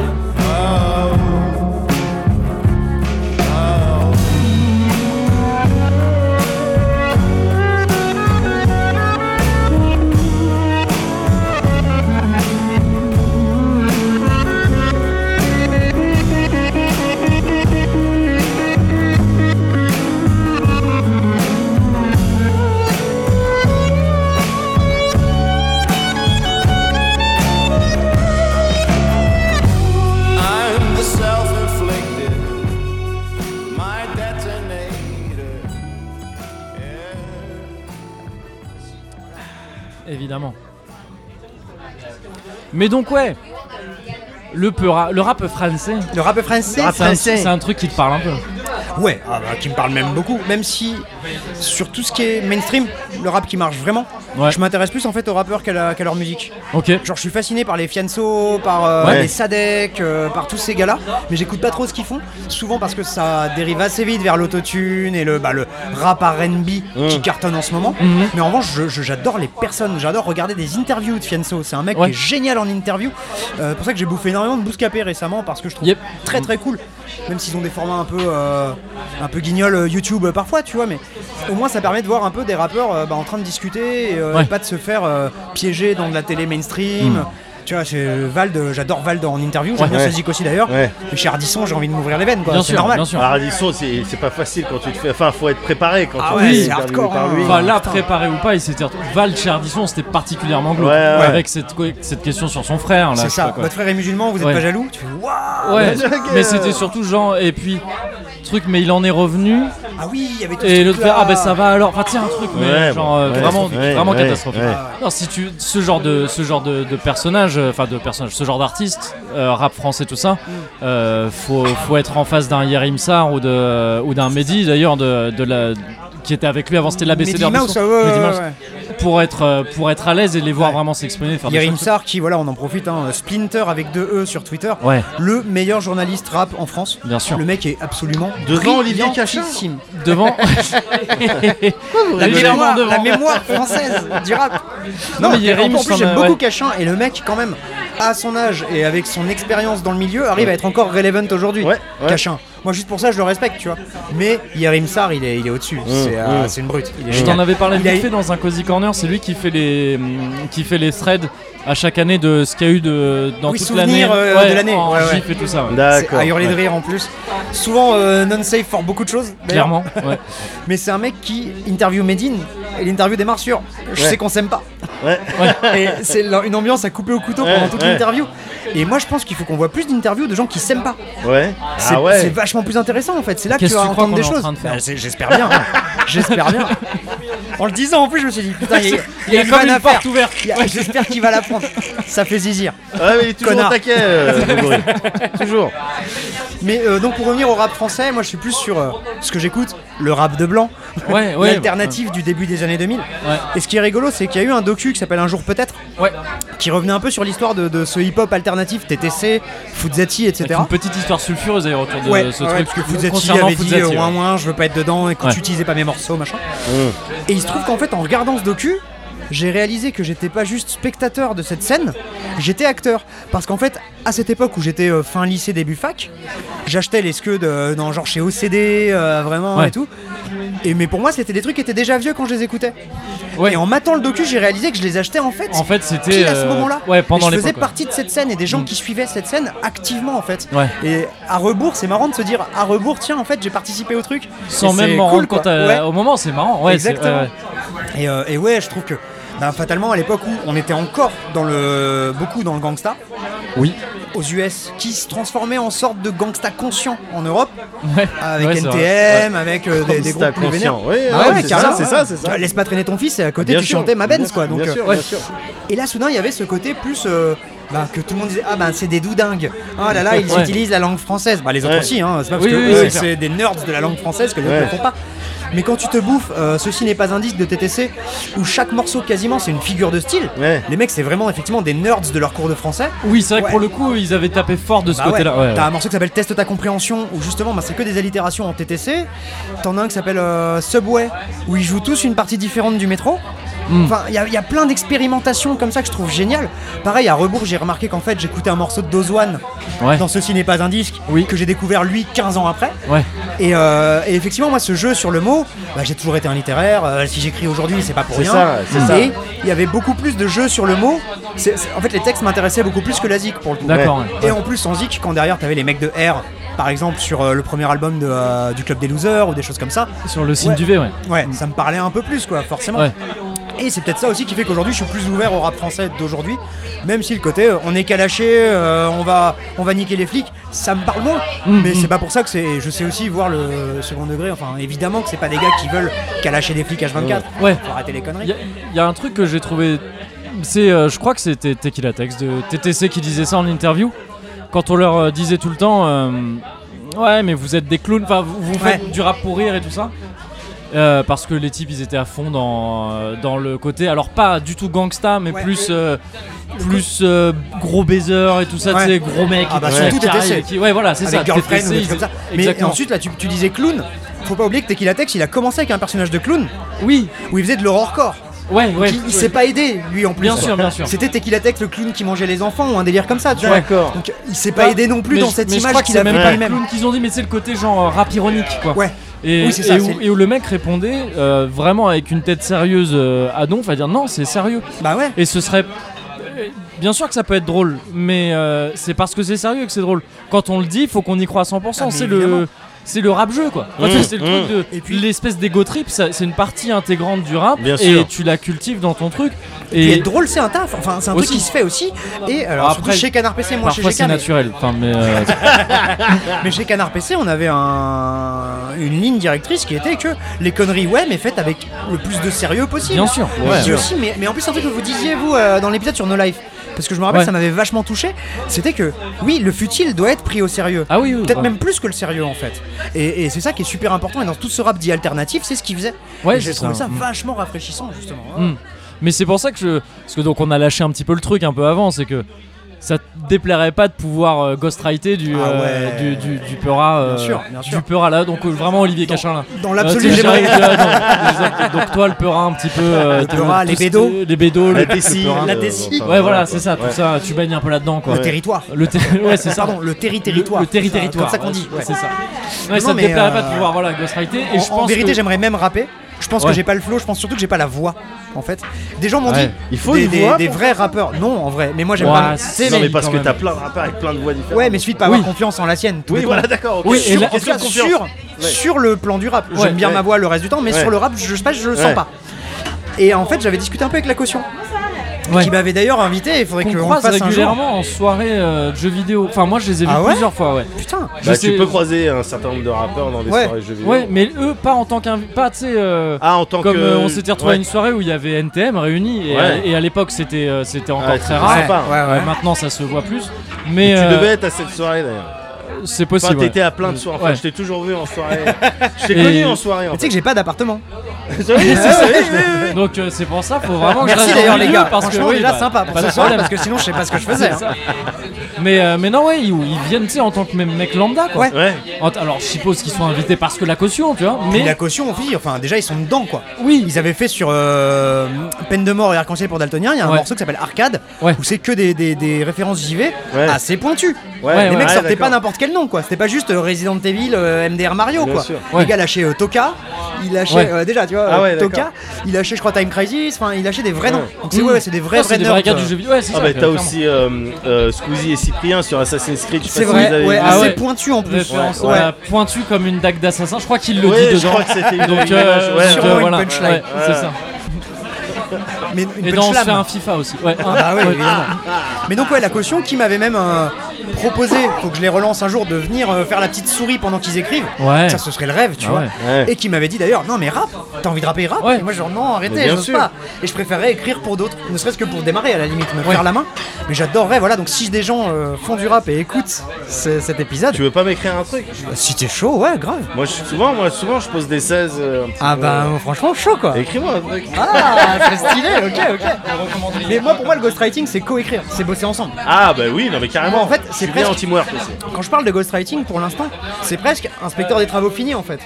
Speaker 4: I'm the self-inflicted, my detonator. Yeah.
Speaker 2: Évidemment. Mais donc ouais. Le, peu ra- le rap français,
Speaker 3: Le rap français,
Speaker 2: c'est un, c'est un truc qui te parle un peu.
Speaker 3: Ouais, ah bah, qui me parle même beaucoup, même si sur tout ce qui est mainstream, le rap qui marche vraiment,
Speaker 2: Ouais.
Speaker 3: je m'intéresse plus en fait aux rappeurs qu'à, la- qu'à leur musique.
Speaker 2: Ok.
Speaker 3: Genre je suis fasciné par les Fianso, par euh,
Speaker 1: Ouais.
Speaker 3: les Sadek, euh, par tous ces gars-là, mais j'écoute pas trop ce qu'ils font, souvent parce que ça dérive assez vite vers l'autotune et le, bah, le rap RB
Speaker 2: Mmh.
Speaker 3: qui cartonne en ce moment. Mais en revanche, je- je- j'adore les personnes, j'adore regarder des interviews de Fianso, c'est un mec
Speaker 2: Ouais.
Speaker 3: qui est génial en interview. Euh, c'est pour ça que j'ai bouffé énormément de Bouscapé récemment parce que je trouve
Speaker 2: Yep.
Speaker 3: très très cool. Même s'ils ont des formats un peu euh, un peu guignol euh, YouTube euh, parfois, tu vois, mais au moins ça permet de voir un peu des rappeurs euh, bah, en train de discuter et, euh,
Speaker 2: Ouais. Hmm.
Speaker 3: et pas de se faire euh, piéger dans de la télé mainstream. Tu vois, chez Vald, euh, j'adore Vald en interview, j'aime bien
Speaker 1: Ouais.
Speaker 3: Sazik aussi d'ailleurs.
Speaker 1: Ouais.
Speaker 3: Mais chez Ardisson, j'ai envie de m'ouvrir les veines, quoi.
Speaker 2: Bien
Speaker 3: c'est
Speaker 2: sûr,
Speaker 3: normal.
Speaker 2: bien sûr.
Speaker 1: Alors, Ardisson, c'est c'est pas facile quand tu te fais. Enfin, faut être préparé quand
Speaker 3: Ah
Speaker 1: tu
Speaker 3: ouais,
Speaker 1: te fais
Speaker 2: c'est
Speaker 1: interviewer
Speaker 3: hardcore,
Speaker 1: par
Speaker 3: hein.
Speaker 1: lui.
Speaker 2: Enfin là,
Speaker 3: putain.
Speaker 2: préparé ou pas, il s'était retrouvé. Val chez Ardisson, c'était particulièrement glauque.
Speaker 1: Ouais, ouais.
Speaker 2: Avec cette, co- cette question sur son frère. là,
Speaker 3: C'est
Speaker 2: je sais
Speaker 3: ça.
Speaker 2: pas quoi.
Speaker 3: Votre frère est musulman, vous êtes
Speaker 2: Ouais.
Speaker 3: pas jaloux Tu fais waouh
Speaker 2: Ouais, mais
Speaker 1: euh.
Speaker 2: c'était surtout genre, et puis, truc, mais il en est revenu,
Speaker 3: Ah oui, il y avait tout
Speaker 2: et
Speaker 3: ce
Speaker 2: l'autre fait,
Speaker 3: truc-là.
Speaker 2: ah bah ça va alors, enfin tiens, un truc, mais
Speaker 1: Ouais,
Speaker 2: genre,
Speaker 1: bon,
Speaker 2: euh,
Speaker 1: ouais,
Speaker 2: vraiment,
Speaker 1: ouais,
Speaker 2: vraiment
Speaker 1: ouais,
Speaker 2: catastrophique.
Speaker 1: ouais.
Speaker 2: Non, si tu, ce genre de, ce genre de, de personnage, euh, enfin de personnage, ce genre d'artiste, euh, rap français, tout ça, euh, faut, faut être en face d'un Yerim Sar ou de, ou d'un Mehdi d'ailleurs, de, de la, qui était avec lui avant, c'était l'ABC
Speaker 3: Mehdi
Speaker 2: d'Ardisson.
Speaker 3: Mouse, ouais, ouais,
Speaker 2: Mehdi
Speaker 3: ouais,
Speaker 2: Mouse.
Speaker 3: ouais.
Speaker 2: pour être, euh, pour être à l'aise et les voir vraiment s'exprimer, faire des
Speaker 3: Yerim
Speaker 2: choses.
Speaker 3: Sar qui, voilà, on en profite, hein, Splinter avec deux E sur Twitter,
Speaker 2: Ouais.
Speaker 3: le meilleur journaliste rap en France.
Speaker 2: Bien sûr.
Speaker 3: Le mec est absolument
Speaker 1: Devant Olivier Cachin
Speaker 3: brillantissime.
Speaker 2: Devant.
Speaker 3: La
Speaker 2: Évidemment
Speaker 3: mémoire,
Speaker 2: devant.
Speaker 3: la mémoire française du rap. Non,
Speaker 2: mais
Speaker 3: mais
Speaker 2: Yerim,
Speaker 3: en plus
Speaker 2: s'en
Speaker 3: j'aime
Speaker 2: a-
Speaker 3: beaucoup
Speaker 2: ouais.
Speaker 3: Cachin et le mec quand même à son âge et avec son expérience dans le milieu arrive à être encore relevant aujourd'hui.
Speaker 1: Ouais, ouais.
Speaker 3: Cachin. Moi juste pour ça je le respecte tu vois. Mais Yerim Sar il est, il est au-dessus. c'est ah, c'est une brute. Il est
Speaker 2: Je
Speaker 3: génial.
Speaker 2: t'en avais parlé
Speaker 3: Il a-
Speaker 2: vite fait dans un Cozy Corner, c'est lui qui fait les hum, qui fait les threads à chaque année de ce qu'il y a eu de dans
Speaker 3: Oui,
Speaker 2: toute l'année
Speaker 3: souvenirs, euh, de l'année.
Speaker 2: en
Speaker 3: Ouais, ouais.
Speaker 2: gif et tout ça. ouais.
Speaker 3: C'est
Speaker 1: D'accord.
Speaker 3: à hurler de
Speaker 1: ouais.
Speaker 3: rire en plus. Souvent euh, non safe pour beaucoup de choses. d'ailleurs.
Speaker 2: Clairement, ouais.
Speaker 3: Mais c'est un mec qui interview Medine et l'interview démarre sur Je sais qu'on s'aime pas.
Speaker 1: Ouais.
Speaker 3: Et c'est la- une ambiance à couper au couteau
Speaker 1: Ouais,
Speaker 3: pendant toute
Speaker 1: ouais.
Speaker 3: l'interview. Et moi, je pense qu'il faut qu'on voit plus d'interviews de gens qui s'aiment pas.
Speaker 1: Ouais.
Speaker 3: C'est
Speaker 1: Ah
Speaker 3: c'est
Speaker 1: ouais.
Speaker 3: vachement plus intéressant en fait. C'est là que tu
Speaker 2: Qu'est-ce
Speaker 3: vas
Speaker 2: que tu crois
Speaker 3: entendre
Speaker 2: qu'on est en
Speaker 3: des choses.
Speaker 2: train de faire
Speaker 3: Bah, c'est- J'espère bien. J'espère bien. En le disant en plus, je me suis dit putain, il y a,
Speaker 2: Il y a
Speaker 3: une
Speaker 2: comme
Speaker 3: vanne
Speaker 2: une
Speaker 3: à faire.
Speaker 2: porte ouverte.
Speaker 3: Il y a- J'espère qu'il va la prendre. Ça fait zizir.
Speaker 1: Ah ouais, il est toujours
Speaker 3: Connard.
Speaker 1: au taquet, euh, le gorille. Toujours.
Speaker 3: Mais euh, donc pour revenir au rap français, moi je suis plus sur euh, ce que j'écoute, le rap de blanc,
Speaker 2: Ouais, ouais.
Speaker 3: l'alternative du début des années 2000. Et ce qui est rigolo, c'est qu'il y a eu un docu qui s'appelle Un jour peut-être,
Speaker 2: Ouais.
Speaker 3: qui revenait un peu sur l'histoire de, de ce hip-hop alternatif, TTC, Fuzati,
Speaker 2: Avec
Speaker 3: etc.
Speaker 2: une petite histoire sulfureuse d'ailleurs autour de
Speaker 3: Ouais,
Speaker 2: ce
Speaker 3: ouais,
Speaker 2: truc.
Speaker 3: parce que Fuzati
Speaker 2: concernant
Speaker 3: avait dit
Speaker 2: Fuzati,
Speaker 3: euh,
Speaker 2: ouais.
Speaker 3: ouin ouin, je veux pas être dedans, et que
Speaker 2: Ouais. Mmh.
Speaker 3: tu utilisais pas mes morceaux, machin. Et il se trouve qu'en fait, en regardant ce docu, j'ai réalisé que j'étais pas juste spectateur de cette scène, j'étais acteur. Parce qu'en fait, à cette époque où j'étais euh, fin lycée, début fac, j'achetais les scuds euh, dans genre chez OCD, euh, vraiment
Speaker 2: Ouais.
Speaker 3: et tout. Et mais pour moi, c'était des trucs qui étaient déjà vieux quand je les écoutais.
Speaker 2: Ouais.
Speaker 3: Et en matant le docu, j'ai réalisé que je les achetais en fait.
Speaker 2: En fait, c'était,
Speaker 3: pile à ce
Speaker 2: euh,
Speaker 3: moment-là.
Speaker 2: ouais, pendant
Speaker 3: Et Je
Speaker 2: l'époque,
Speaker 3: faisais
Speaker 2: ouais.
Speaker 3: partie de cette scène et des gens qui suivaient cette scène activement en fait.
Speaker 2: Ouais.
Speaker 3: Et à rebours, c'est marrant de se dire à rebours, tiens, en fait, j'ai participé au truc.
Speaker 2: Sans
Speaker 3: Et
Speaker 2: même
Speaker 3: c'est
Speaker 2: m'en
Speaker 3: cool,
Speaker 2: rendre compte
Speaker 3: quoi.
Speaker 2: à-
Speaker 3: Ouais.
Speaker 2: au moment, c'est marrant. Ouais, c'est-
Speaker 3: Exactement.
Speaker 2: ouais, ouais.
Speaker 3: Et, euh, et ouais, je trouve que bah, fatalement, à l'époque où on était encore dans le beaucoup dans le gangsta,
Speaker 2: Oui.
Speaker 3: aux US, qui se transformait en sorte de gangsta conscient en Europe,
Speaker 2: Ouais.
Speaker 3: Ah, avec
Speaker 2: Ouais, c'est vrai.
Speaker 3: NTM, avec euh, des, des
Speaker 1: Gangsta
Speaker 3: groupes plus
Speaker 1: conscient.
Speaker 3: vénères.
Speaker 1: Oui,
Speaker 3: Bah
Speaker 1: ouais, c'est ça,
Speaker 3: carrément.
Speaker 1: c'est ça, c'est ça.
Speaker 3: Laisse pas traîner ton fils, et à côté
Speaker 1: Bien
Speaker 3: tu
Speaker 1: sûr.
Speaker 3: chantais ma
Speaker 1: Bien
Speaker 3: Benz
Speaker 1: sûr,
Speaker 3: quoi. Donc,
Speaker 1: bien
Speaker 3: euh,
Speaker 1: sûr,
Speaker 2: ouais.
Speaker 1: bien sûr.
Speaker 3: Et là, soudain, il y avait ce côté plus. euh, bah, que tout le monde disait Ah, bah, c'est des doudingues. Ah là là, ils
Speaker 2: Ouais.
Speaker 3: utilisent la langue française. Bah, les autres
Speaker 1: Ouais.
Speaker 3: aussi, hein. C'est pas parce
Speaker 2: Oui,
Speaker 3: que
Speaker 2: oui,
Speaker 3: eux,
Speaker 2: oui, c'est
Speaker 3: c'est des nerds de la langue française que les
Speaker 1: Ouais.
Speaker 3: autres ne font pas. Mais quand tu te bouffes euh, Ceci n'est pas un disque de TTC, où chaque morceau quasiment c'est une figure de style,
Speaker 1: Ouais.
Speaker 3: les mecs, c'est vraiment effectivement des nerds de leur cours de français.
Speaker 2: Oui, c'est vrai que
Speaker 3: Ouais.
Speaker 2: pour le coup, ils avaient tapé fort de ce
Speaker 3: Bah ouais,
Speaker 2: côté-là. Ouais,
Speaker 3: T'as
Speaker 2: ouais.
Speaker 3: un morceau qui s'appelle Teste ta compréhension où justement bah, c'est que des allitérations en TTC. T'en as un qui s'appelle euh, Subway où ils jouent tous une partie différente du métro.
Speaker 2: Hmm.
Speaker 3: Enfin, il y, a- il y a plein d'expérimentations comme ça que je trouve génial. Pareil, à rebours, j'ai remarqué qu'en fait j'écoutais un morceau de Dozwan
Speaker 2: Ouais.
Speaker 3: dans Ceci n'est pas un disque
Speaker 2: Oui.
Speaker 3: que j'ai découvert lui 15 ans après.
Speaker 2: Ouais.
Speaker 3: Et, euh, et effectivement, moi, ce jeu sur le mot, bah, j'ai toujours été un littéraire. euh, si j'écris aujourd'hui, c'est pas pour
Speaker 1: C'est
Speaker 3: rien.
Speaker 1: ça, c'est ça.
Speaker 3: Et il y avait beaucoup plus de jeux sur le mot. C'est- c'est- en fait, les textes m'intéressaient beaucoup plus que la zik pour le coup.
Speaker 2: D'accord.
Speaker 1: Ouais.
Speaker 2: ouais.
Speaker 3: Et en plus, en zik, quand derrière, t'avais les mecs de R, par exemple, sur euh, le premier album de, euh, du Club des Losers ou des choses comme ça,
Speaker 2: Sur le signe
Speaker 3: Ouais.
Speaker 2: du V, ouais.
Speaker 3: ouais, ça me parlait un peu plus, quoi, forcément.
Speaker 2: Mm. Ouais.
Speaker 3: Et c'est peut-être ça aussi qui fait qu'aujourd'hui je suis plus ouvert au rap français d'aujourd'hui, même si le côté euh, on est calaché, euh, on, va, on va niquer les flics, ça me parle moins.
Speaker 2: Mm,
Speaker 3: mais
Speaker 2: mm.
Speaker 3: c'est pas pour ça que c'est. Je sais aussi voir le second degré, enfin évidemment que c'est pas des gars qui veulent calacher des flics H24.
Speaker 2: Ouais.
Speaker 3: Faut arrêter les conneries.
Speaker 2: Il y, a un truc que j'ai trouvé. C'est, euh, je crois que c'était Tequila Tex de TTC qui disait ça en interview. Quand on leur euh, disait tout le temps, euh, ouais, mais vous êtes des clowns, enfin, vous, vous faites
Speaker 3: Ouais.
Speaker 2: du rap pour rire et tout ça. Euh, parce que les types ils étaient à fond dans, euh, dans le côté, alors pas du tout gangsta, mais
Speaker 3: Ouais.
Speaker 2: plus, euh, plus euh, gros baiser et tout ça,
Speaker 3: Ouais.
Speaker 2: tu sais, gros mec.
Speaker 3: Ah bah,
Speaker 2: et
Speaker 3: surtout
Speaker 2: qui
Speaker 3: TTC.
Speaker 2: arrive et qui- Ouais, voilà, c'est ça.
Speaker 3: Avec Girlfriend ou
Speaker 2: TTC,
Speaker 3: des
Speaker 2: ils-
Speaker 3: trucs comme ça. Mais
Speaker 2: Exactement.
Speaker 3: ensuite là tu, tu disais clown, faut pas oublier que Tequila Tex il a commencé avec un personnage de clown
Speaker 2: oui,
Speaker 3: où il faisait de l'horrorcore.
Speaker 2: ouais, ouais.
Speaker 3: Il, il s'est pas aidé lui en plus.
Speaker 2: Bien sûr, bien sûr.
Speaker 3: C'était Tequila Tex le clown qui mangeait les enfants ou un délire comme ça, tu vois.
Speaker 1: D'accord.
Speaker 3: Donc il s'est pas aidé non
Speaker 2: Ah, Bah, Mais
Speaker 3: plus dans
Speaker 2: je-
Speaker 3: cette
Speaker 2: mais je
Speaker 3: image
Speaker 2: crois que
Speaker 3: qu'il
Speaker 2: c'est
Speaker 3: avait
Speaker 2: même
Speaker 3: pas
Speaker 2: pas le
Speaker 3: lui-même.
Speaker 2: clown qu'ils ont dit, mais c'est le côté genre euh, rap ironique quoi.
Speaker 3: Ouais.
Speaker 2: Et,
Speaker 3: Oui, c'est ça,
Speaker 2: et où,
Speaker 3: c'est-
Speaker 2: et où le mec répondait euh, vraiment avec une tête sérieuse euh, à donf à dire non, c'est sérieux.
Speaker 3: Bah ouais.
Speaker 2: Et ce serait. euh, Bien sûr que ça peut être drôle, mais euh, c'est parce que c'est sérieux que c'est drôle. Quand on le dit, faut qu'on y croit à 100%.
Speaker 3: Ah, mais
Speaker 2: c'est
Speaker 3: évidemment.
Speaker 2: le. C'est le rap jeu quoi. Enfin, tu sais, c'est le
Speaker 1: mmh.
Speaker 2: truc de
Speaker 3: Et puis-
Speaker 2: l'espèce d'ego trip, ça- c'est une partie intégrante du rap
Speaker 1: Bien
Speaker 2: et
Speaker 1: sûr.
Speaker 2: tu la cultives dans ton truc.
Speaker 3: Et
Speaker 2: Et
Speaker 3: être drôle, c'est un taf. Enfin, c'est un truc
Speaker 2: Aussi.
Speaker 3: qui se fait aussi. Et alors,
Speaker 2: Alors
Speaker 3: surtout
Speaker 2: après,
Speaker 3: chez Canard PC, moi chez
Speaker 2: parfois c'est
Speaker 3: GK, mais,
Speaker 2: naturel. Enfin, mais, euh,
Speaker 3: mais chez Canard PC, on avait un- une ligne directrice qui était que les conneries, ouais, mais faites avec le plus de sérieux possible.
Speaker 2: bien sûr.
Speaker 3: Moi,
Speaker 2: ouais.
Speaker 3: je dis aussi, mais, mais en plus, un truc que vous disiez, vous, euh, dans l'épisode sur No Life, parce que je me rappelle,
Speaker 2: Ouais.
Speaker 3: ça m'avait vachement touché, c'était que, oui, le futile doit être pris au sérieux.
Speaker 2: Ah oui, oui,
Speaker 3: Peut-être
Speaker 2: ouais.
Speaker 3: même plus que le sérieux, en fait. Et, et c'est ça qui est super important. Et dans tout ce rap dit alternatif, c'est ce qu'il faisait.
Speaker 2: Ouais,
Speaker 3: Et j'ai
Speaker 2: c'est
Speaker 3: trouvé
Speaker 2: ça.
Speaker 3: ça,
Speaker 2: Mm.
Speaker 3: vachement rafraîchissant, justement. hein.
Speaker 2: Mm. Mais c'est pour ça que je. Parce que donc on a lâché un petit peu le truc un peu avant, c'est que ça te déplairait pas de pouvoir euh, ghostwriter du,
Speaker 3: Ah
Speaker 2: euh,
Speaker 3: ouais.
Speaker 2: du, du, du Peura. euh,
Speaker 3: Bien sûr, bien sûr.
Speaker 2: Du Peura là, donc euh, vraiment Olivier Cachin là.
Speaker 3: Dans
Speaker 2: Euh,
Speaker 3: l'absolu,
Speaker 2: tu sais,
Speaker 3: j'aimerais.
Speaker 2: j'arrive, euh, non, donc, donc toi le Peura un petit peu. euh,
Speaker 3: Le
Speaker 2: tout-
Speaker 3: Peura,
Speaker 2: tout
Speaker 3: les
Speaker 2: ce-
Speaker 3: Bédos.
Speaker 2: Les Bédos, le-
Speaker 1: La Tessie,
Speaker 2: le Peura.
Speaker 3: la
Speaker 1: euh,
Speaker 3: Tessie.
Speaker 1: enfin,
Speaker 2: Ouais, voilà, c'est
Speaker 1: quoi.
Speaker 2: ça, tout
Speaker 1: Ouais.
Speaker 2: ça, tu baignes un peu là-dedans quoi.
Speaker 3: Le territoire.
Speaker 2: Le ter- ouais, c'est ça.
Speaker 3: Pardon, le terri-territoire.
Speaker 2: Le territoire.
Speaker 3: C'est comme ça qu'on dit. ouais.
Speaker 2: C'est ça. Ouais, ça
Speaker 3: non,
Speaker 2: te
Speaker 3: mais,
Speaker 2: déplairait pas
Speaker 3: euh,
Speaker 2: de pouvoir voilà, ghostwriter. Et
Speaker 3: en,
Speaker 2: je
Speaker 3: en
Speaker 2: pense
Speaker 3: vérité,
Speaker 2: que-
Speaker 3: j'aimerais même rapper. Je pense
Speaker 2: Ouais.
Speaker 3: que j'ai pas le flow, je pense surtout que j'ai pas la voix, en fait. Des gens m'ont
Speaker 2: Ouais.
Speaker 3: dit.
Speaker 1: Il faut
Speaker 3: des,
Speaker 1: une
Speaker 3: des-
Speaker 1: voix
Speaker 3: des
Speaker 1: pour-
Speaker 3: vrais rappeurs. Non, en vrai. Mais moi, j'aime
Speaker 2: Ouais,
Speaker 3: pas.
Speaker 2: c'est-
Speaker 1: Non, mais parce
Speaker 2: quand
Speaker 1: que
Speaker 2: même.
Speaker 1: t'as plein de rappeurs avec plein de voix différentes.
Speaker 3: Ouais, mais suffit de pas avoir
Speaker 2: Oui.
Speaker 3: confiance en la sienne. tout
Speaker 1: Oui,
Speaker 3: bêtement.
Speaker 1: voilà, d'accord. ok.
Speaker 2: Oui, et
Speaker 1: Sur-
Speaker 2: là-
Speaker 3: En tout
Speaker 1: question
Speaker 3: cas,
Speaker 1: de confiance.
Speaker 3: sur,
Speaker 1: Ouais.
Speaker 3: sur le plan du rap.
Speaker 2: Ouais.
Speaker 3: J'aime bien
Speaker 2: Ouais.
Speaker 3: ma voix le reste du temps, mais
Speaker 1: Ouais.
Speaker 3: sur le rap, je, je sais pas, je le
Speaker 1: Ouais.
Speaker 3: sens pas. Et en fait, j'avais discuté un peu avec la caution,
Speaker 2: Ouais.
Speaker 3: qui m'avait d'ailleurs invité. Il faudrait
Speaker 2: qu'on
Speaker 3: qu'on
Speaker 2: croise
Speaker 3: fasse un jour.
Speaker 2: régulièrement en soirée euh, de jeux vidéo. Enfin, moi, je les ai vus
Speaker 3: Ah ouais
Speaker 2: plusieurs fois, ouais.
Speaker 3: Putain.
Speaker 2: Je
Speaker 1: Bah,
Speaker 2: sais-
Speaker 1: tu peux croiser un certain nombre de rappeurs dans des
Speaker 3: Ouais.
Speaker 1: soirées jeux vidéo.
Speaker 2: Ouais, mais eux, pas en tant qu'invités. Pas, tu sais. euh,
Speaker 1: Ah, en tant
Speaker 2: Comme
Speaker 1: que.
Speaker 2: euh, on s'était retrouvé à
Speaker 1: Ouais.
Speaker 2: une soirée où il y avait NTM réunis et,
Speaker 1: Ouais.
Speaker 2: et à l'époque c'était euh, c'était encore
Speaker 1: Ouais,
Speaker 2: très
Speaker 1: c'était
Speaker 2: rare.
Speaker 1: Ah, sympa. hein.
Speaker 3: Ouais, ouais,
Speaker 2: Euh,
Speaker 3: ouais.
Speaker 2: maintenant ça se voit plus, mais
Speaker 1: Tu
Speaker 2: euh,
Speaker 1: devais être à cette soirée d'ailleurs.
Speaker 2: c'est
Speaker 1: Enfin,
Speaker 2: possible. ouais.
Speaker 1: t'étais à plein de soirées. Enfin,
Speaker 2: Ouais.
Speaker 1: je t'ai toujours vu en soirée. je t'ai
Speaker 2: Et-
Speaker 1: connu en soirée. En
Speaker 3: Mais tu sais que j'ai pas d'appartement.
Speaker 1: fait. Oui, oui, oui, oui, oui.
Speaker 2: Donc euh, c'est pour ça, faut vraiment. que je
Speaker 3: Merci
Speaker 2: reste
Speaker 3: d'ailleurs
Speaker 2: au
Speaker 3: les
Speaker 2: milieu
Speaker 3: gars.
Speaker 2: parce que
Speaker 3: Franchement,
Speaker 2: oui,
Speaker 3: déjà
Speaker 2: bah,
Speaker 3: sympa
Speaker 2: pas
Speaker 3: pour
Speaker 2: de
Speaker 3: ce soir
Speaker 2: problème.
Speaker 3: parce que sinon je sais pas ce que je faisais. hein.
Speaker 2: Mais euh, mais non ouais, ils, ils viennent tu sais en tant que même mec lambda quoi.
Speaker 3: Ouais.
Speaker 1: Ouais.
Speaker 2: En- Alors je suppose qu'ils sont invités parce que la caution, tu vois. Mais
Speaker 3: Et la caution, on vit, enfin déjà ils sont dedans quoi.
Speaker 2: oui,
Speaker 3: Ils avaient fait sur euh, Peine de mort et Arc-en-Ciel pour Daltonien, il y a un
Speaker 2: Ouais.
Speaker 3: morceau qui s'appelle Arcade,
Speaker 2: Ouais.
Speaker 3: où c'est que des, des- des références JV
Speaker 1: Ouais.
Speaker 3: assez pointues.
Speaker 2: Ouais,
Speaker 3: les mecs
Speaker 1: ouais,
Speaker 3: sortaient pas
Speaker 1: d'accord.
Speaker 3: n'importe quel nom quoi, c'était pas juste euh, Resident Evil, euh, MDR Mario
Speaker 1: Bien
Speaker 3: quoi.
Speaker 1: sûr.
Speaker 2: Ouais.
Speaker 3: Les gars lâchaient euh, Toka, il lâchait
Speaker 2: Ouais.
Speaker 3: euh, déjà, tu vois,
Speaker 1: Ah ouais,
Speaker 3: euh, Toka, il lâchait, je crois, Time Crisis, enfin, il lâchait des vrais noms. Donc c'est
Speaker 2: Mmh.
Speaker 3: ouais, c'est des vrais,
Speaker 2: Ah,
Speaker 3: vrais
Speaker 2: c'est des
Speaker 3: nerds,
Speaker 2: vrais gars
Speaker 3: euh.
Speaker 2: du jeu vidéo. Ouais, c'est
Speaker 1: Ah
Speaker 2: ça,
Speaker 1: bah
Speaker 2: clairement.
Speaker 1: t'as aussi euh, euh, Squeezie et Cyprien sur Assassin's Creed. je sais
Speaker 3: C'est
Speaker 1: pas si vous
Speaker 3: vrai,
Speaker 1: avez
Speaker 3: ouais,
Speaker 1: vu.
Speaker 2: Ah
Speaker 3: assez
Speaker 2: ouais.
Speaker 3: pointu en plus.
Speaker 2: Référence
Speaker 3: Ouais.
Speaker 2: euh, pointue comme une dague d'assassin. Je crois qu'il le
Speaker 1: Ouais,
Speaker 2: dit
Speaker 1: je
Speaker 2: dedans.
Speaker 1: crois que c'était une
Speaker 2: Donc,
Speaker 1: image,
Speaker 2: euh,
Speaker 1: ouais.
Speaker 2: donc,
Speaker 3: Sûrement
Speaker 2: euh,
Speaker 3: une
Speaker 2: voilà,
Speaker 3: punchline.
Speaker 2: ouais, c'est ça.
Speaker 3: Mais une
Speaker 2: Et
Speaker 3: punch
Speaker 2: dans on se
Speaker 3: lame.
Speaker 2: fait un FIFA aussi. Ouais.
Speaker 3: Ah ouais, évidemment. Mais donc ouais, la caution qui m'avait même euh, proposé, faut que je les relance un jour, de venir euh, faire la petite souris pendant qu'ils écrivent.
Speaker 2: Ouais.
Speaker 3: Ça, ce serait le rêve, tu
Speaker 2: Ah
Speaker 3: vois.
Speaker 2: ouais.
Speaker 1: Ouais.
Speaker 3: Et qui m'avait dit d'ailleurs, non mais rap, t'as envie de rapper rap
Speaker 2: Ouais.
Speaker 3: Et moi genre non,
Speaker 1: Mais
Speaker 3: arrêtez,
Speaker 1: bien
Speaker 3: j'ose
Speaker 1: sûr.
Speaker 3: pas. Et je préférais écrire pour d'autres, ne serait-ce que pour démarrer à la limite, me faire la main. Mais j'adorerais, voilà, donc si des gens euh, font du rap et écoutent ce- cet épisode,
Speaker 1: Tu veux pas m'écrire un truc
Speaker 3: euh, si t'es chaud, ouais, grave.
Speaker 1: Moi je- souvent, moi souvent je pose des 16. euh, un petit
Speaker 3: Ah
Speaker 1: peu.
Speaker 3: bah franchement chaud quoi.
Speaker 1: Écris-moi un truc.
Speaker 3: Ah, c'est stylé, ok, ok. Mais moi, pour moi, le ghostwriting, c'est coécrire, c'est bosser ensemble.
Speaker 1: Ah bah oui, non mais carrément.
Speaker 3: Moi, en fait, c'est
Speaker 1: Je suis bien
Speaker 3: presque-
Speaker 1: en teamwork aussi.
Speaker 3: Quand je parle de ghostwriting, pour l'instant, c'est presque inspecteur des travaux finis en fait.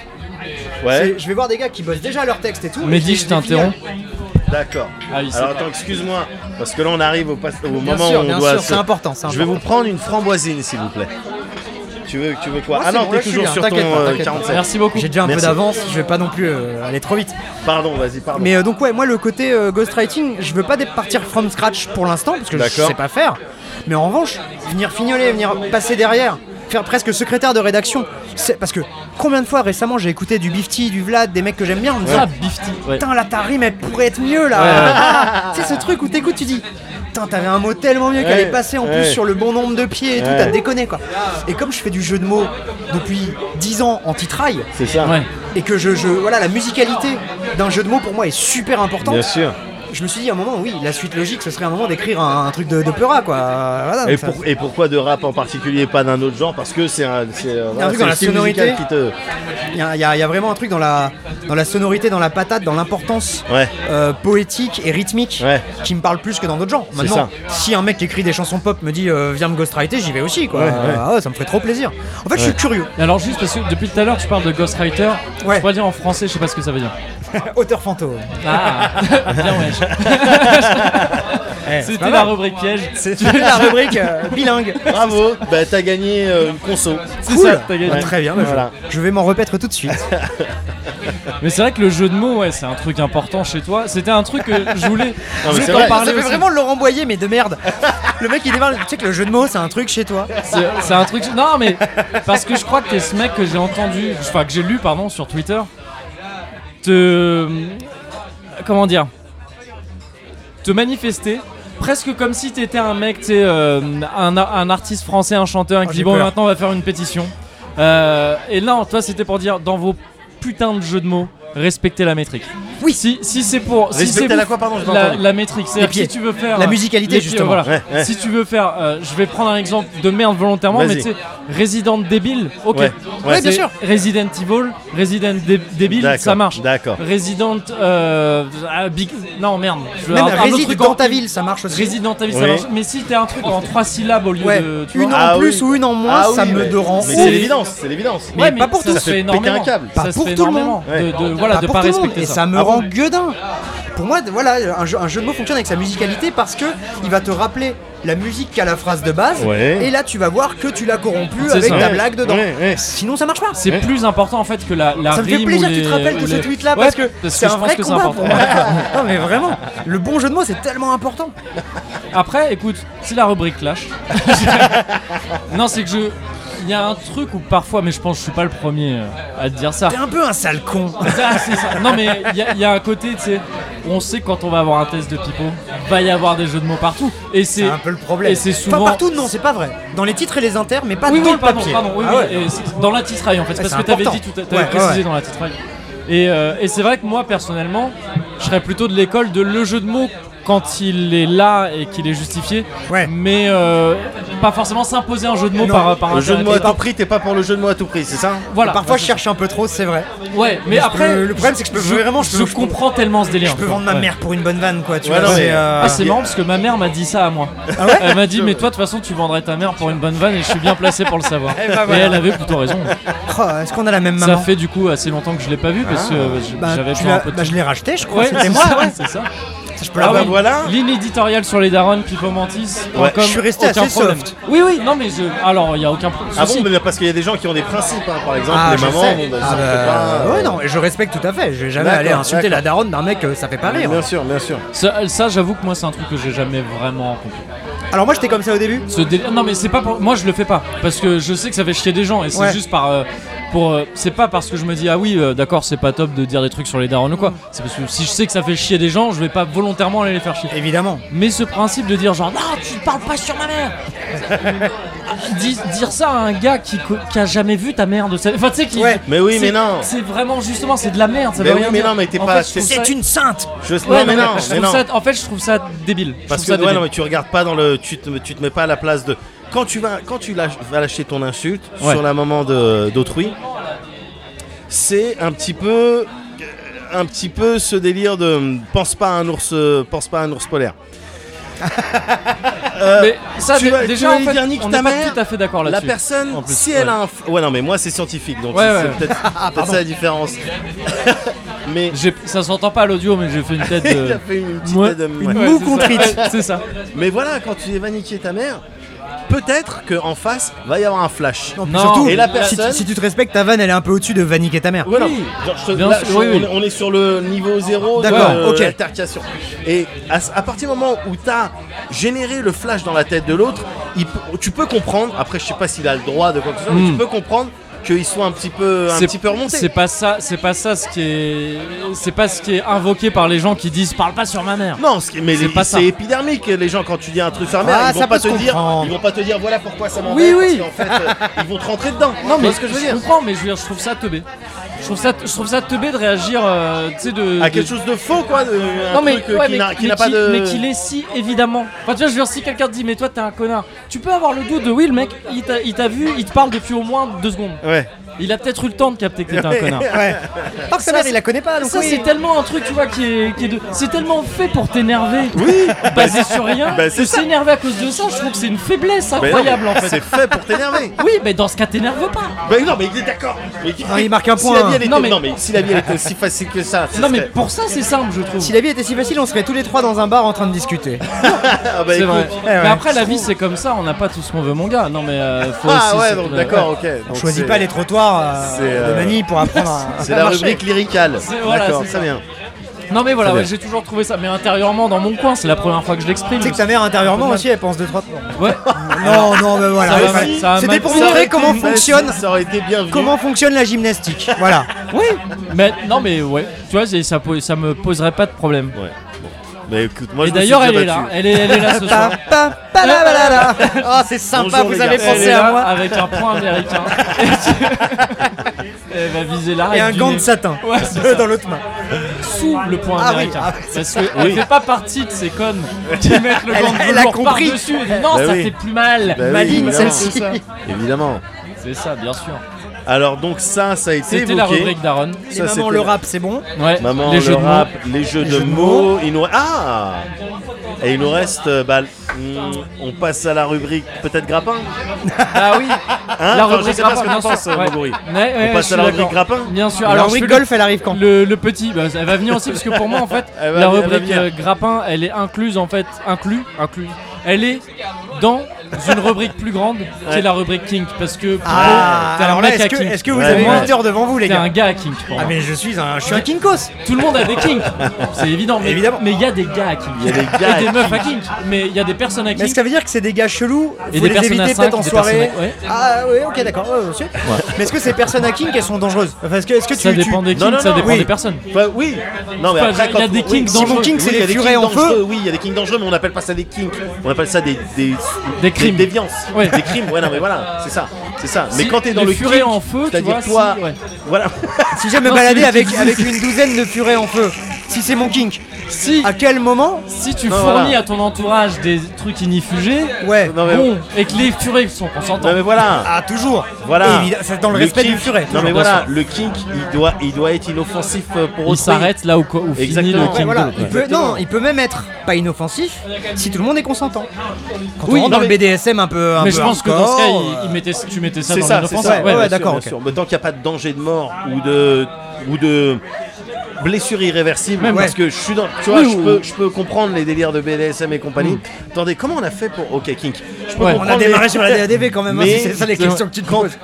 Speaker 1: Ouais,
Speaker 3: C'est- Je vais voir des gars qui bossent déjà leur texte et tout.
Speaker 2: Mais
Speaker 3: et
Speaker 2: dis,
Speaker 3: les-
Speaker 2: je
Speaker 3: les
Speaker 2: t'interromps.
Speaker 3: finis.
Speaker 1: d'accord.
Speaker 2: Ah oui, c'est
Speaker 1: Alors
Speaker 2: pas-
Speaker 1: attends, excuse-moi, parce que là on arrive au, pas- au
Speaker 3: Bien
Speaker 1: moment
Speaker 3: sûr,
Speaker 1: où on
Speaker 3: bien
Speaker 1: doit.
Speaker 3: sûr,
Speaker 1: se-
Speaker 3: c'est important, c'est
Speaker 1: Je vais
Speaker 3: important.
Speaker 1: vous prendre une framboisine s'il vous plaît. Tu veux, tu veux quoi
Speaker 3: Moi,
Speaker 1: Ah
Speaker 3: c'est
Speaker 1: non,
Speaker 3: bon, là,
Speaker 1: t'es
Speaker 3: je suis
Speaker 1: toujours
Speaker 3: bien,
Speaker 1: sur ton
Speaker 3: t'inquiète pas,
Speaker 1: euh,
Speaker 3: t'inquiète pas.
Speaker 1: 47.
Speaker 2: Merci beaucoup.
Speaker 3: J'ai déjà un
Speaker 1: Merci.
Speaker 3: peu d'avance, je vais pas non plus euh, aller trop vite.
Speaker 1: Pardon, vas-y, pardon.
Speaker 3: Mais euh, donc ouais, moi le côté euh, ghostwriting, je veux pas dé- partir from scratch pour l'instant parce que je
Speaker 1: D'accord.
Speaker 3: sais pas faire. Mais en revanche, venir fignoler, venir passer derrière, faire presque secrétaire de rédaction, c'est parce que combien de fois récemment j'ai écouté du Bifty, du Vlad, des mecs que j'aime bien en me disant
Speaker 2: Ah, Bifty. Ouais.
Speaker 3: Putain, la ta rime, elle pourrait être mieux là.
Speaker 2: Ouais, ouais.
Speaker 3: Ah, tu sais, ce truc où t'écoutes, tu dis Putain, t'avais un mot tellement mieux qu'elle
Speaker 1: Ouais,
Speaker 3: est passée en
Speaker 1: ouais.
Speaker 3: plus sur le bon nombre de pieds et tout,
Speaker 1: Ouais.
Speaker 3: t'as déconné quoi. Et comme je fais du jeu de mots depuis 10 ans en titraille,
Speaker 1: C'est ça.
Speaker 2: Ouais.
Speaker 3: et que je, je- voilà, la musicalité d'un jeu de mots pour moi est super importante,
Speaker 1: Bien sûr.
Speaker 3: je me suis dit à un moment, oui, la suite logique, ce serait un moment d'écrire un, un truc de, de Peura quoi. Voilà,
Speaker 1: Et,
Speaker 3: ça-
Speaker 1: pour- et pourquoi de rap en particulier, pas d'un autre genre Parce que c'est un, c'est, euh, voilà,
Speaker 3: truc
Speaker 1: c'est
Speaker 3: dans
Speaker 1: le
Speaker 3: la
Speaker 1: style
Speaker 3: sonorité.
Speaker 1: musical qui te.
Speaker 3: Il y, a- il y a il y a vraiment un truc dans la, dans la sonorité, dans la patate, dans l'importance
Speaker 1: Ouais.
Speaker 3: euh, poétique et rythmique
Speaker 1: Ouais.
Speaker 3: qui me parle plus que dans d'autres genres. Maintenant,
Speaker 1: ça.
Speaker 3: si un mec qui écrit des chansons pop me dit euh, viens me ghostwriter, j'y vais aussi quoi.
Speaker 1: Ouais, ouais.
Speaker 3: Ah ouais, ça me ferait trop plaisir. En fait, je suis curieux.
Speaker 2: Et Alors juste parce que depuis tout à l'heure tu parles de Ghostwriter,
Speaker 3: Ouais.
Speaker 2: je pourrais dire en français, je sais pas ce que ça veut dire.
Speaker 3: Auteur fantôme.
Speaker 2: Ah, bien ouais.
Speaker 3: Eh, c'est pas
Speaker 2: C'était la
Speaker 3: mal.
Speaker 2: rubrique piège.
Speaker 3: C'est la rubrique euh, bilingue.
Speaker 1: Bravo Bah t'as gagné euh, une conso.
Speaker 2: C'est
Speaker 3: Cool.
Speaker 2: ça, t'as gagné.
Speaker 3: Ah, Très bien, bah, je-
Speaker 1: Voilà.
Speaker 3: je, vais m'en repaître tout de suite.
Speaker 2: Mais c'est vrai que le jeu de mots, ouais, c'est un truc important chez toi. C'était un truc que je voulais
Speaker 1: mais c'est
Speaker 2: t'en
Speaker 1: vrai.
Speaker 2: parler
Speaker 3: ça fait
Speaker 2: aussi.
Speaker 3: vraiment Laurent Boyer, mais de merde. Le mec, il démarre. Tu sais que le jeu de mots, c'est un truc chez toi.
Speaker 2: C'est c'est un truc. Non, mais parce que je crois que t'es ce mec que j'ai entendu, enfin que j'ai lu, pardon, sur Twitter, te. Comment dire Te manifester. Presque comme si t'étais un mec, tu sais, euh, un, a- un artiste français, un chanteur, qui
Speaker 3: Ah, j'ai
Speaker 2: dit bon,
Speaker 3: peur.
Speaker 2: maintenant on va faire une pétition. Euh, et non, toi c'était pour dire dans vos putains de jeux de mots, respectez la métrique.
Speaker 3: Oui.
Speaker 2: Si, si c'est pour. Si
Speaker 1: Respectez
Speaker 2: c'est
Speaker 1: la quoi,
Speaker 2: pour-
Speaker 1: pardon, je l'ai
Speaker 2: la,
Speaker 1: entendu.
Speaker 2: la métrique, c'est-à-dire que
Speaker 3: pieds.
Speaker 2: si tu veux faire.
Speaker 3: La musicalité,
Speaker 2: les pieds,
Speaker 3: justement.
Speaker 2: voilà.
Speaker 1: Ouais, ouais.
Speaker 2: Si tu veux faire, euh, je vais prendre un exemple de merde volontairement, mais
Speaker 1: Vas-y.
Speaker 2: tu sais, Resident Débile, ok.
Speaker 1: Ouais, ouais.
Speaker 3: Ouais, bien
Speaker 2: C'est
Speaker 3: sûr.
Speaker 2: Resident Evil, Resident Dé- Débile,
Speaker 1: D'accord,
Speaker 2: ça marche.
Speaker 1: D'accord.
Speaker 2: Resident. Euh, ah, Big. Non, merde. Je veux
Speaker 3: Même
Speaker 2: un- un autre
Speaker 3: réside
Speaker 2: truc
Speaker 3: dans
Speaker 2: en-
Speaker 3: ta ville, ça marche aussi.
Speaker 2: Resident Evil, ça
Speaker 1: Oui.
Speaker 2: marche. Mais si t'es un truc en trois syllabes au lieu
Speaker 3: Ouais,
Speaker 2: de. tu
Speaker 3: une
Speaker 2: vois.
Speaker 3: en
Speaker 1: Ah
Speaker 3: plus
Speaker 1: oui.
Speaker 3: ou une en moins,
Speaker 1: Ah
Speaker 3: ça
Speaker 1: oui,
Speaker 3: me
Speaker 1: mais-
Speaker 3: de rend
Speaker 1: Mais
Speaker 3: ouf.
Speaker 1: c'est l'évidence, c'est l'évidence.
Speaker 2: Ah, Ouais,
Speaker 3: mais pas pour tous.
Speaker 2: Ça
Speaker 3: Ça
Speaker 2: se
Speaker 1: fait
Speaker 2: fait
Speaker 1: péter un
Speaker 2: énormément.
Speaker 1: câble.
Speaker 2: Ça
Speaker 3: Pas
Speaker 2: se
Speaker 3: pour
Speaker 2: fait
Speaker 3: tout le
Speaker 2: énormément
Speaker 1: monde.
Speaker 2: de-
Speaker 1: Ouais.
Speaker 2: de- voilà, de
Speaker 3: pour
Speaker 2: pas
Speaker 3: tout le monde,
Speaker 2: respecter
Speaker 3: et
Speaker 2: ça. Ah
Speaker 3: ça, me rend gueudin. Pour moi, voilà, un jeu, un jeu de mots fonctionne avec sa musicalité parce que il va te rappeler la musique qu'a la phrase de base.
Speaker 1: Ouais.
Speaker 3: Et là, tu vas voir que tu l'as corrompu
Speaker 2: C'est
Speaker 3: avec
Speaker 2: ça.
Speaker 3: ta
Speaker 1: Ouais,
Speaker 3: blague dedans.
Speaker 1: ouais, ouais.
Speaker 3: Sinon, ça marche pas.
Speaker 2: C'est plus important en fait que la, la
Speaker 3: Ça me fait
Speaker 2: rime
Speaker 3: plaisir
Speaker 2: ou
Speaker 3: que tu te
Speaker 2: les-
Speaker 3: rappelles
Speaker 2: ou
Speaker 3: de ce
Speaker 2: les-
Speaker 3: tweet là
Speaker 2: Ouais,
Speaker 3: parce que c'est
Speaker 2: je
Speaker 3: un
Speaker 2: pense
Speaker 3: vrai
Speaker 2: que c'est
Speaker 3: combat
Speaker 2: important.
Speaker 3: pour moi. non mais vraiment, le bon jeu de mots c'est tellement important.
Speaker 2: Après, écoute, c'est la rubrique clash. non, c'est que je. Il y a un truc où parfois, mais je pense que je suis pas le premier euh, à te dire ça.
Speaker 3: T'es un peu un sale con.
Speaker 2: Ça, c'est ça. Non, mais il y, a- il y a un côté, tu sais, on sait que quand on va avoir un test de pipeau, va y avoir des jeux de mots partout. Et c'est.
Speaker 3: C'est un peu le problème.
Speaker 2: Et c'est souvent.
Speaker 3: Enfin partout non, c'est pas vrai. Dans les titres et les inters, mais pas
Speaker 2: Oui,
Speaker 3: dans
Speaker 2: oui,
Speaker 3: le
Speaker 2: pardon,
Speaker 3: papier.
Speaker 2: pardon, oui,
Speaker 3: Ah
Speaker 2: oui,
Speaker 3: ouais.
Speaker 2: et c'est dans la titraille en fait, c'est
Speaker 3: Ouais,
Speaker 2: parce
Speaker 3: c'est
Speaker 2: que t'avais
Speaker 3: important.
Speaker 2: dit tout, à- t'avais
Speaker 3: Ouais,
Speaker 2: précisé
Speaker 3: ouais.
Speaker 2: dans la titraille. Et, euh, et c'est vrai que moi personnellement, je serais plutôt de l'école de le jeu de mots quand il est là et qu'il est justifié,
Speaker 3: Ouais.
Speaker 2: mais euh, pas forcément s'imposer un jeu de mots
Speaker 3: Non.
Speaker 2: par par
Speaker 1: Le jeu de
Speaker 2: Internet.
Speaker 1: mots à
Speaker 2: Et par-
Speaker 1: tout prix, t'es pas pour le jeu de mots à tout prix, c'est ça Ah
Speaker 2: Voilà.
Speaker 3: Parfois je cherche un peu trop, c'est vrai.
Speaker 2: Ouais, mais,
Speaker 3: Mais je
Speaker 2: après
Speaker 3: peux- le problème, c'est que je peux vraiment- je
Speaker 2: je,
Speaker 3: peux- je peux-
Speaker 2: comprends tellement ce délire.
Speaker 3: Je peux
Speaker 2: quoi.
Speaker 3: vendre ma
Speaker 2: Ouais.
Speaker 3: mère pour une bonne vanne quoi, tu
Speaker 1: Ouais,
Speaker 3: vois.
Speaker 1: non,
Speaker 3: c'est,
Speaker 1: mais-
Speaker 3: euh,
Speaker 2: Ah, c'est marrant parce que ma mère m'a dit ça à moi.
Speaker 3: Ah
Speaker 2: elle m'a dit, mais toi, de toute façon, tu vendrais ta mère pour une bonne vanne et je suis bien placé pour le savoir.
Speaker 3: Eh ben voilà.
Speaker 2: Et elle avait plutôt raison.
Speaker 3: oh, Est-ce qu'on a la même
Speaker 2: Ça
Speaker 3: maman
Speaker 2: fait du coup assez longtemps que je l'ais pas vu parce que euh, je-
Speaker 3: Bah,
Speaker 2: j'avais
Speaker 3: tu
Speaker 2: pas
Speaker 3: l'as-
Speaker 2: un peu de
Speaker 3: bah, je l'ai racheté, je crois.
Speaker 2: Ouais,
Speaker 3: C'était
Speaker 2: c'est
Speaker 3: moi,
Speaker 2: ça,
Speaker 3: ouais.
Speaker 2: c'est ça.
Speaker 3: Je peux
Speaker 1: Ah
Speaker 3: l'avoir.
Speaker 1: bah voilà.
Speaker 2: Ligne éditoriale sur les darons, Pipo Mantis. point
Speaker 1: Ouais,
Speaker 2: com,
Speaker 3: je suis resté
Speaker 2: aucun
Speaker 3: assez
Speaker 2: problème.
Speaker 3: soft.
Speaker 2: Oui, oui, non, mais je... alors, il n'y a aucun problème.
Speaker 1: Ah bon, mais parce qu'il y a des gens qui ont des principes, hein. par exemple, les
Speaker 3: je
Speaker 1: mamans.
Speaker 3: sais.
Speaker 1: bon, bah,
Speaker 3: Ah
Speaker 1: ça, on
Speaker 3: bah,
Speaker 1: peut pas, euh,
Speaker 3: ouais, non, mais je respecte tout à fait. Je vais jamais
Speaker 1: D'accord,
Speaker 3: aller insulter
Speaker 1: d'accord.
Speaker 3: la daronne d'un mec, euh, ça fait pas rire.
Speaker 1: Bien sûr, bien sûr.
Speaker 2: Ça, ça, j'avoue que moi, c'est un truc que j'ai jamais vraiment compris.
Speaker 3: Alors moi, j'étais comme ça au début.
Speaker 2: Ce délire- Non, mais c'est pas pour... Moi, je le fais pas. Parce que je sais que ça fait chier des gens. Et c'est
Speaker 3: Ouais.
Speaker 2: juste par. euh, Pour, euh, c'est pas parce que je me dis ah oui euh, d'accord c'est pas top de dire des trucs sur les darons ou quoi c'est parce que si je sais que ça fait chier des gens je vais pas volontairement aller les faire chier
Speaker 3: Évidemment.
Speaker 2: mais ce principe de dire genre non tu ne parles pas sur ma mère Ah, dis- dire ça à un gars qui, co- qui a jamais vu ta mère de sa enfin tu sais qui
Speaker 3: Ouais.
Speaker 1: Mais oui,
Speaker 2: c'est-
Speaker 1: mais non.
Speaker 2: c'est vraiment justement c'est de la merde ça
Speaker 1: Mais
Speaker 2: veut
Speaker 1: oui,
Speaker 2: rien
Speaker 1: mais
Speaker 2: dire.
Speaker 1: non, mais t'es
Speaker 2: En
Speaker 1: pas-
Speaker 2: fait, je trouve
Speaker 1: c'est
Speaker 2: ça-
Speaker 3: C'est une sainte.
Speaker 1: Je...
Speaker 2: Ouais,
Speaker 1: non, mais non,
Speaker 2: je
Speaker 1: mais non.
Speaker 2: trouve ça- en fait je trouve ça débile Je
Speaker 1: Parce
Speaker 2: trouve
Speaker 1: que
Speaker 2: ça
Speaker 1: ouais,
Speaker 2: débile.
Speaker 1: non, mais tu regardes pas dans le. Tu, te, tu te mets pas à la place de. Quand tu vas, quand tu lâches- vas lâcher ton insulte
Speaker 2: Ouais.
Speaker 1: sur la maman de- d'autrui, c'est un petit peu. Un petit peu ce délire de. Pense pas à un ours, euh, pense pas à un ours polaire. Euh,
Speaker 2: Ah, Mais ça
Speaker 1: tu
Speaker 2: dé-
Speaker 1: vas- tu
Speaker 2: déjà
Speaker 1: vas
Speaker 2: en
Speaker 1: lui
Speaker 2: fait
Speaker 1: dire, nique
Speaker 2: on
Speaker 1: ta
Speaker 2: n'est pas
Speaker 1: mère,
Speaker 2: tout à fait d'accord
Speaker 1: La
Speaker 2: là-dessus
Speaker 1: personne,
Speaker 2: En plus,
Speaker 1: si elle
Speaker 2: ouais.
Speaker 1: a un. f- Ouais, non, mais moi c'est scientifique, donc
Speaker 2: Ouais,
Speaker 1: c'est
Speaker 2: ouais. Ah,
Speaker 1: c'est peut-être peut-être ça la différence. mais.
Speaker 2: J'ai- ça s'entend pas à l'audio mais j'ai fait une tête
Speaker 1: Il
Speaker 2: de
Speaker 1: a fait une petite
Speaker 2: Ouais.
Speaker 1: tête de-
Speaker 2: Une
Speaker 1: ouais.
Speaker 2: moue contrite c'est ça
Speaker 1: Mais voilà, quand tu vas niquer ta mère, peut-être qu'en face va y avoir un flash.
Speaker 3: Non, puis
Speaker 2: Non.
Speaker 3: surtout,
Speaker 1: Et la
Speaker 3: si-
Speaker 1: personne-
Speaker 3: si, tu te respectes, ta vanne, elle est un peu au-dessus de vaniquer ta mère.
Speaker 1: Ouais, non.
Speaker 2: Oui.
Speaker 1: Genre, je te-
Speaker 2: Bien
Speaker 1: là,
Speaker 2: sûr,
Speaker 1: je-
Speaker 2: oui, oui.
Speaker 1: on, on est sur le niveau zéro de
Speaker 3: D'accord,
Speaker 1: euh,
Speaker 3: ok.
Speaker 1: l'altercation. Et à, ce- à partir du moment où tu as généré le flash dans la tête de l'autre, il peut- tu peux comprendre, après je sais pas s'il a le droit de quoi que ce soit, mais
Speaker 2: Mm.
Speaker 1: tu peux comprendre qu'il soit un petit peu, un
Speaker 2: C'est-
Speaker 1: petit peu remonté.
Speaker 2: C'est pas ça, c'est pas ça ce qui est, c'est pas ce qui est invoqué par les gens qui disent parle pas sur ma mère.
Speaker 1: Non, ce qui- mais
Speaker 2: C'est
Speaker 1: les-
Speaker 2: pas ça.
Speaker 1: c'est épidermique. Les gens, quand tu dis un truc sur la mère,
Speaker 3: Ah,
Speaker 1: ils
Speaker 3: ça
Speaker 1: vont pas
Speaker 3: peut
Speaker 1: te
Speaker 3: se
Speaker 1: dire,
Speaker 3: comprendre.
Speaker 1: ils vont pas te dire voilà pourquoi ça m'embête.
Speaker 2: Oui, oui.
Speaker 1: Parce qu'en fait, euh, ils vont te rentrer dedans.
Speaker 2: Non
Speaker 1: Tu
Speaker 2: mais
Speaker 1: vois ce que je veux dire.
Speaker 2: comprends, mais je veux dire, je trouve ça teubé. Je trouve ça, je trouve ça teubé de réagir, euh, tu sais, de.
Speaker 1: à
Speaker 2: de-
Speaker 1: Ah, quelque chose de faux quoi de- un
Speaker 2: Non mais,
Speaker 1: truc euh,
Speaker 2: ouais,
Speaker 1: qui
Speaker 2: mais-
Speaker 1: n'a qui
Speaker 2: mais
Speaker 1: n'a pas
Speaker 2: qui-
Speaker 1: de
Speaker 2: mais qu'il est si évidemment. Enfin tu vois, je veux dire, si quelqu'un te dit mais toi t'es un connard, tu peux avoir le doute de oui le mec, il t'a- il t'a vu, il te parle depuis au moins deux secondes.
Speaker 1: ouais
Speaker 2: Il a peut-être eu le temps de capter que t'étais un connard.
Speaker 3: Ouais. Par que
Speaker 2: Ça,
Speaker 3: ta mère,
Speaker 2: c'est-
Speaker 3: il la connaît pas, donc
Speaker 2: Ça
Speaker 3: oui.
Speaker 2: c'est tellement un truc tu vois qui est, qui est de... c'est tellement fait pour t'énerver. Oui. Basé sur rien.
Speaker 1: Bah, c'est
Speaker 2: que
Speaker 1: ça.
Speaker 2: s'énerver à cause de ça, je trouve que c'est une faiblesse
Speaker 1: Mais non,
Speaker 2: incroyable en
Speaker 1: c'est
Speaker 2: fait.
Speaker 1: fait pour t'énerver
Speaker 2: Oui, mais dans ce cas t'énerve pas.
Speaker 1: ben non mais il est d'accord Mais-
Speaker 3: Non, il marque un
Speaker 1: si
Speaker 3: point,
Speaker 1: la vie, elle
Speaker 2: hein.
Speaker 1: était-
Speaker 2: Non, mais-
Speaker 1: non mais si la vie elle était aussi facile que ça ce
Speaker 2: Non mais
Speaker 1: serait-
Speaker 2: pour ça c'est simple je trouve.
Speaker 3: Si la vie était si facile, on serait tous les trois dans un bar en train de discuter.
Speaker 1: Ah, bah,
Speaker 2: C'est
Speaker 1: écoute.
Speaker 2: vrai.
Speaker 3: eh ouais.
Speaker 2: Mais après la vie c'est comme ça, on n'a pas tout ce qu'on veut mon gars. Non mais euh, faut
Speaker 1: ah
Speaker 2: aussi-
Speaker 1: ouais
Speaker 2: c'est-
Speaker 1: donc
Speaker 2: euh,
Speaker 1: d'accord
Speaker 2: ouais.
Speaker 1: ok
Speaker 3: On
Speaker 1: Donc,
Speaker 3: choisit
Speaker 1: c'est-
Speaker 3: pas les trottoirs euh,
Speaker 1: c'est, euh,
Speaker 3: de Manille pour apprendre à.
Speaker 1: c'est
Speaker 3: à
Speaker 1: la
Speaker 3: marcher.
Speaker 1: rubrique lyricale
Speaker 2: C'est- voilà,
Speaker 1: d'accord
Speaker 2: c'est
Speaker 1: très
Speaker 2: ça.
Speaker 1: bien
Speaker 2: Non mais voilà,
Speaker 1: Très
Speaker 2: ouais,
Speaker 1: bien.
Speaker 2: j'ai toujours trouvé ça mais intérieurement dans mon coin, c'est la première fois que je l'exprime.
Speaker 3: Tu sais que ta mère intérieurement aussi elle pense deux trois fois.
Speaker 2: Ouais.
Speaker 3: Non non mais
Speaker 2: Ça
Speaker 3: voilà.
Speaker 2: va,
Speaker 3: Ouais.
Speaker 2: ça va,
Speaker 3: C'était pour
Speaker 2: ça
Speaker 1: Ça aurait
Speaker 3: montrer
Speaker 1: été
Speaker 3: comment
Speaker 1: une-
Speaker 3: fonctionne
Speaker 1: ça aurait été bienvenu
Speaker 3: comment fonctionne la gymnastique. Voilà.
Speaker 2: Oui. Mais non mais ouais, tu vois, c'est- ça po- ça me poserait pas de problème.
Speaker 1: ouais bon. mais écoute moi
Speaker 2: Et
Speaker 1: je me suis
Speaker 2: d'ailleurs, elle
Speaker 1: déjà
Speaker 2: est là,
Speaker 1: battu.
Speaker 2: elle est, elle est là ce soir.
Speaker 3: Pa, pa, pa, la, la, la, la. Oh c'est sympa,
Speaker 1: Bonjour,
Speaker 3: vous
Speaker 1: les
Speaker 3: avez
Speaker 1: gars.
Speaker 2: Elle
Speaker 3: pensé
Speaker 2: est
Speaker 3: à
Speaker 2: là
Speaker 3: moi.
Speaker 2: avec un point américain. Elle va viser l'arc.
Speaker 3: Et un gant de satin
Speaker 2: Ouais, c'est
Speaker 3: Euh,
Speaker 2: ça.
Speaker 3: dans l'autre main.
Speaker 2: sous le point
Speaker 3: Ah oui,
Speaker 2: américain.
Speaker 3: ah oui, c'est
Speaker 2: Parce que elle fait pas partie de ces connes qui mettent le
Speaker 3: Elle-
Speaker 2: gant de
Speaker 3: elle a
Speaker 2: velours
Speaker 3: compris.
Speaker 2: par-dessus. et disent, Non,
Speaker 1: Bah
Speaker 2: ça
Speaker 1: oui.
Speaker 2: fait plus mal.
Speaker 1: Bah oui,
Speaker 3: Maligne
Speaker 1: évidemment.
Speaker 3: celle-ci.
Speaker 1: évidemment
Speaker 2: C'est ça, bien sûr.
Speaker 1: alors donc ça ça a été
Speaker 2: C'était la
Speaker 1: évoqué.
Speaker 2: rubrique d'Aaron.
Speaker 3: Les
Speaker 1: Ça,
Speaker 3: mamans
Speaker 1: c'était-
Speaker 3: le rap c'est bon.
Speaker 2: Ouais,
Speaker 1: Maman,
Speaker 2: les
Speaker 1: le
Speaker 2: jeux de mots.
Speaker 1: rap, les jeux de
Speaker 3: jeux de
Speaker 1: mots. Il nous... Ah Et il nous reste. euh, bah, hmm, on passe à la rubrique peut-être grappin
Speaker 2: Ah oui,
Speaker 1: Hein
Speaker 2: la
Speaker 1: Enfin,
Speaker 2: rubrique
Speaker 1: Je sais pas ce que
Speaker 2: grappin,
Speaker 1: t'en
Speaker 2: bien
Speaker 1: penses,
Speaker 2: sûr. Ouais.
Speaker 1: Grégory.
Speaker 2: Ouais, ouais,
Speaker 1: On passe
Speaker 2: je
Speaker 1: à la
Speaker 2: suis
Speaker 1: rubrique
Speaker 2: d'accord.
Speaker 1: grappin
Speaker 2: Bien sûr.
Speaker 3: La
Speaker 2: Alors, je
Speaker 3: rubrique
Speaker 2: fais le-
Speaker 3: golf elle arrive quand
Speaker 2: Le, le petit, bah, elle va venir aussi parce que pour moi en fait,
Speaker 1: Elle va venir, elle
Speaker 2: la
Speaker 1: va
Speaker 2: rubrique
Speaker 1: venir.
Speaker 2: euh, grappin, elle est incluse en fait, inclus, inclus. Elle est dans une rubrique plus grande qui est la rubrique kink parce que pour
Speaker 3: Ah,
Speaker 2: eux, t'es un
Speaker 3: alors là,
Speaker 2: mec
Speaker 3: est-ce
Speaker 2: à
Speaker 3: que,
Speaker 2: kink.
Speaker 3: est-ce que vous
Speaker 1: Ouais,
Speaker 3: avez
Speaker 2: ouais.
Speaker 3: une heure devant vous, les
Speaker 2: T'es un
Speaker 3: gars
Speaker 2: gars à kink pour moi.
Speaker 3: Ah, mais je suis un, je suis un kinkos
Speaker 2: Tout le monde a des kinks, c'est évident. Mais,
Speaker 3: Évidemment.
Speaker 2: Mais il y a des gars à kink.
Speaker 1: Il y a des gars
Speaker 2: et des
Speaker 1: à
Speaker 2: meufs à kink. Mais il y a des personnes à
Speaker 3: Mais est-ce
Speaker 2: kink.
Speaker 3: que ça veut dire que c'est des gars chelous
Speaker 2: Et
Speaker 3: Vous
Speaker 2: des
Speaker 3: les
Speaker 2: personnes à
Speaker 3: évitez
Speaker 2: cinq,
Speaker 3: peut-être en
Speaker 2: des
Speaker 3: soirée
Speaker 2: personnes à- ouais.
Speaker 3: Ah, ouais, ok, d'accord. ouais, monsieur. Mais est-ce que ces personnes à kink, elles sont dangereuses Enfin, est-ce que, est-ce que tu.
Speaker 2: Ça
Speaker 3: tu-
Speaker 2: dépend des kinks,
Speaker 1: Non, non,
Speaker 2: ça
Speaker 1: non,
Speaker 2: dépend
Speaker 3: oui.
Speaker 2: des personnes.
Speaker 1: Enfin, oui Non, mais après,
Speaker 2: Enfin, il y a
Speaker 1: quand-
Speaker 2: des
Speaker 1: oui,
Speaker 2: kinks
Speaker 1: oui,
Speaker 2: dangereux.
Speaker 1: oui,
Speaker 3: Kings, c'est
Speaker 1: il y a
Speaker 3: les
Speaker 1: des
Speaker 3: furets
Speaker 1: kinks
Speaker 3: en feu.
Speaker 1: dangereux, Oui, il y a des kinks dangereux, mais on n'appelle pas ça des kinks. On appelle ça des. Des,
Speaker 2: Des crimes.
Speaker 1: Des déviances.
Speaker 2: Ouais.
Speaker 1: Des crimes, ouais, non, mais voilà, c'est ça. C'est ça. Mais
Speaker 2: Si,
Speaker 1: quand t'es dans
Speaker 2: les
Speaker 1: le
Speaker 2: furets
Speaker 1: kink,
Speaker 2: en feu, tu
Speaker 1: c'est-à-dire toi.
Speaker 2: vois, si, ouais.
Speaker 1: Voilà.
Speaker 3: Si je me
Speaker 2: Non,
Speaker 3: balader
Speaker 2: c'est
Speaker 3: avec,
Speaker 2: les-
Speaker 3: avec une douzaine de furets en feu, si c'est mon kink,
Speaker 2: Si,
Speaker 3: à quel moment
Speaker 2: si tu
Speaker 1: Non,
Speaker 2: fournis
Speaker 1: voilà.
Speaker 2: à ton entourage des trucs inifugés,
Speaker 3: Ouais.
Speaker 1: Non, mais-
Speaker 2: bon, et que les furets sont consentants.
Speaker 1: Non, mais voilà.
Speaker 3: Ah, toujours
Speaker 1: Voilà.
Speaker 3: Évidemment, C'est dans le, respect
Speaker 1: kink-
Speaker 3: du furet.
Speaker 1: Non
Speaker 3: toujours.
Speaker 1: mais
Speaker 2: bien
Speaker 1: voilà, le kink, il doit, il doit être inoffensif euh, pour autrui.
Speaker 2: Il s'arrête là où, co- où finit
Speaker 1: Exactement.
Speaker 2: le
Speaker 1: Ouais,
Speaker 3: Ouais,
Speaker 2: kink.
Speaker 3: voilà.
Speaker 2: de
Speaker 3: Il
Speaker 2: l'autre.
Speaker 3: peut, non, il peut même être pas inoffensif si tout le monde est consentant. Quand
Speaker 1: Oui,
Speaker 3: on rentre
Speaker 1: non,
Speaker 3: dans le
Speaker 1: mais-
Speaker 3: BDSM un peu. un
Speaker 2: Mais je
Speaker 3: peu
Speaker 2: pense que dans ce cas,
Speaker 3: hardcore,
Speaker 2: il-
Speaker 3: euh,
Speaker 2: il mettait- tu mettais ça
Speaker 1: C'est
Speaker 2: dans
Speaker 1: ça,
Speaker 2: une
Speaker 1: c'est
Speaker 2: offense.
Speaker 1: ça.
Speaker 3: ouais,
Speaker 1: bien sûr,
Speaker 3: d'accord,
Speaker 1: bien
Speaker 3: ok.
Speaker 1: sûr. Mais tant qu'il n'y a pas de danger de mort ou de ou de blessure irréversible
Speaker 3: Même,
Speaker 1: parce
Speaker 3: ouais.
Speaker 1: que je suis dans tu vois
Speaker 2: Oui,
Speaker 1: je
Speaker 2: ou-
Speaker 1: peux je peux comprendre les délires de BDSM et compagnie. Attendez, comment on a fait pour OK Kink Je peux
Speaker 2: Ouais.
Speaker 3: On a
Speaker 1: comprendre
Speaker 3: démarré
Speaker 1: les-
Speaker 3: sur la DADV quand même, hein,
Speaker 1: Mais-
Speaker 3: si c'est ça les
Speaker 1: c'est vrai.
Speaker 3: questions que tu te poses.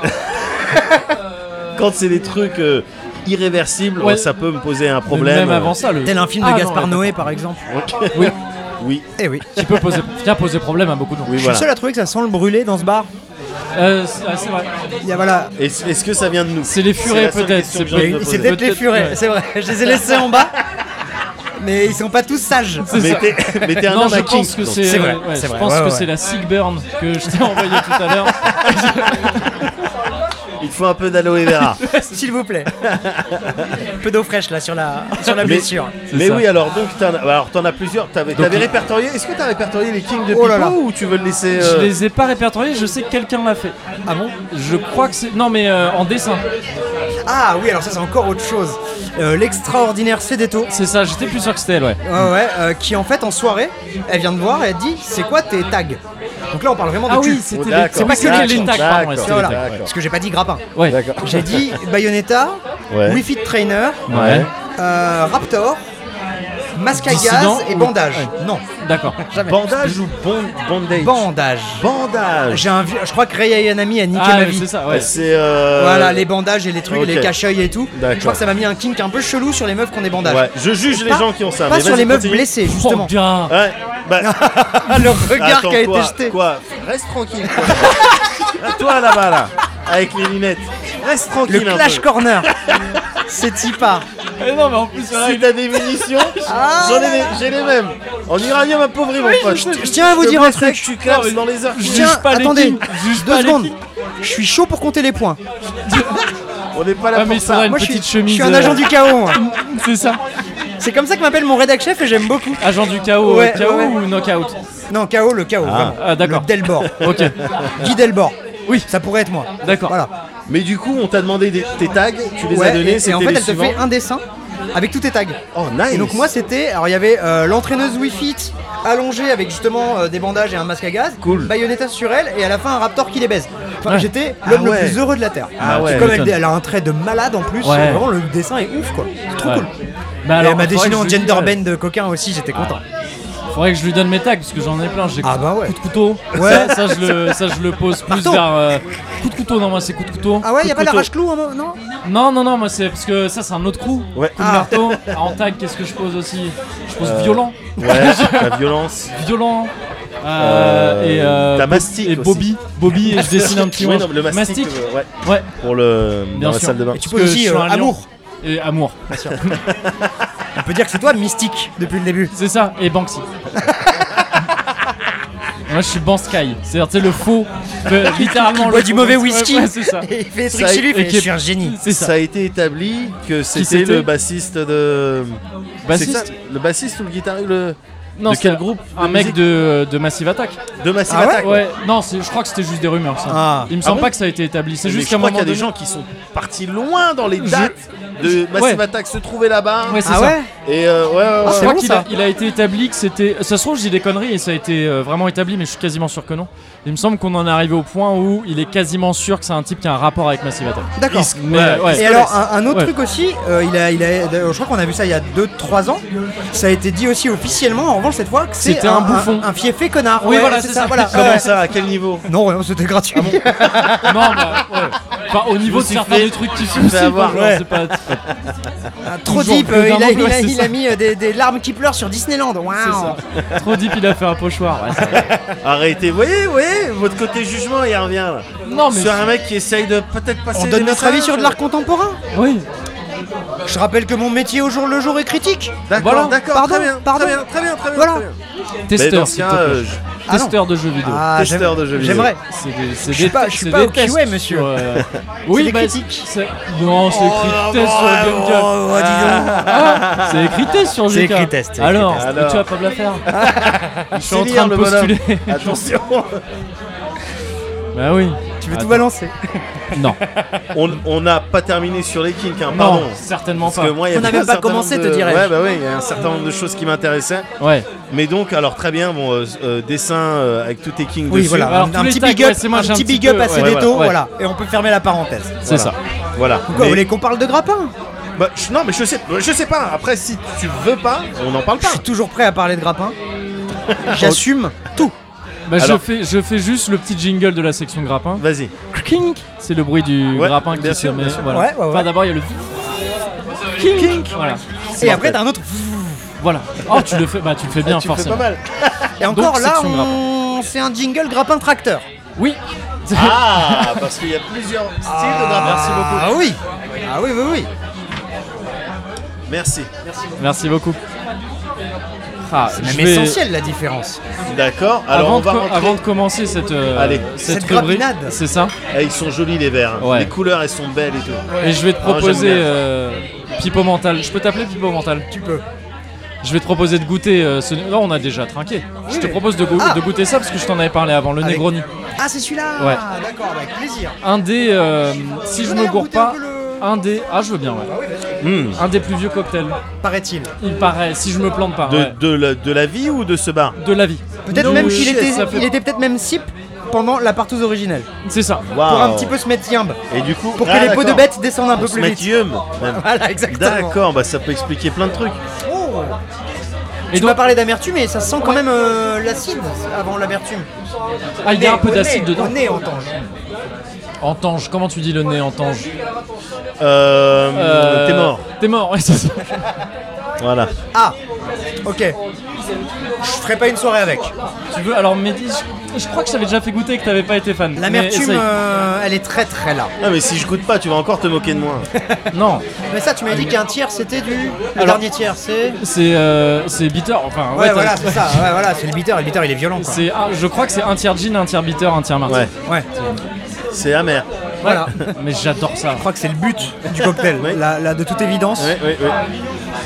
Speaker 1: quand c'est des trucs euh, irréversibles,
Speaker 2: Ouais.
Speaker 1: ça peut me poser un
Speaker 2: Même,
Speaker 1: problème. euh,
Speaker 2: avant ça, le.
Speaker 3: Tel un film de
Speaker 2: Ah, non,
Speaker 3: Gaspard
Speaker 2: ouais.
Speaker 3: Noé par exemple.
Speaker 2: Oui,
Speaker 1: Oui,
Speaker 3: Eh oui.
Speaker 2: qui peut poser, qui a posé problème à beaucoup de gens.
Speaker 1: oui
Speaker 3: Je suis le
Speaker 1: voilà.
Speaker 3: seul à trouver que ça sent le brûlé dans ce bar.
Speaker 2: Euh, c'est ah, c'est vrai.
Speaker 3: Il y a voilà.
Speaker 1: Est-ce est-ce que ça vient de nous
Speaker 2: C'est les furets,
Speaker 1: la seule
Speaker 2: peut-être,
Speaker 1: question
Speaker 2: c'est
Speaker 1: que j'ai
Speaker 3: Il y a
Speaker 1: envie de
Speaker 3: une-
Speaker 1: te
Speaker 3: C'est
Speaker 1: poser.
Speaker 3: peut-être les furets,
Speaker 2: Ouais.
Speaker 3: c'est vrai. Je les ai laissés en bas. Mais ils sont pas tous sages.
Speaker 2: C'est ça.
Speaker 1: Mettez, mettez un
Speaker 2: Non,
Speaker 1: homme
Speaker 2: je
Speaker 1: à Kink.
Speaker 2: pense que
Speaker 1: donc.
Speaker 2: c'est.
Speaker 3: C'est vrai,
Speaker 2: euh, ouais,
Speaker 3: c'est
Speaker 2: je
Speaker 3: vrai,
Speaker 2: pense
Speaker 3: ouais,
Speaker 2: que
Speaker 3: ouais.
Speaker 2: c'est la Sigburn que je t'ai envoyée tout à l'heure.
Speaker 1: Il faut un peu d'aloe vera.
Speaker 3: S'il vous plaît. Un peu d'eau fraîche là sur la, sur la
Speaker 1: Mais-
Speaker 3: blessure.
Speaker 1: Mais
Speaker 2: ça.
Speaker 1: oui, alors donc t'en as- alors, t'en as plusieurs. T'avais
Speaker 2: Donc,
Speaker 1: t'avais
Speaker 2: il-
Speaker 1: répertorié. Est-ce que t'as répertorié les kings de
Speaker 3: Oh là là.
Speaker 1: Pipo ou tu veux le laisser
Speaker 2: Je
Speaker 1: euh,
Speaker 2: les ai pas répertoriés, je sais que quelqu'un l'a fait.
Speaker 3: Ah bon
Speaker 2: Je crois que c'est. Non, mais euh, en dessin.
Speaker 3: Ah oui, alors ça c'est encore autre chose. Euh, L'extraordinaire Cédéto,
Speaker 2: C'est ça, j'étais plus sûr que c'était elle, ouais.
Speaker 3: ouais, ouais, euh, qui en fait en soirée, elle vient de voir et elle dit c'est quoi tes tags Donc là on parle vraiment de
Speaker 2: Ah
Speaker 3: cul.
Speaker 2: oui, c'était
Speaker 1: Oh,
Speaker 2: les-
Speaker 1: d'accord,
Speaker 2: c'est pas que les, les tags,
Speaker 1: d'accord,
Speaker 2: pardon, ouais, c'était les
Speaker 3: Voilà.
Speaker 2: tags.
Speaker 1: D'accord.
Speaker 3: Parce que j'ai pas dit grappin.
Speaker 2: Ouais.
Speaker 3: J'ai dit Bayonetta,
Speaker 1: Ouais.
Speaker 3: Wii Fit Trainer,
Speaker 2: Ouais.
Speaker 3: euh, Raptor, Masque à
Speaker 2: Dissident
Speaker 3: gaz et
Speaker 2: ou-
Speaker 3: bandage. Non,
Speaker 2: D'accord.
Speaker 3: jamais.
Speaker 1: Bandage ou bon- bandage
Speaker 3: Bandage.
Speaker 1: Bandage.
Speaker 3: J'ai un vieux- je crois que Ray Ayanami a niqué
Speaker 2: Ah,
Speaker 3: ma
Speaker 2: ouais,
Speaker 3: vie.
Speaker 2: c'est ça, ouais.
Speaker 1: C'est euh,
Speaker 3: Voilà, les bandages et les trucs,
Speaker 1: ok.
Speaker 3: les cache-œils et tout. Je crois
Speaker 1: D'accord.
Speaker 3: que ça m'a mis un kink un peu chelou sur les meufs qui ont des bandages.
Speaker 1: Ouais, je juge les
Speaker 3: Pas-
Speaker 1: gens qui ont ça.
Speaker 3: Pas
Speaker 1: mais
Speaker 3: sur
Speaker 1: vas-y,
Speaker 3: les meufs
Speaker 1: continue.
Speaker 3: blessées,
Speaker 2: Oh,
Speaker 3: justement.
Speaker 2: bien.
Speaker 1: Ouais, bah,
Speaker 3: le regard
Speaker 1: attends,
Speaker 3: qui a
Speaker 1: quoi,
Speaker 3: été jeté.
Speaker 1: Quoi Reste tranquille. Quoi. À toi là-bas là, avec les lunettes. Reste
Speaker 3: Le
Speaker 1: tranquille un
Speaker 3: clash
Speaker 1: peu.
Speaker 3: corner. C'est Tipa.
Speaker 2: Eh non, mais en plus, voilà,
Speaker 1: Si
Speaker 2: il-
Speaker 1: t'as des munitions,
Speaker 3: Ah,
Speaker 1: j'en ai, les- j'ai les mêmes. En uranium, ma pauvre mon pote.
Speaker 3: je- je tiens à vous dire un
Speaker 1: blesserai
Speaker 3: truc.
Speaker 1: que Tu classes dans les arcs.
Speaker 2: je
Speaker 3: Tiens,
Speaker 2: juge pas les
Speaker 3: attendez,
Speaker 2: kings, je juge
Speaker 3: deux
Speaker 2: pas les
Speaker 3: secondes.
Speaker 2: kings.
Speaker 3: Je suis chaud pour compter les points.
Speaker 1: On n'est pas là
Speaker 2: Ah,
Speaker 1: pour
Speaker 2: mais il faudra
Speaker 1: ça.
Speaker 2: une
Speaker 3: Moi, je suis,
Speaker 2: petite
Speaker 3: je
Speaker 2: chemise.
Speaker 3: suis un
Speaker 2: euh,
Speaker 3: agent du chaos. moi.
Speaker 2: C'est ça.
Speaker 3: C'est comme ça que m'appelle mon rédac chef et j'aime beaucoup.
Speaker 2: Agent du chaos, euh,
Speaker 3: Ouais,
Speaker 2: chaos
Speaker 3: ouais.
Speaker 2: ou knockout
Speaker 3: Non, chaos, le chaos. vraiment.
Speaker 2: Ah, d'accord.
Speaker 3: Le Delbord.
Speaker 2: Ok.
Speaker 3: Guy Delbord.
Speaker 2: Oui.
Speaker 3: Ça pourrait être moi.
Speaker 2: D'accord.
Speaker 3: Voilà.
Speaker 1: Mais du coup, on t'a demandé des- tes tags, tu les as
Speaker 3: Ouais,
Speaker 1: donnés,
Speaker 3: et, et
Speaker 1: c'était
Speaker 3: en fait,
Speaker 1: les
Speaker 3: elle te
Speaker 1: suivants.
Speaker 3: fait un dessin avec tous tes tags.
Speaker 1: Oh, nice.
Speaker 3: Et donc moi c'était, alors il y avait euh, l'entraîneuse Wi-Fit allongée avec justement euh, des bandages et un masque à gaz,
Speaker 1: Cool.
Speaker 3: Bayonetta sur elle et à la fin un raptor qui les baise. Enfin,
Speaker 2: Ouais.
Speaker 3: J'étais l'homme
Speaker 1: Ah ouais.
Speaker 3: le plus heureux de la Terre.
Speaker 1: Ah ouais.
Speaker 3: Et comme elle,
Speaker 2: M'étonne.
Speaker 3: elle a un trait de malade en plus,
Speaker 2: Ouais.
Speaker 3: euh, vraiment le dessin est ouf quoi. C'est trop
Speaker 2: Ouais.
Speaker 3: cool.
Speaker 2: Bah
Speaker 3: et elle m'a
Speaker 2: faudrait que
Speaker 3: dessiné
Speaker 2: je
Speaker 3: en
Speaker 2: lui-
Speaker 3: gender bend de coquin aussi, j'étais content.
Speaker 2: Faudrait que je lui donne mes tags parce que j'en ai plein. J'ai
Speaker 3: Ah bah ouais.
Speaker 2: coup de couteau.
Speaker 3: Ouais.
Speaker 2: Ça, ça, je le, ça, je le pose plus
Speaker 3: Marteau.
Speaker 2: vers. euh, coup de couteau, non, moi c'est coup de couteau.
Speaker 3: Ah ouais,
Speaker 2: Coup
Speaker 3: y a
Speaker 2: de
Speaker 3: pas la
Speaker 2: couteau.
Speaker 3: rage-clou hein, non
Speaker 2: Non, non, non, moi c'est parce que ça c'est un autre coup.
Speaker 1: Ouais.
Speaker 2: Coup de
Speaker 1: Ah. Euh.
Speaker 2: marteau. En tag, qu'est-ce que je pose aussi Je pose violent.
Speaker 1: Ouais, la violence.
Speaker 2: Violent. euh, et euh,
Speaker 1: t'as
Speaker 2: Bo-
Speaker 1: mastic
Speaker 2: et
Speaker 1: aussi.
Speaker 2: Bobby, Bobby et je dessine un petit
Speaker 1: Ouais,
Speaker 2: monstre.
Speaker 1: non, le mastic, euh, ouais,
Speaker 2: ouais,
Speaker 1: pour le dans
Speaker 2: Bien
Speaker 1: la
Speaker 2: sûr.
Speaker 1: salle de bain.
Speaker 3: Et tu
Speaker 2: Parce
Speaker 3: peux
Speaker 2: que
Speaker 3: aussi
Speaker 2: je suis
Speaker 3: euh,
Speaker 2: un lion.
Speaker 3: amour.
Speaker 2: et amour,
Speaker 3: On peut dire que c'est toi mystique depuis le début.
Speaker 2: c'est ça, et Banksy. Moi je suis Bansky, c'est-à-dire tu sais, le faux, le- littéralement
Speaker 3: Il
Speaker 2: le
Speaker 3: boit du
Speaker 2: faux.
Speaker 3: mauvais
Speaker 2: Ouais,
Speaker 3: whisky.
Speaker 2: ouais, c'est ça.
Speaker 3: Et il fait des trucs
Speaker 1: Ça,
Speaker 3: chez lui, il
Speaker 2: et
Speaker 3: fait,
Speaker 2: qui
Speaker 3: je
Speaker 2: est-
Speaker 3: suis un génie.
Speaker 2: C'est ça.
Speaker 1: Ça a été établi que c'était
Speaker 2: c'était
Speaker 1: le bassiste de.
Speaker 2: Bassiste
Speaker 1: C'est ça, Le bassiste ou le guitariste le...
Speaker 2: Non,
Speaker 1: De
Speaker 2: c'était
Speaker 1: quel groupe de
Speaker 2: Un mec
Speaker 1: musique
Speaker 2: de, de Massive Attack.
Speaker 1: de Massive
Speaker 3: Ah ouais
Speaker 1: Attack.
Speaker 2: Ouais, non, c'est- je crois que c'était juste des rumeurs ça.
Speaker 3: Ah.
Speaker 2: Il me semble
Speaker 1: Ah bon
Speaker 2: pas que ça a été établi, c'est
Speaker 1: Mais
Speaker 2: juste
Speaker 1: je
Speaker 2: qu'à un
Speaker 1: crois
Speaker 2: moment
Speaker 1: qu'il y a des
Speaker 2: donné-
Speaker 1: gens qui sont partis loin dans les
Speaker 2: Je-
Speaker 1: dates de Massive
Speaker 2: Ouais.
Speaker 1: Attack se trouvaient là-bas.
Speaker 2: Ouais, c'est Ah,
Speaker 3: Ah
Speaker 2: ça.
Speaker 3: ouais
Speaker 1: Et euh, ouais, ouais, ouais.
Speaker 2: Je
Speaker 3: c'est
Speaker 2: crois
Speaker 3: bon,
Speaker 2: qu'il
Speaker 3: ça.
Speaker 2: a, il a été établi que c'était. Ça se trouve, je dis des conneries et ça a été euh, vraiment établi, mais je suis quasiment sûr que non. Il me semble qu'on en est arrivé au point où il est quasiment sûr que c'est un type qui a un rapport avec Massive Attack.
Speaker 3: D'accord.
Speaker 2: Mais,
Speaker 1: Ouais.
Speaker 2: ouais.
Speaker 3: Et alors un, un autre
Speaker 2: Ouais.
Speaker 3: truc aussi, euh, il a, il a, je crois qu'on a vu ça il y a 2-3 ans, ça a été dit aussi officiellement, en revanche cette fois, que c'est
Speaker 2: C'était un bouffon.
Speaker 3: Un, fiefé connard.
Speaker 2: Oui,
Speaker 3: Ouais,
Speaker 2: voilà, c'est ça. Ah
Speaker 3: voilà.
Speaker 1: Comment
Speaker 3: Ouais.
Speaker 1: ça À quel niveau
Speaker 3: Non, non, c'était gratuit.
Speaker 2: Non, bah, ouais. Enfin, au niveau
Speaker 1: me
Speaker 2: de
Speaker 1: suis
Speaker 2: certains
Speaker 1: fait-
Speaker 2: des trucs qui
Speaker 1: me
Speaker 2: sont
Speaker 1: fait avoir,
Speaker 2: genre,
Speaker 1: ouais. Ah,
Speaker 2: c'est pas.
Speaker 3: Trop
Speaker 2: Toujours
Speaker 3: deep,
Speaker 2: plus
Speaker 3: euh,
Speaker 2: d'un
Speaker 3: il, a,
Speaker 2: mot,
Speaker 3: il a-
Speaker 2: ouais, c'est
Speaker 3: il a
Speaker 2: ça.
Speaker 3: mis euh, des, des larmes qui pleurent sur Disneyland. Waouh.
Speaker 2: c'est ça. Trop deep, il a fait un pochoir. ouais, ça va.
Speaker 1: Arrêtez, vous voyez, vous voyez, votre côté jugement, il revient là.
Speaker 2: Non, mais.
Speaker 1: Sur un mec qui essaye de peut-être passer.
Speaker 3: Oh, On
Speaker 1: des
Speaker 3: donne notre
Speaker 1: messages.
Speaker 3: avis sur de l'art contemporain.
Speaker 2: Oui.
Speaker 3: Je rappelle que mon métier au jour le jour est critique.
Speaker 1: euh, D'accord,
Speaker 2: Voilà.
Speaker 1: d'accord,
Speaker 3: Pardon,
Speaker 1: très bien,
Speaker 3: pardon.
Speaker 1: très bien, très bien, très bien.
Speaker 3: Voilà.
Speaker 1: très bien. Mais dans
Speaker 2: Testeur,
Speaker 1: ce
Speaker 2: s'il
Speaker 1: cas,
Speaker 2: te plaît.
Speaker 1: euh, je-
Speaker 3: Ah non.
Speaker 2: Testeur de jeux vidéo.
Speaker 3: Ah, j'aime-
Speaker 1: Testeur de jeux vidéo.
Speaker 3: J'aimerais.
Speaker 2: C'est des, c'est
Speaker 3: Je suis
Speaker 2: des
Speaker 3: pas-
Speaker 2: tests,
Speaker 3: je suis
Speaker 2: c'est
Speaker 3: pas
Speaker 2: des
Speaker 3: au
Speaker 2: tests
Speaker 3: QA, monsieur.
Speaker 2: sur, euh, Oui,
Speaker 3: des
Speaker 2: bah,
Speaker 3: critiques.
Speaker 2: c'est- Non,
Speaker 1: Oh,
Speaker 2: c'est écrit test sur le Game Jam.
Speaker 3: Oh, oh, dis donc.
Speaker 2: Ah, c'est écrit test sur
Speaker 3: C'est
Speaker 2: GK.
Speaker 3: écrit test, c'est écrit
Speaker 2: Alors,
Speaker 1: test.
Speaker 2: mais tu vas pas me la faire. Je suis
Speaker 1: C'est
Speaker 2: en train de
Speaker 1: lire, hein, le bonhomme.
Speaker 2: postuler.
Speaker 1: Attention,
Speaker 2: bah oui.
Speaker 3: Tu veux tout
Speaker 2: Attends.
Speaker 3: balancer.
Speaker 2: Non,
Speaker 1: on on n'a pas terminé sur les kinks, hein, pardon.
Speaker 2: non, certainement
Speaker 1: Parce
Speaker 2: pas.
Speaker 1: que moi, il y
Speaker 3: On n'a
Speaker 1: avait
Speaker 3: même
Speaker 1: un
Speaker 3: pas
Speaker 1: certain
Speaker 3: commencé,
Speaker 1: nombre
Speaker 3: te
Speaker 1: de-
Speaker 3: dirais-je.
Speaker 1: Ouais, bah oui, il y a un certain nombre de choses qui m'intéressaient.
Speaker 2: Ouais.
Speaker 1: Mais donc, alors très bien, bon, euh, euh, dessin euh, avec tous tes kings
Speaker 3: Oui,
Speaker 1: dessus.
Speaker 3: voilà.
Speaker 2: Alors,
Speaker 3: un,
Speaker 2: tous
Speaker 3: un
Speaker 2: les
Speaker 3: petit
Speaker 2: tags,
Speaker 3: big up,
Speaker 2: ouais, c'est moi,
Speaker 3: un
Speaker 2: j'ai un
Speaker 3: petit
Speaker 2: petit
Speaker 3: big up
Speaker 2: peu,
Speaker 3: à
Speaker 2: ouais,
Speaker 3: Cédéto,
Speaker 2: ouais, ouais.
Speaker 3: voilà. Et on peut fermer la parenthèse.
Speaker 2: C'est ça.
Speaker 1: Voilà.
Speaker 3: Pourquoi
Speaker 1: Mais-
Speaker 3: on voulez qu'on parle de grappin
Speaker 1: Bah, je- non, mais je sais, je sais pas. Après, si tu veux pas, on n'en parle
Speaker 3: Je
Speaker 1: pas.
Speaker 3: suis toujours prêt à parler de grappin. J'assume tout.
Speaker 2: Bah,
Speaker 1: Alors-
Speaker 2: je, fais, je fais juste le petit jingle de la section grappin.
Speaker 1: Vas-y.
Speaker 2: Kink C'est le bruit du
Speaker 1: Ouais,
Speaker 2: grappin qui
Speaker 1: bien
Speaker 2: se
Speaker 1: sûr,
Speaker 2: met.
Speaker 1: bien sûr.
Speaker 2: Voilà.
Speaker 3: Ouais, ouais, ouais.
Speaker 2: Enfin, d'abord, il y a le. Kink, Voilà.
Speaker 3: Et après, t'as un autre.
Speaker 2: voilà. Oh, tu le fais, bah, tu le fais bien,
Speaker 1: Ah, tu le fais
Speaker 2: forcément.
Speaker 1: pas mal.
Speaker 3: Et encore
Speaker 2: Donc,
Speaker 3: là,
Speaker 2: section
Speaker 3: on fait un jingle grappin tracteur.
Speaker 2: Oui.
Speaker 1: Ah, parce qu'il y a plusieurs styles de drap.
Speaker 3: Ah oui Ah oui, oui, oui.
Speaker 1: Merci
Speaker 2: Merci beaucoup. Ah, je
Speaker 3: Même
Speaker 2: vais-
Speaker 3: essentiel la différence.
Speaker 1: Merci. D'accord. Alors,
Speaker 2: avant,
Speaker 1: on va
Speaker 2: de co-
Speaker 1: rentrer.
Speaker 2: avant de commencer cette, euh,
Speaker 1: Allez.
Speaker 2: cette,
Speaker 3: Cette
Speaker 2: rubrique,
Speaker 3: grappinade.
Speaker 2: c'est ça.
Speaker 1: Eh, ils sont jolis les verts. hein.
Speaker 2: Ouais.
Speaker 1: Les couleurs elles sont belles et tout.
Speaker 2: Et je vais te
Speaker 1: Ah, j'aime
Speaker 2: proposer
Speaker 1: bien.
Speaker 2: euh, Pipo Mental. Je peux t'appeler Pipo Mental
Speaker 3: Tu peux.
Speaker 2: Je vais te proposer de goûter. euh, ce... Non, on a déjà trinqué. Je te
Speaker 3: Oui.
Speaker 2: propose de, go-
Speaker 3: Ah.
Speaker 2: de goûter ça parce que je t'en avais parlé avant, le
Speaker 3: Avec-
Speaker 2: Negroni.
Speaker 3: Ah, c'est celui-là
Speaker 2: Ouais.
Speaker 3: D'accord, avec plaisir.
Speaker 2: Un des. euh, si je
Speaker 3: Vous
Speaker 2: me
Speaker 3: voulez
Speaker 2: gourre
Speaker 3: goûter un
Speaker 2: pas,
Speaker 3: peu le-
Speaker 2: un des. Ah, je veux bien, ouais.
Speaker 1: Hmm.
Speaker 2: Un des plus vieux cocktails.
Speaker 3: Paraît-il.
Speaker 2: Il paraît, si je me plante pas.
Speaker 1: De,
Speaker 2: ouais.
Speaker 1: de la, de la vie ou de ce bar
Speaker 2: De la vie.
Speaker 3: Peut-être
Speaker 1: No
Speaker 3: même
Speaker 1: shit,
Speaker 3: qu'il était,
Speaker 2: ça fait-
Speaker 3: il était peut-être même sip pendant la partouze originelle.
Speaker 2: C'est ça.
Speaker 1: Waouh.
Speaker 3: Pour un petit peu se mettre yimbe.
Speaker 1: Et du coup,
Speaker 3: Pour que
Speaker 1: ah,
Speaker 3: les peaux de
Speaker 1: d'accord.
Speaker 3: bêtes descendent un
Speaker 1: On
Speaker 3: peu
Speaker 1: se
Speaker 3: plus
Speaker 1: met
Speaker 3: vite.
Speaker 1: yum, même.
Speaker 3: Voilà, exactement.
Speaker 1: D'accord, bah ça peut expliquer plein de trucs.
Speaker 3: Oh.
Speaker 2: Et
Speaker 3: Tu m'as
Speaker 2: donc,
Speaker 3: parlé d'amertume et ça sent quand même euh, l'acide avant l'amertume.
Speaker 2: ah, il y a un peu
Speaker 3: Au nez,
Speaker 2: d'acide
Speaker 3: Au
Speaker 2: dedans.
Speaker 3: nez, entends-je.
Speaker 2: En tange, comment tu dis le nez en tange
Speaker 1: Euh,
Speaker 2: Euh,
Speaker 1: T'es mort.
Speaker 2: T'es mort, ouais, c'est ça.
Speaker 1: Voilà.
Speaker 3: Ah, ok. Je ferai pas une soirée avec.
Speaker 2: Tu veux Alors Mehdi, je, je crois que j'avais déjà fait goûter et que t'avais pas été fan. Mais
Speaker 3: L'amertume,
Speaker 2: essaye.
Speaker 3: euh, elle est très très là.
Speaker 1: Ah mais si je goûte pas, tu vas encore te moquer de moi.
Speaker 2: Non,
Speaker 3: Mais ça, tu m'as dit qu'un tiers c'était du. Le
Speaker 2: Ah, Alors-
Speaker 3: dernier tiers c'est.
Speaker 2: c'est euh, c'est bitter. Enfin, ouais,
Speaker 3: Ouais,
Speaker 2: t'as-
Speaker 3: voilà, c'est ça. Ouais, voilà, c'est le bitter. Le bitter, il est violent. Quoi.
Speaker 2: C'est un- je crois que c'est un tiers gin, un tiers bitter, un tiers martin.
Speaker 1: Ouais,
Speaker 3: Ouais,
Speaker 1: c'est amer.
Speaker 3: voilà.
Speaker 2: Mais j'adore ça.
Speaker 3: Je crois que c'est le but du cocktail.
Speaker 1: Ouais.
Speaker 3: là, là, de toute évidence,
Speaker 1: Ouais, ouais, ouais.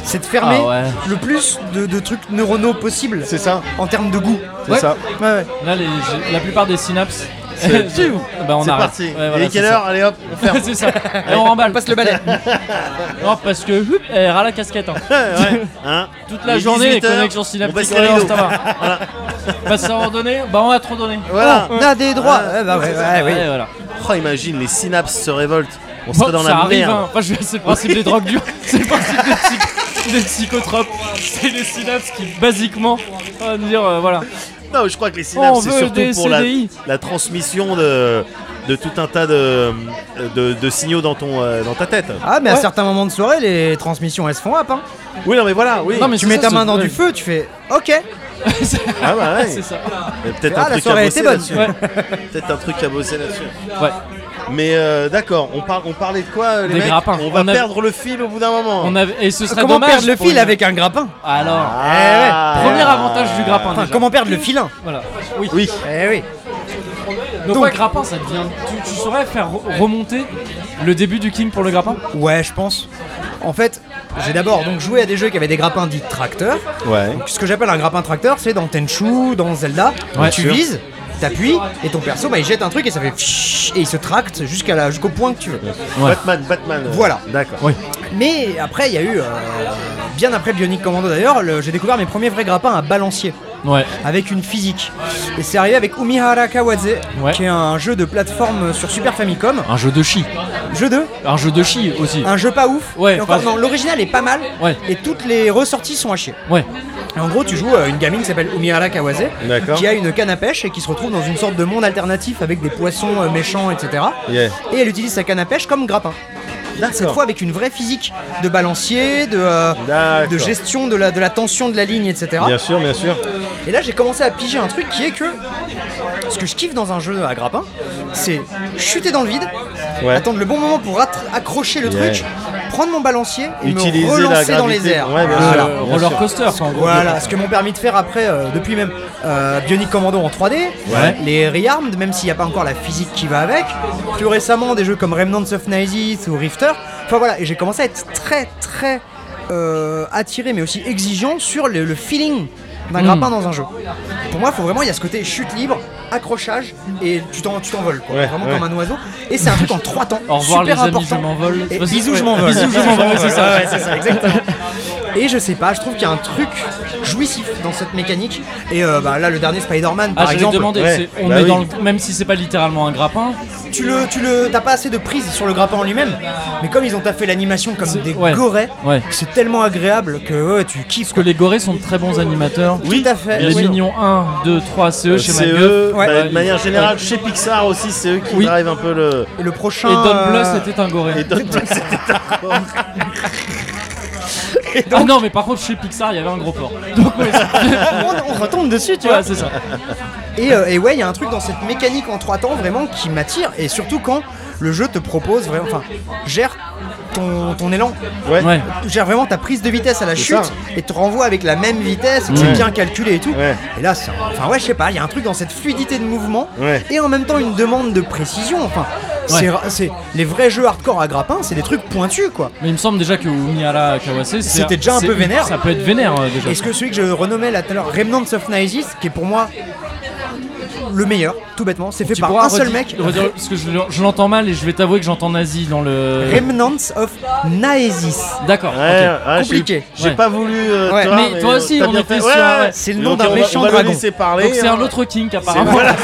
Speaker 3: c'est de fermer
Speaker 2: Ah ouais.
Speaker 3: le plus de, de trucs neuronaux possible
Speaker 1: C'est ça.
Speaker 3: en termes de goût.
Speaker 1: C'est
Speaker 3: Ouais.
Speaker 1: ça.
Speaker 3: Ouais, ouais.
Speaker 2: Là, les- j'ai- la plupart des synapses.
Speaker 1: C'est-
Speaker 2: Pfiou bah, on
Speaker 1: C'est
Speaker 2: arrête.
Speaker 1: parti.
Speaker 2: Ouais, voilà,
Speaker 1: Il est
Speaker 2: c'est
Speaker 1: quelle
Speaker 2: ça.
Speaker 1: heure Allez hop, on ferme.
Speaker 2: c'est ça. Et on remballe.
Speaker 3: Passe le balai.
Speaker 2: Non, parce que houp, elle ira la casquette. hein.
Speaker 1: Ouais, hein.
Speaker 2: Toute la
Speaker 1: Il est
Speaker 2: journée, les
Speaker 1: 18 heures,
Speaker 2: connexions
Speaker 1: on baisse
Speaker 2: synaptiques.
Speaker 1: les
Speaker 2: Ouais,
Speaker 1: rideaux.
Speaker 2: ça va. Bah, ça en donner Bah, on va trop donner.
Speaker 1: Voilà.
Speaker 3: Ah, On a des droits. Ouais,
Speaker 1: Ah
Speaker 3: bah, ouais, ouais, ouais.
Speaker 2: Ouais, voilà.
Speaker 1: Oh, imagine, les synapses se révoltent. On
Speaker 2: Bon,
Speaker 1: serait dans
Speaker 2: ça
Speaker 1: la
Speaker 2: arrive,
Speaker 1: merde.
Speaker 2: hein. Enfin, je- c'est le principe des drogues dures, c'est le principe des, psych- des psychotropes, c'est les synapses qui, basiquement, on va dire, euh, voilà.
Speaker 1: Non, je crois que les synapses,
Speaker 2: On
Speaker 1: c'est
Speaker 2: veut
Speaker 1: surtout
Speaker 2: des
Speaker 1: pour la,
Speaker 2: CDI.
Speaker 1: la transmission de, de tout un tas de, de, de signaux dans, ton, euh, dans ta tête.
Speaker 3: Ah, mais à certains moments de soirée, les transmissions elles se font hop. hein.
Speaker 1: Oui, non, mais voilà, oui.
Speaker 2: Non, mais
Speaker 3: Tu
Speaker 2: c'est
Speaker 3: mets
Speaker 2: ça,
Speaker 3: ta
Speaker 2: ce-
Speaker 3: main dans
Speaker 2: ouais.
Speaker 3: du feu, tu fais OK.
Speaker 1: Ah, bah ouais.
Speaker 2: C'est ça.
Speaker 1: Il y a Peut-être
Speaker 3: Ah,
Speaker 1: un,
Speaker 3: la
Speaker 1: truc
Speaker 3: soirée
Speaker 1: à
Speaker 3: était
Speaker 1: bosser
Speaker 3: bonne.
Speaker 1: là-dessus.
Speaker 2: Ouais,
Speaker 1: Peut-être un truc à bosser là-dessus.
Speaker 2: ouais.
Speaker 1: Mais euh, d'accord, on, par- on parlait de quoi, euh, les
Speaker 2: Des
Speaker 1: mecs
Speaker 2: grappins.
Speaker 1: On va
Speaker 2: On a-
Speaker 1: perdre le fil au bout d'un moment.
Speaker 2: On avait, et ce serait
Speaker 3: Comment
Speaker 2: dommage
Speaker 3: perdre le
Speaker 2: pour
Speaker 3: fil
Speaker 2: une-
Speaker 3: avec un grappin
Speaker 2: Alors,
Speaker 1: Ah,
Speaker 2: eh ouais, premier avantage du grappin.
Speaker 3: Enfin,
Speaker 2: déjà.
Speaker 3: comment perdre le filin
Speaker 2: Voilà. Oui.
Speaker 1: Oui.
Speaker 3: Eh oui.
Speaker 2: Donc,
Speaker 3: Donc-
Speaker 2: ouais, grappin, ça devient. Tu, tu saurais faire re- remonter le début du King pour le grappin
Speaker 3: Ouais, je pense. En fait, j'ai d'abord donc joué à des jeux qui avaient des grappins dits tracteurs.
Speaker 1: Ouais.
Speaker 3: Ce que j'appelle un grappin tracteur, c'est dans Tenchu, dans Zelda,
Speaker 2: Ouais,
Speaker 3: tu
Speaker 2: sûr.
Speaker 3: vises, t'appuies, et ton perso, bah, il jette un truc et ça fait pshhh et il se tracte jusqu'à la- jusqu'au point que tu veux.
Speaker 1: Batman, Batman. euh,
Speaker 3: Voilà.
Speaker 1: D'accord.
Speaker 2: Oui.
Speaker 3: Mais après, il y a eu, euh, bien après Bionic Commando d'ailleurs, le- j'ai découvert mes premiers vrais grappins à balancier,
Speaker 2: Ouais.
Speaker 3: avec une physique. Et c'est arrivé avec Umihara Kawaze,
Speaker 2: Ouais.
Speaker 3: qui est un jeu de plateforme sur Super Famicom.
Speaker 2: Un jeu de chi.
Speaker 3: Jeu de
Speaker 2: Un jeu de chi aussi.
Speaker 3: un jeu pas ouf.
Speaker 2: Ouais,
Speaker 3: Et encore,
Speaker 2: pas-
Speaker 3: non, l'original est pas mal.
Speaker 2: Ouais.
Speaker 3: Et toutes les ressorties sont à chier.
Speaker 2: Ouais.
Speaker 3: Et en gros, tu joues euh, une gamine qui s'appelle Umihara Kawase,
Speaker 1: D'accord.
Speaker 3: qui a une canne à pêche et qui se retrouve dans une sorte de monde alternatif avec des poissons euh, méchants, etc.
Speaker 1: Yeah.
Speaker 3: Et elle utilise sa canne à pêche comme grappin. Cette
Speaker 1: D'accord.
Speaker 3: fois avec une vraie physique de balancier, de, euh,
Speaker 1: D'accord.
Speaker 3: de gestion de la, de la tension de la ligne, etc.
Speaker 1: Bien sûr, bien sûr.
Speaker 3: Et là, j'ai commencé à piger un truc qui est que ce que je kiffe dans un jeu à grappin, c'est chuter dans le vide,
Speaker 1: Ouais.
Speaker 3: attendre le bon moment pour attra- accrocher le
Speaker 1: Yeah.
Speaker 3: truc, prendre mon balancier et
Speaker 1: Utiliser
Speaker 3: me
Speaker 1: la
Speaker 3: relancer dans les
Speaker 1: gravité.
Speaker 3: airs.
Speaker 1: Ouais, bien
Speaker 2: Le
Speaker 1: Voilà,
Speaker 3: voilà.
Speaker 1: bien
Speaker 2: Euh, roller
Speaker 1: sûr.
Speaker 2: coaster, quoi, en gros.
Speaker 3: Voilà, ce que m'ont permis de faire après, euh, depuis même euh, Bionic Commando en 3D,
Speaker 2: Ouais.
Speaker 3: les Rearmed, même s'il n'y a pas encore la physique qui va avec, plus récemment des jeux comme Remnants of Nisis ou Rifter, enfin voilà, et j'ai commencé à être très très euh, attiré mais aussi exigeant sur le, le feeling
Speaker 2: Hmm.
Speaker 3: d'un grappin dans un jeu. Pour moi, faut vraiment, il y a ce côté chute libre, accrochage, et tu t'en- tu t'envoles, quoi,
Speaker 1: Ouais,
Speaker 3: vraiment
Speaker 1: ouais.
Speaker 3: comme un oiseau, et c'est un truc en trois temps,
Speaker 2: Au revoir
Speaker 3: super
Speaker 2: les amis, je
Speaker 3: important.
Speaker 2: m'envole.
Speaker 3: Et
Speaker 2: Vas-y,
Speaker 3: bisous,
Speaker 2: ouais.
Speaker 3: je m'envole.
Speaker 2: Bisous, je m'envole, ouais, c'est ça. Ah,
Speaker 3: Ouais, c'est ça, exactement. Et je sais pas, je trouve qu'il y a un truc jouissif dans cette mécanique. Et euh, bah, là, le dernier Spider-Man,
Speaker 2: Ah,
Speaker 3: par
Speaker 2: j'allais
Speaker 3: exemple.
Speaker 2: demander,
Speaker 1: ouais.
Speaker 2: c'est- on
Speaker 1: Bah
Speaker 2: est
Speaker 1: oui.
Speaker 2: dans le, même si c'est pas littéralement un grappin,
Speaker 3: tu le, tu le, t'as pas assez de prise sur le grappin en lui-même. Mais comme ils ont taffé l'animation comme des
Speaker 2: ouais.
Speaker 3: gorées,
Speaker 2: Ouais.
Speaker 3: c'est tellement agréable que ouais, tu kiffes.
Speaker 2: Parce que les Gorées sont de très bons animateurs.
Speaker 3: tout à fait.
Speaker 2: Les
Speaker 3: Oui.
Speaker 2: Mignons 1, 2, 3, CE E chez
Speaker 3: E
Speaker 1: C'est
Speaker 2: Mangueux.
Speaker 1: eux,
Speaker 3: Ouais.
Speaker 1: bah, de manière générale, chez Pixar aussi, c'est eux qui
Speaker 2: Oui.
Speaker 1: drivent un peu le.
Speaker 3: Et le
Speaker 2: Et
Speaker 3: prochain.
Speaker 2: Don
Speaker 3: euh,
Speaker 2: Bluth était un goré.
Speaker 1: Et Don Bluth, c'était un porc.
Speaker 2: Ah non, mais par contre, chez Pixar, il y avait un gros porc. Donc, ouais,
Speaker 3: on, on retombe dessus, tu
Speaker 2: tu
Speaker 3: vois.
Speaker 2: vois, c'est ça.
Speaker 3: Et, euh, et ouais, il y a un truc dans cette mécanique en trois temps vraiment qui m'attire, et surtout quand le jeu te propose vraiment, enfin, gère ton, ton élan,
Speaker 1: Ouais.
Speaker 2: Ouais.
Speaker 3: gère vraiment ta prise de vitesse à la
Speaker 1: C'est
Speaker 3: chute,
Speaker 1: ça.
Speaker 3: et te renvoie avec la même vitesse, et c'est bien calculé et tout.
Speaker 1: Ouais.
Speaker 3: Et là, c'est, un- enfin ouais, je sais pas, il y a un truc dans cette fluidité de mouvement,
Speaker 1: Ouais.
Speaker 3: et en même temps une demande de précision, enfin. C'est, ra- c'est- les vrais jeux hardcore à grappin, c'est des trucs pointus quoi.
Speaker 2: Mais il me semble déjà que Umiala Kawase, c'est-
Speaker 3: C'était déjà un
Speaker 2: c'est-
Speaker 3: peu vénère.
Speaker 2: Ça peut être vénère euh, déjà.
Speaker 3: Est-ce que celui que je renommais là tout à l'heure, Remnants of Nisis, qui est pour moi le meilleur, tout bêtement, c'est fait
Speaker 2: Tu
Speaker 3: par
Speaker 2: pourras
Speaker 3: un seul
Speaker 2: redire-
Speaker 3: mec.
Speaker 2: redire- parce que je, je l'entends mal et je vais t'avouer que j'entends nazi dans le.
Speaker 3: Remnants of Naesis.
Speaker 2: D'accord.
Speaker 1: Ouais,
Speaker 2: ok.
Speaker 1: ouais, j'ai-
Speaker 3: Compliqué.
Speaker 1: J'ai
Speaker 2: Ouais.
Speaker 1: pas voulu. euh,
Speaker 3: Ouais.
Speaker 1: Thomas,
Speaker 2: Mais toi aussi,
Speaker 1: t'as
Speaker 2: on
Speaker 1: bien
Speaker 2: était
Speaker 1: fait.
Speaker 2: sur-
Speaker 1: Ouais,
Speaker 2: ouais.
Speaker 3: C'est le nom
Speaker 1: Donc,
Speaker 3: d'un
Speaker 1: on va-
Speaker 3: méchant
Speaker 1: on va le
Speaker 3: dragon.
Speaker 1: laisser parler,
Speaker 2: Donc c'est
Speaker 1: hein.
Speaker 2: un autre kink
Speaker 1: C'est-
Speaker 2: apparemment.
Speaker 1: voilà.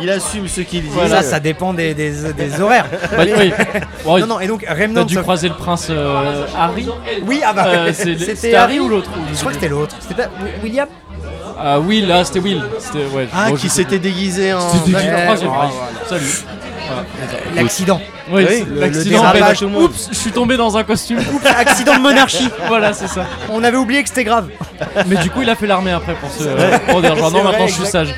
Speaker 1: Il assume ce qu'il dit.
Speaker 3: Ça, ça dépend des, des- des horaires.
Speaker 2: Bah, oui. Bon,
Speaker 3: Non, non, et donc Remnants
Speaker 2: T'as dû
Speaker 3: of-
Speaker 2: croiser le prince euh, Harry
Speaker 3: Oui, ah bah,
Speaker 2: Euh, c'est- c'était Harry ou l'autre
Speaker 3: Je crois que c'était l'autre. C'était pas William
Speaker 2: Ah oui, là c'était Will. C'était ouais.
Speaker 1: Ah,
Speaker 2: bon,
Speaker 1: qui
Speaker 2: je sais
Speaker 1: s'était déguisé en.
Speaker 2: pas. C'était Will,
Speaker 3: Ouais,
Speaker 2: oh, j'ai
Speaker 3: bon,
Speaker 2: pareil. Salut.
Speaker 3: L'accident.
Speaker 1: Oui,
Speaker 2: Oui, c'est-
Speaker 1: le-
Speaker 3: le
Speaker 2: l'accident.
Speaker 3: dérapage,
Speaker 2: bah,
Speaker 1: tout le monde.
Speaker 2: Oups, je suis tombé dans un costume.
Speaker 3: Accident de monarchie.
Speaker 2: voilà, c'est ça.
Speaker 3: On avait oublié que c'était grave.
Speaker 2: Mais du coup, il a fait l'armée après pour se euh, pour dire genre
Speaker 3: C'est
Speaker 2: non,
Speaker 3: vrai,
Speaker 2: maintenant je suis
Speaker 3: exact.
Speaker 2: sage.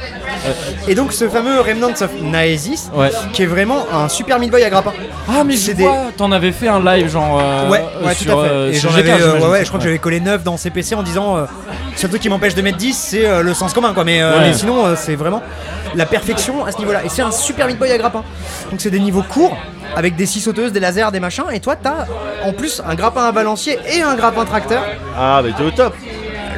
Speaker 3: Et donc ce fameux Remnants of Naesis,
Speaker 2: Ouais.
Speaker 3: qui est vraiment un super Meat Boy à grappin.
Speaker 2: Ah mais je
Speaker 3: C'est des-
Speaker 2: vois, t'en avais fait un live genre euh,
Speaker 3: Ouais,
Speaker 2: euh,
Speaker 3: ouais,
Speaker 2: sur,
Speaker 3: tout à fait.
Speaker 2: euh,
Speaker 3: et
Speaker 2: sur
Speaker 3: j'en
Speaker 2: GK,
Speaker 3: avais, euh,
Speaker 2: j'imagine.
Speaker 3: ouais, ouais, je crois que j'avais collé 9 dans CPC en disant euh, seul truc qui m'empêche de mettre 10, c'est euh, le sens commun, quoi. Mais, euh,
Speaker 2: Ouais.
Speaker 3: mais sinon, euh, c'est vraiment la perfection à ce niveau-là. Et c'est un super Meat Boy à grappin. Donc, c'est des niveaux courts avec des scies sauteuses, des lasers, des machins. Et toi, t'as en plus un grappin à balancier et un grappin tracteur.
Speaker 1: Ah, mais t'es au top.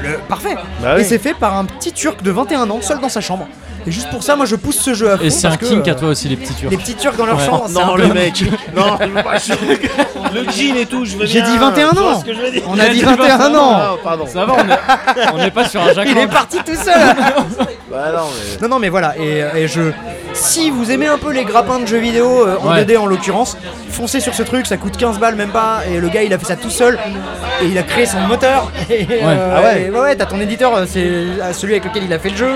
Speaker 3: Le- Euh, Parfait.
Speaker 1: Bah oui.
Speaker 3: Et c'est fait par un petit turc de 21 ans, seul dans sa chambre. Et juste pour ça, moi, je pousse ce jeu à fond.
Speaker 2: Et c'est un
Speaker 3: parce que,
Speaker 2: kink à
Speaker 3: euh,
Speaker 2: toi aussi les petits turcs.
Speaker 3: Les petits turcs dans leur
Speaker 2: Ouais.
Speaker 3: chambre, c'est
Speaker 1: Non,
Speaker 3: un
Speaker 1: le
Speaker 3: peu-
Speaker 1: mec. Non, pas sûr. le jean et tout, je veux
Speaker 3: J'ai
Speaker 1: bien,
Speaker 3: dit 21
Speaker 1: tu vois
Speaker 3: ans.
Speaker 1: ce que je veux dire
Speaker 3: On a dit
Speaker 2: dit
Speaker 3: 21
Speaker 2: 21
Speaker 3: ans.
Speaker 1: Ah, pardon.
Speaker 2: Ça va, on est- on n'est pas sur un Jacques
Speaker 3: Il est
Speaker 2: Lang.
Speaker 3: parti tout seul.
Speaker 1: Bah non, mais.
Speaker 3: Non, non, mais voilà, et, euh, et je. Si vous aimez un peu les grappins de jeux vidéo, euh, en
Speaker 2: Ouais.
Speaker 3: 2D en l'occurrence, foncez sur ce truc, ça coûte 15 balles même pas, et le gars il a fait ça tout seul, et il a créé son moteur, et euh,
Speaker 1: Ah ouais.
Speaker 3: et ouais, ouais, t'as ton éditeur, euh, c'est euh, celui avec lequel il a fait le jeu,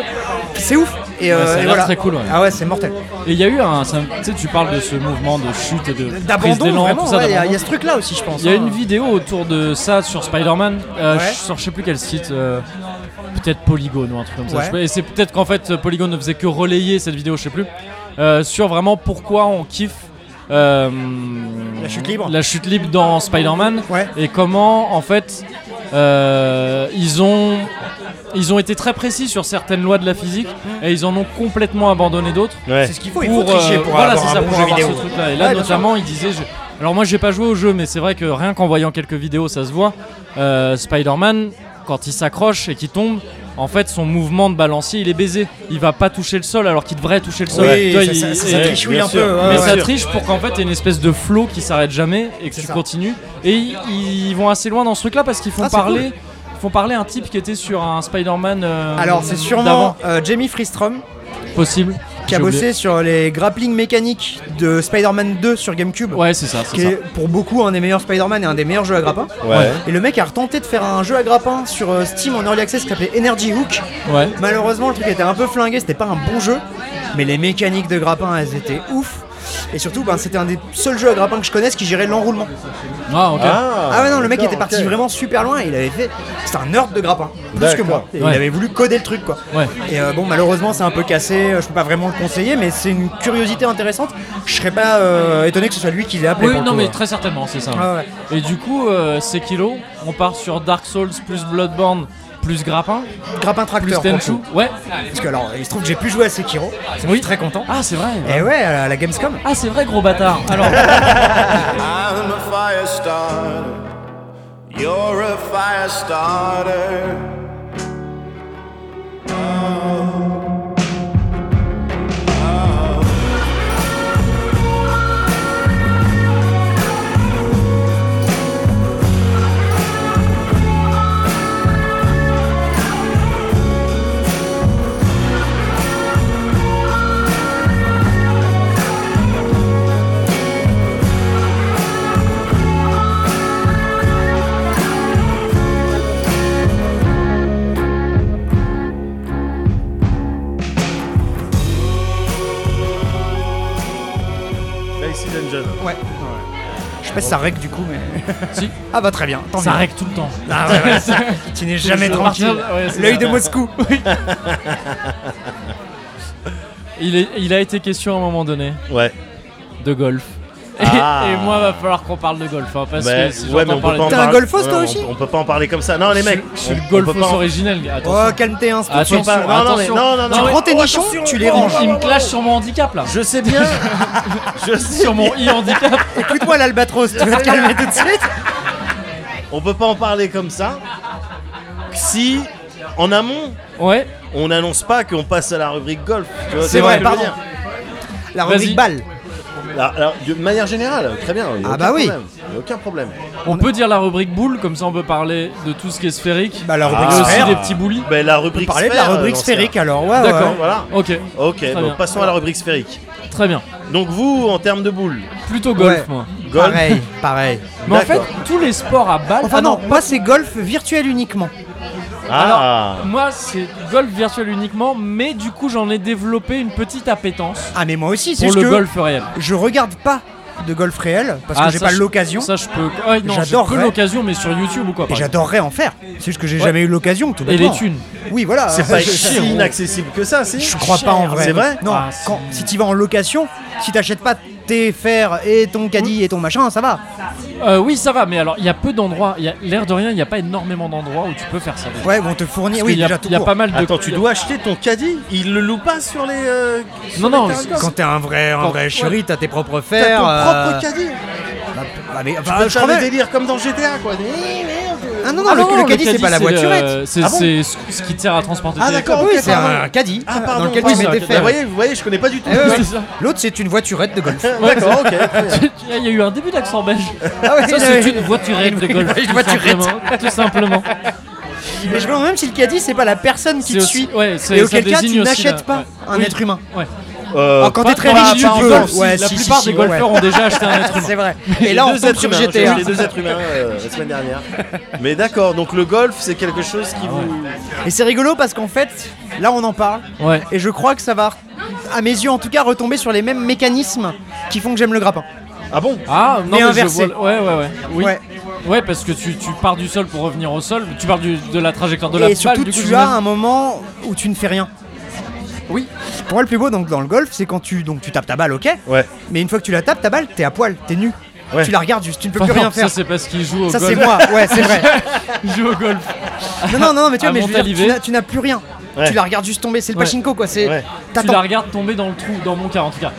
Speaker 3: c'est ouf, et, euh,
Speaker 2: ça a
Speaker 3: et
Speaker 2: l'air
Speaker 3: voilà.
Speaker 2: très cool, ouais.
Speaker 3: Ah ouais, c'est mortel.
Speaker 2: Et il y a eu un. ça- Tu sais, tu parles de ce mouvement de chute et de. prise
Speaker 3: D'abandon,
Speaker 2: d'élan,
Speaker 3: vraiment,
Speaker 2: tout
Speaker 3: il
Speaker 2: ça,
Speaker 3: y, a-
Speaker 2: d'abandon.
Speaker 3: y a ce truc là aussi, je pense.
Speaker 2: Il y a
Speaker 3: hein.
Speaker 2: une vidéo autour de ça sur Spider-Man, euh,
Speaker 3: Ouais.
Speaker 2: sur je sais plus quel site, euh, peut-être Polygon ou un truc comme ça.
Speaker 3: Ouais.
Speaker 2: je sais pas. Et c'est peut-être qu'en fait euh, Polygon ne faisait que relayer cette vidéo, je sais plus, euh, sur vraiment pourquoi on kiffe. euh,
Speaker 3: La chute libre.
Speaker 2: La chute libre dans Spider-Man.
Speaker 3: Ouais.
Speaker 2: Et comment, en fait, euh, ils ont. Ils ont été très précis sur certaines lois de la physique et ils en ont complètement abandonné d'autres
Speaker 1: Ouais.
Speaker 3: C'est ce qu'il faut, Mm. il faut
Speaker 2: euh,
Speaker 3: tricher pour
Speaker 2: voilà,
Speaker 3: avoir
Speaker 2: c'est
Speaker 3: un
Speaker 2: ça,
Speaker 3: bon
Speaker 2: pour
Speaker 3: jeu
Speaker 2: avoir
Speaker 3: vidéo.
Speaker 2: ce truc-là. Et là,
Speaker 3: Ouais, bien sûr.
Speaker 2: notamment, il disait. je- Alors, moi, j'ai pas joué au jeu, mais c'est vrai que rien qu'en voyant quelques vidéos, ça se voit. Euh, Spider-Man, quand il s'accroche et qu'il tombe, en fait, son mouvement de balancier, il est baisé. Il va pas toucher le sol alors qu'il devrait toucher le sol.
Speaker 3: Oui,
Speaker 2: Tu vois,
Speaker 3: ça,
Speaker 2: il-
Speaker 3: ça, ça, ça
Speaker 2: et-
Speaker 3: trichouille
Speaker 1: bien
Speaker 3: un
Speaker 1: sûr.
Speaker 3: peu. ouais,
Speaker 2: mais
Speaker 3: ouais.
Speaker 2: ça triche pour qu'en fait, il y ait une espèce de flow qui s'arrête jamais et que tu
Speaker 3: ça.
Speaker 2: continues. Et ils, ils vont assez loin dans ce truc-là parce qu'ils font
Speaker 3: Ah, c'est
Speaker 2: parler. ils font parler un type qui était sur un Spider-Man. euh,
Speaker 3: Alors, c'est
Speaker 2: d'avant.
Speaker 3: sûrement euh, Jamie Freestrom
Speaker 2: possible.
Speaker 3: qui a
Speaker 2: J'ai oublié.
Speaker 3: bossé sur les grappling mécaniques de Spider-Man 2 sur GameCube.
Speaker 2: Ouais, c'est ça, c'est
Speaker 3: qui
Speaker 2: ça.
Speaker 3: est pour beaucoup un des meilleurs Spider-Man et un des meilleurs jeux à grappin.
Speaker 1: Ouais.
Speaker 3: Et le mec a retenté de faire un jeu à grappin sur euh, Steam en early access qui s'appelait Energy Hook.
Speaker 2: Ouais.
Speaker 3: Malheureusement, le truc était un peu flingué, c'était pas un bon jeu, mais les mécaniques de grappin elles étaient ouf. Et surtout, ben, c'était un des seuls jeux à grappin que je connaisse qui gérait l'enroulement.
Speaker 2: Ah, ok.
Speaker 1: Ah,
Speaker 3: Ah ouais, non, le mec
Speaker 1: d'accord,
Speaker 3: était parti
Speaker 1: ok.
Speaker 3: vraiment super loin et il avait fait. C'était un nerd de grappin, plus
Speaker 1: D'accord.
Speaker 3: que moi. Et
Speaker 2: Ouais.
Speaker 3: Il avait voulu coder le truc quoi.
Speaker 2: Ouais.
Speaker 3: Et euh, bon, malheureusement, c'est un peu cassé, euh, je peux pas vraiment le conseiller, mais c'est une curiosité intéressante. Je serais pas euh, étonné que ce soit lui qui l'ait appelé.
Speaker 2: Oui,
Speaker 3: pour le
Speaker 2: non,
Speaker 3: coup,
Speaker 2: mais
Speaker 3: hein.
Speaker 2: très certainement, c'est ça.
Speaker 3: Ah ouais.
Speaker 2: Et du coup, euh, c'est kilo. On part sur Dark Souls plus Bloodborne plus Grappin
Speaker 3: Grappin
Speaker 2: plus
Speaker 3: tracteur. pour le
Speaker 2: Tenchu.
Speaker 3: coup.
Speaker 2: Ouais.
Speaker 3: Parce que alors, il se trouve que j'ai pu jouer à Sekiro. Je suis très content.
Speaker 2: Ah, c'est vrai.
Speaker 3: Et ouais, à la Gamescom.
Speaker 2: Ah, c'est vrai, gros bâtard. Alors,
Speaker 4: I'm a fire starter. You're a fire starter.
Speaker 6: Thank
Speaker 1: Lacey Dungeon.
Speaker 3: Ouais. Je sais pas si ça règle du coup, mais.
Speaker 2: Si.
Speaker 3: Ah bah très bien, tant
Speaker 2: Ça
Speaker 3: mieux.
Speaker 2: règle tout le temps.
Speaker 3: Ah ouais, ouais, ça, tu n'es jamais
Speaker 2: Je vais
Speaker 3: tranquille.
Speaker 2: partir- ouais, c'est
Speaker 3: L'œil
Speaker 2: ça.
Speaker 3: de Moscou.
Speaker 2: Il, est- il a été question à un moment donné
Speaker 1: Ouais.
Speaker 2: de golf. Et-
Speaker 1: Ah.
Speaker 2: Et, moi, va falloir qu'on parle de golf. hein, parce
Speaker 1: Bah,
Speaker 2: que si
Speaker 1: ouais, mais
Speaker 2: j'entends
Speaker 1: on peut
Speaker 2: parler
Speaker 1: pas en
Speaker 2: de
Speaker 3: T'es un
Speaker 1: parler-
Speaker 3: golfos, toi
Speaker 1: ouais, on-
Speaker 3: aussi
Speaker 1: on, peut pas en parler comme ça. Non, les mecs.
Speaker 2: je suis
Speaker 1: on-
Speaker 2: le
Speaker 1: on peut
Speaker 2: golfos
Speaker 1: pas en-
Speaker 2: originel.
Speaker 3: Oh,
Speaker 2: Attention.
Speaker 3: calme-toi, hein, c'est
Speaker 2: Attention, bah,
Speaker 1: on parle- non, non, mais-
Speaker 2: attention.
Speaker 1: non, non, non.
Speaker 2: Tu
Speaker 1: mais-
Speaker 3: prends tes
Speaker 1: oh,
Speaker 3: nichons,
Speaker 1: attention,
Speaker 3: tu les
Speaker 1: oh,
Speaker 3: ranges.
Speaker 1: oh,
Speaker 2: Il
Speaker 1: oh,
Speaker 2: me clash sur mon handicap là.
Speaker 1: Je sais bien. je sais
Speaker 2: Sur mon
Speaker 1: bien.
Speaker 2: e-handicap.
Speaker 3: Écoute-moi l'albatros, tu vas te calmer tout de suite.
Speaker 1: On peut pas en parler comme ça. Si en amont,
Speaker 2: Ouais.
Speaker 1: on n'annonce pas qu'on passe à la rubrique golf. tu vois ce
Speaker 3: C'est
Speaker 1: que
Speaker 3: vrai,
Speaker 1: je veux
Speaker 3: pardon.
Speaker 1: dire
Speaker 3: La
Speaker 2: Vas-y.
Speaker 3: rubrique balle.
Speaker 1: Alors, alors, de manière générale, très bien. il y a
Speaker 3: Ah
Speaker 1: aucun
Speaker 3: bah oui.
Speaker 1: problème, il y a aucun problème.
Speaker 2: On peut dire la rubrique boule, comme ça on peut parler de tout ce qui est sphérique.
Speaker 3: Bah, la
Speaker 2: Mais
Speaker 3: rubrique
Speaker 2: aussi
Speaker 3: sphère.
Speaker 2: des petits boulis.
Speaker 1: Ben, la
Speaker 3: On
Speaker 1: rubrique
Speaker 3: parlait de
Speaker 1: sphère.
Speaker 3: la
Speaker 1: euh,
Speaker 3: rubrique
Speaker 1: dans ce
Speaker 3: sphérique hein.
Speaker 1: cas.
Speaker 3: alors, ouais.
Speaker 2: D'accord.
Speaker 3: ouais.
Speaker 1: Voilà.
Speaker 2: Ok,
Speaker 1: Ok,
Speaker 2: Très
Speaker 1: donc
Speaker 2: bien.
Speaker 1: passons à la rubrique sphérique.
Speaker 2: très bien.
Speaker 1: Donc vous, en termes de boules,
Speaker 2: Plutôt golf,
Speaker 3: Ouais.
Speaker 2: moi.
Speaker 1: golf,
Speaker 3: Pareil, pareil.
Speaker 2: Mais en fait,
Speaker 1: D'accord.
Speaker 2: tous les sports à balles.
Speaker 3: Enfin
Speaker 2: Ah
Speaker 3: non, moi c'est golf virtuel uniquement.
Speaker 1: ah,
Speaker 2: Moi, c'est golf virtuel uniquement, mais du coup, j'en ai développé une petite appétence
Speaker 3: Ah mais moi aussi, c'est
Speaker 2: pour
Speaker 3: juste
Speaker 2: le
Speaker 3: que
Speaker 2: golf réel.
Speaker 3: je regarde pas de golf réel parce que
Speaker 2: Ah,
Speaker 3: j'ai
Speaker 2: ça,
Speaker 3: pas
Speaker 2: je-
Speaker 3: l'occasion.
Speaker 2: Ça, je peux. Ouais, non, j'ai
Speaker 3: J'adorerais.
Speaker 2: que l'occasion, mais sur YouTube ou quoi.
Speaker 3: Et
Speaker 2: par exemple.
Speaker 3: j'adorerais en faire. C'est juste que j'ai
Speaker 2: Ouais.
Speaker 3: jamais eu l'occasion tout
Speaker 2: Et les
Speaker 3: bêtement.
Speaker 2: thunes.
Speaker 3: Oui, voilà.
Speaker 1: c'est pas
Speaker 3: Je-
Speaker 1: si inaccessible que ça, si
Speaker 3: Je crois pas en vrai.
Speaker 1: C'est vrai
Speaker 3: Non,
Speaker 2: Ah,
Speaker 3: quand,
Speaker 2: si.
Speaker 3: si tu vas en location, si t'achètes pas tes fers et ton caddie et ton machin, ça va.
Speaker 2: Euh, oui, ça va, mais alors, il y a peu d'endroits. il y a- L'air de rien, il n'y a pas énormément d'endroits où tu peux faire ça. Parce
Speaker 3: Ouais, ils vont te fournir. Oui,
Speaker 2: qu'il y a-
Speaker 3: déjà tout
Speaker 2: il y a
Speaker 3: court.
Speaker 2: pas mal de.
Speaker 1: Attends, tu dois acheter ton caddie Il le loue pas sur les. euh,
Speaker 2: Non, non,
Speaker 1: sur les
Speaker 2: c'est-
Speaker 1: Quand
Speaker 3: Quand t'es un vrai, un
Speaker 2: Quand-
Speaker 3: vrai chéri, t'as tes propres
Speaker 1: t'as
Speaker 3: fers.
Speaker 1: ton
Speaker 3: euh,
Speaker 1: propre caddie Ah,
Speaker 3: bah, bah, mais-
Speaker 1: Tu
Speaker 3: bah,
Speaker 1: peux
Speaker 3: je
Speaker 1: faire des
Speaker 3: crois-
Speaker 1: délires comme dans GTA, quoi.
Speaker 3: Ah non, non,
Speaker 2: Ah
Speaker 3: le,
Speaker 2: non,
Speaker 3: le caddie, c'est pas la
Speaker 2: le- euh,
Speaker 3: voiturette.
Speaker 2: C'est
Speaker 1: Ah bon
Speaker 2: c'est ce ce qui te sert à transporter
Speaker 1: Ah,
Speaker 2: tes-
Speaker 1: d'accord,
Speaker 3: Oui,
Speaker 1: ok,
Speaker 3: c'est
Speaker 1: pardon.
Speaker 3: un caddie
Speaker 1: Ah,
Speaker 3: dans
Speaker 1: pardon.
Speaker 3: lequel
Speaker 1: oui,
Speaker 3: tu
Speaker 1: c'est
Speaker 3: mets
Speaker 1: un
Speaker 3: tes
Speaker 1: caddie. Vous
Speaker 3: fers.
Speaker 1: voyez, vous voyez, je connais pas du tout.
Speaker 3: Eh ouais, ouais.
Speaker 2: C'est ça.
Speaker 3: L'autre, c'est une voiturette de golf.
Speaker 1: D'accord, ok. très bien.
Speaker 2: Il y a eu un début d'accent belge.
Speaker 3: Ah ouais,
Speaker 2: Ça,
Speaker 3: ouais,
Speaker 2: c'est
Speaker 3: ouais.
Speaker 2: une voiturette de golf.
Speaker 3: Une
Speaker 2: tout
Speaker 3: voiturette.
Speaker 2: simplement, Tout simplement.
Speaker 3: Mais je me demande même si le caddie, c'est pas la personne qui
Speaker 2: C'est
Speaker 3: te
Speaker 2: aussi-
Speaker 3: suit.
Speaker 2: ouais, c'est-
Speaker 3: et
Speaker 2: ça
Speaker 3: auquel cas, tu
Speaker 2: désigne aussi
Speaker 3: n'achètes
Speaker 2: la-
Speaker 3: pas
Speaker 2: ouais.
Speaker 3: un
Speaker 2: Oui.
Speaker 3: être humain.
Speaker 2: Ouais.
Speaker 1: Euh,
Speaker 3: quand t'es
Speaker 2: Pas-
Speaker 3: très
Speaker 2: pas-
Speaker 3: riche,
Speaker 2: pas
Speaker 3: tu
Speaker 2: en
Speaker 3: peux.
Speaker 2: golf, si.
Speaker 3: Ouais,
Speaker 2: La
Speaker 3: si, si,
Speaker 2: plupart
Speaker 3: si,
Speaker 2: des
Speaker 3: ouais.
Speaker 2: golfeurs ont déjà acheté un être humain.
Speaker 3: C'est vrai.
Speaker 1: les
Speaker 3: Et là, on
Speaker 1: deux
Speaker 3: tombe
Speaker 1: êtres
Speaker 3: sur
Speaker 1: humains, j'ai
Speaker 3: GTA.
Speaker 1: vu les deux êtres humains euh, la semaine dernière. Mais d'accord, donc le golf, c'est quelque chose qui vous.
Speaker 3: Et c'est rigolo parce qu'en fait, là, on en parle.
Speaker 2: Ouais.
Speaker 3: Et je crois que ça va, à mes yeux en tout cas, retomber sur les mêmes mécanismes qui font que j'aime le grappin.
Speaker 1: Ah bon
Speaker 2: Ah non
Speaker 3: Mais
Speaker 2: mais,
Speaker 3: inversé.
Speaker 2: je vois. Ouais ouais ouais. Oui.
Speaker 3: Ouais.
Speaker 2: Ouais. parce que tu, tu pars du sol pour revenir au sol. Tu pars du- de la trajectoire de la
Speaker 3: et
Speaker 2: balle.
Speaker 3: surtout,
Speaker 2: du coup,
Speaker 3: tu as
Speaker 2: j'imagine.
Speaker 3: un moment où tu ne fais rien.
Speaker 2: Oui.
Speaker 3: Pour moi, le plus beau donc, dans le golf, c'est quand tu, donc, tu tapes ta balle, ok
Speaker 1: Ouais.
Speaker 3: Mais une fois que tu la tapes, ta balle, t'es à poil, t'es nu.
Speaker 1: Ouais.
Speaker 3: Tu la regardes juste, tu ne peux
Speaker 2: Enfin,
Speaker 3: plus rien
Speaker 2: non,
Speaker 3: faire.
Speaker 2: Ça c'est parce qu'il joue au
Speaker 3: Ça,
Speaker 2: golf.
Speaker 3: c'est moi, ouais, c'est vrai.
Speaker 2: Il joue au golf.
Speaker 3: Non, non, non, mais tu vois,
Speaker 2: À
Speaker 3: mais je veux dire,
Speaker 2: Montalivet.
Speaker 3: tu n'as- tu n'as plus rien.
Speaker 1: Ouais.
Speaker 3: Tu la regardes juste tomber, c'est le
Speaker 2: Ouais.
Speaker 3: pachinko quoi, c'est.
Speaker 1: Ouais.
Speaker 2: Tu la
Speaker 3: T'attends.
Speaker 2: regardes tomber dans le trou, dans mon cas en tout cas.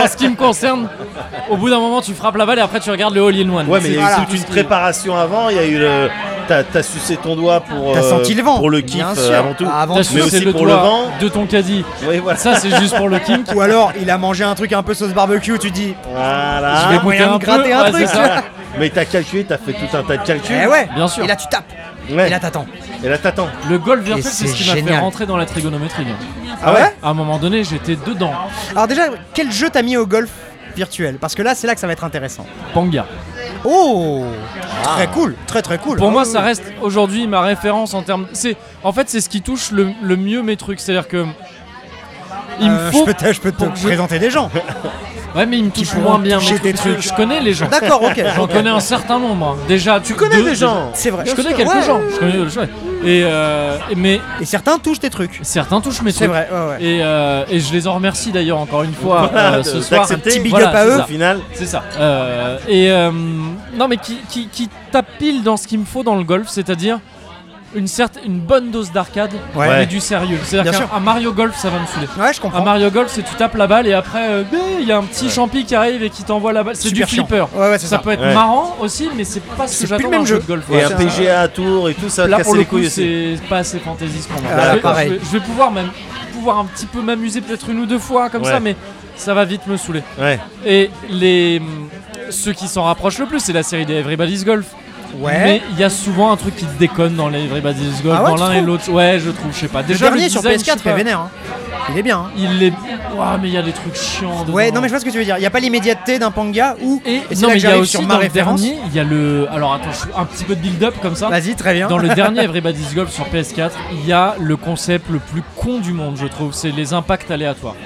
Speaker 2: en ce qui me concerne, au bout d'un moment tu frappes la balle et après tu regardes le all in one.
Speaker 1: Ouais, mais il y a eu
Speaker 3: Voilà.
Speaker 1: toute une préparation avant, il y a eu le. T'as t'as sucé ton doigt pour.
Speaker 3: T'as
Speaker 1: euh,
Speaker 3: senti le vent.
Speaker 1: Pour le kiff
Speaker 3: Bien
Speaker 1: euh,
Speaker 3: sûr.
Speaker 1: avant tout.
Speaker 3: Ah, avant
Speaker 2: T'as
Speaker 3: Mais
Speaker 2: sucé
Speaker 1: aussi
Speaker 2: le
Speaker 1: pour le
Speaker 2: doigt
Speaker 1: vent.
Speaker 2: de ton caddie.
Speaker 1: Oui, voilà.
Speaker 2: Ça c'est juste pour le kink.
Speaker 3: Ou alors il a mangé un truc un peu sauce barbecue, tu dis.
Speaker 1: Voilà.
Speaker 2: Je vais
Speaker 3: moyen de
Speaker 2: goûter
Speaker 3: gratter
Speaker 2: peu.
Speaker 3: un
Speaker 2: Ouais,
Speaker 3: truc,
Speaker 2: c'est
Speaker 3: tu
Speaker 2: ça.
Speaker 3: vois.
Speaker 1: Mais t'as calculé, t'as fait tout un tas de calculs.
Speaker 3: Eh ouais.
Speaker 2: Bien sûr.
Speaker 3: Et là tu tapes.
Speaker 1: Ouais.
Speaker 3: Et là t'attends.
Speaker 1: Et là, t'attends.
Speaker 2: Le golf virtuel
Speaker 3: Et
Speaker 2: c'est
Speaker 3: c'est
Speaker 2: ce qui m'a fait
Speaker 3: génial.
Speaker 2: rentrer dans la trigonométrie.
Speaker 3: Ah ouais
Speaker 2: À un moment donné j'étais dedans.
Speaker 3: Alors déjà, quel jeu t'as mis au golf virtuel Parce que là, c'est là que ça va être intéressant.
Speaker 2: Panga.
Speaker 3: Oh Très cool, très très cool.
Speaker 2: Ah. Pour
Speaker 3: Ah
Speaker 2: moi,
Speaker 3: oui,
Speaker 2: ça
Speaker 3: oui.
Speaker 2: reste aujourd'hui ma référence en termes. C'est en fait c'est ce qui touche le, le mieux mes trucs. C'est-à-dire que il me
Speaker 3: Euh,
Speaker 2: faut.
Speaker 3: Je peux te, je peux te
Speaker 2: pour que je-
Speaker 3: présenter des gens.
Speaker 2: Ouais, mais il me touche
Speaker 3: pourront
Speaker 2: moins bien.
Speaker 3: toucher
Speaker 2: mes
Speaker 3: tes
Speaker 2: trucs, parce que
Speaker 3: trucs.
Speaker 2: Je connais les gens.
Speaker 3: D'accord, ok.
Speaker 2: J'en connais un certain nombre. hein. Déjà, tu
Speaker 1: connais des gens
Speaker 3: C'est vrai.
Speaker 2: Je connais
Speaker 3: Bien sûr,
Speaker 2: quelques
Speaker 3: ouais,
Speaker 2: gens.
Speaker 3: ouais,
Speaker 2: Je connais, je- ouais. Et euh, mais
Speaker 3: Et certains touchent tes trucs.
Speaker 2: certains touchent mes
Speaker 3: C'est
Speaker 2: trucs.
Speaker 3: vrai, ouais, ouais.
Speaker 2: Et, euh, et je les en remercie d'ailleurs encore une fois
Speaker 1: Voilà,
Speaker 2: euh,
Speaker 1: de-
Speaker 2: ce soir.
Speaker 1: d'accepter. Un petit big
Speaker 2: Voilà,
Speaker 3: up à
Speaker 2: c'est
Speaker 3: eux.
Speaker 1: Au
Speaker 2: ça.
Speaker 1: final.
Speaker 2: C'est ça. Euh, et euh, non, mais qui, qui, qui tape pile dans ce qu'il me faut dans le golf, c'est-à-dire une, certain- une bonne dose d'arcade,
Speaker 3: Ouais.
Speaker 2: mais du sérieux. C'est-à-dire
Speaker 3: Bien
Speaker 2: qu'un
Speaker 3: sûr.
Speaker 2: un Mario Golf, ça va me saouler.
Speaker 3: Ouais, je
Speaker 2: Un
Speaker 3: comprends.
Speaker 2: Mario Golf, c'est tu tapes la balle et après, euh, bé, il y a un petit champi qui arrive et qui t'envoie la balle. C'est du
Speaker 3: Super chiant.
Speaker 2: flipper.
Speaker 3: Ouais, ouais, c'est
Speaker 2: ça,
Speaker 3: ça.
Speaker 2: peut être
Speaker 1: Ouais.
Speaker 2: marrant aussi, mais c'est pas ce
Speaker 3: C'est
Speaker 2: que
Speaker 3: plus le
Speaker 2: j'attends
Speaker 3: même
Speaker 2: d'un
Speaker 3: jeu.
Speaker 2: jeu de golf.
Speaker 1: Et
Speaker 2: Ouais,
Speaker 1: un
Speaker 2: c'est-
Speaker 1: PGA à tour et tout ça,
Speaker 2: Là, pour
Speaker 1: casser
Speaker 2: le
Speaker 1: les
Speaker 2: coup,
Speaker 1: couilles aussi.
Speaker 2: c'est pas assez fantaisiste pour moi.
Speaker 3: Voilà,
Speaker 2: je, vais,
Speaker 3: pareil.
Speaker 2: je vais- je vais pouvoir même pouvoir un petit peu m'amuser peut-être une ou deux fois comme
Speaker 1: Ouais.
Speaker 2: ça, mais ça va vite me saouler.
Speaker 1: Ouais.
Speaker 2: Et les ceux qui s'en rapprochent le plus, c'est la série des Everybody's Golf.
Speaker 3: Ouais.
Speaker 2: Mais il y a souvent un truc qui déconne dans les Everybody's Golf,
Speaker 3: Ah ouais,
Speaker 2: dans
Speaker 3: tu
Speaker 2: l'un et
Speaker 3: trouves
Speaker 2: l'autre. Ouais, je trouve, je sais pas.
Speaker 3: Le
Speaker 2: Déjà,
Speaker 3: dernier sur
Speaker 2: design, je
Speaker 3: PS4
Speaker 2: sais
Speaker 3: est
Speaker 2: pas,
Speaker 3: vénère. hein. Il est bien. hein.
Speaker 2: Il est. Ouah, mais il y a des trucs chiants.
Speaker 3: Ouais,
Speaker 2: dedans.
Speaker 3: non mais je vois ce que tu veux dire. Il n'y a pas l'immédiateté d'un panga ou.
Speaker 2: Et,
Speaker 3: c'est
Speaker 2: non, mais il y
Speaker 3: là que
Speaker 2: a
Speaker 3: j'arrive
Speaker 2: aussi
Speaker 3: sur ma
Speaker 2: dans le
Speaker 3: référence.
Speaker 2: dernier, il y a le. Alors attends, je fais un petit peu de build-up comme ça.
Speaker 3: Vas-y, hein. très bien.
Speaker 2: Dans le dernier Everybody's Golf sur PS4, il y a le concept le plus con du monde, je trouve. C'est les impacts aléatoires.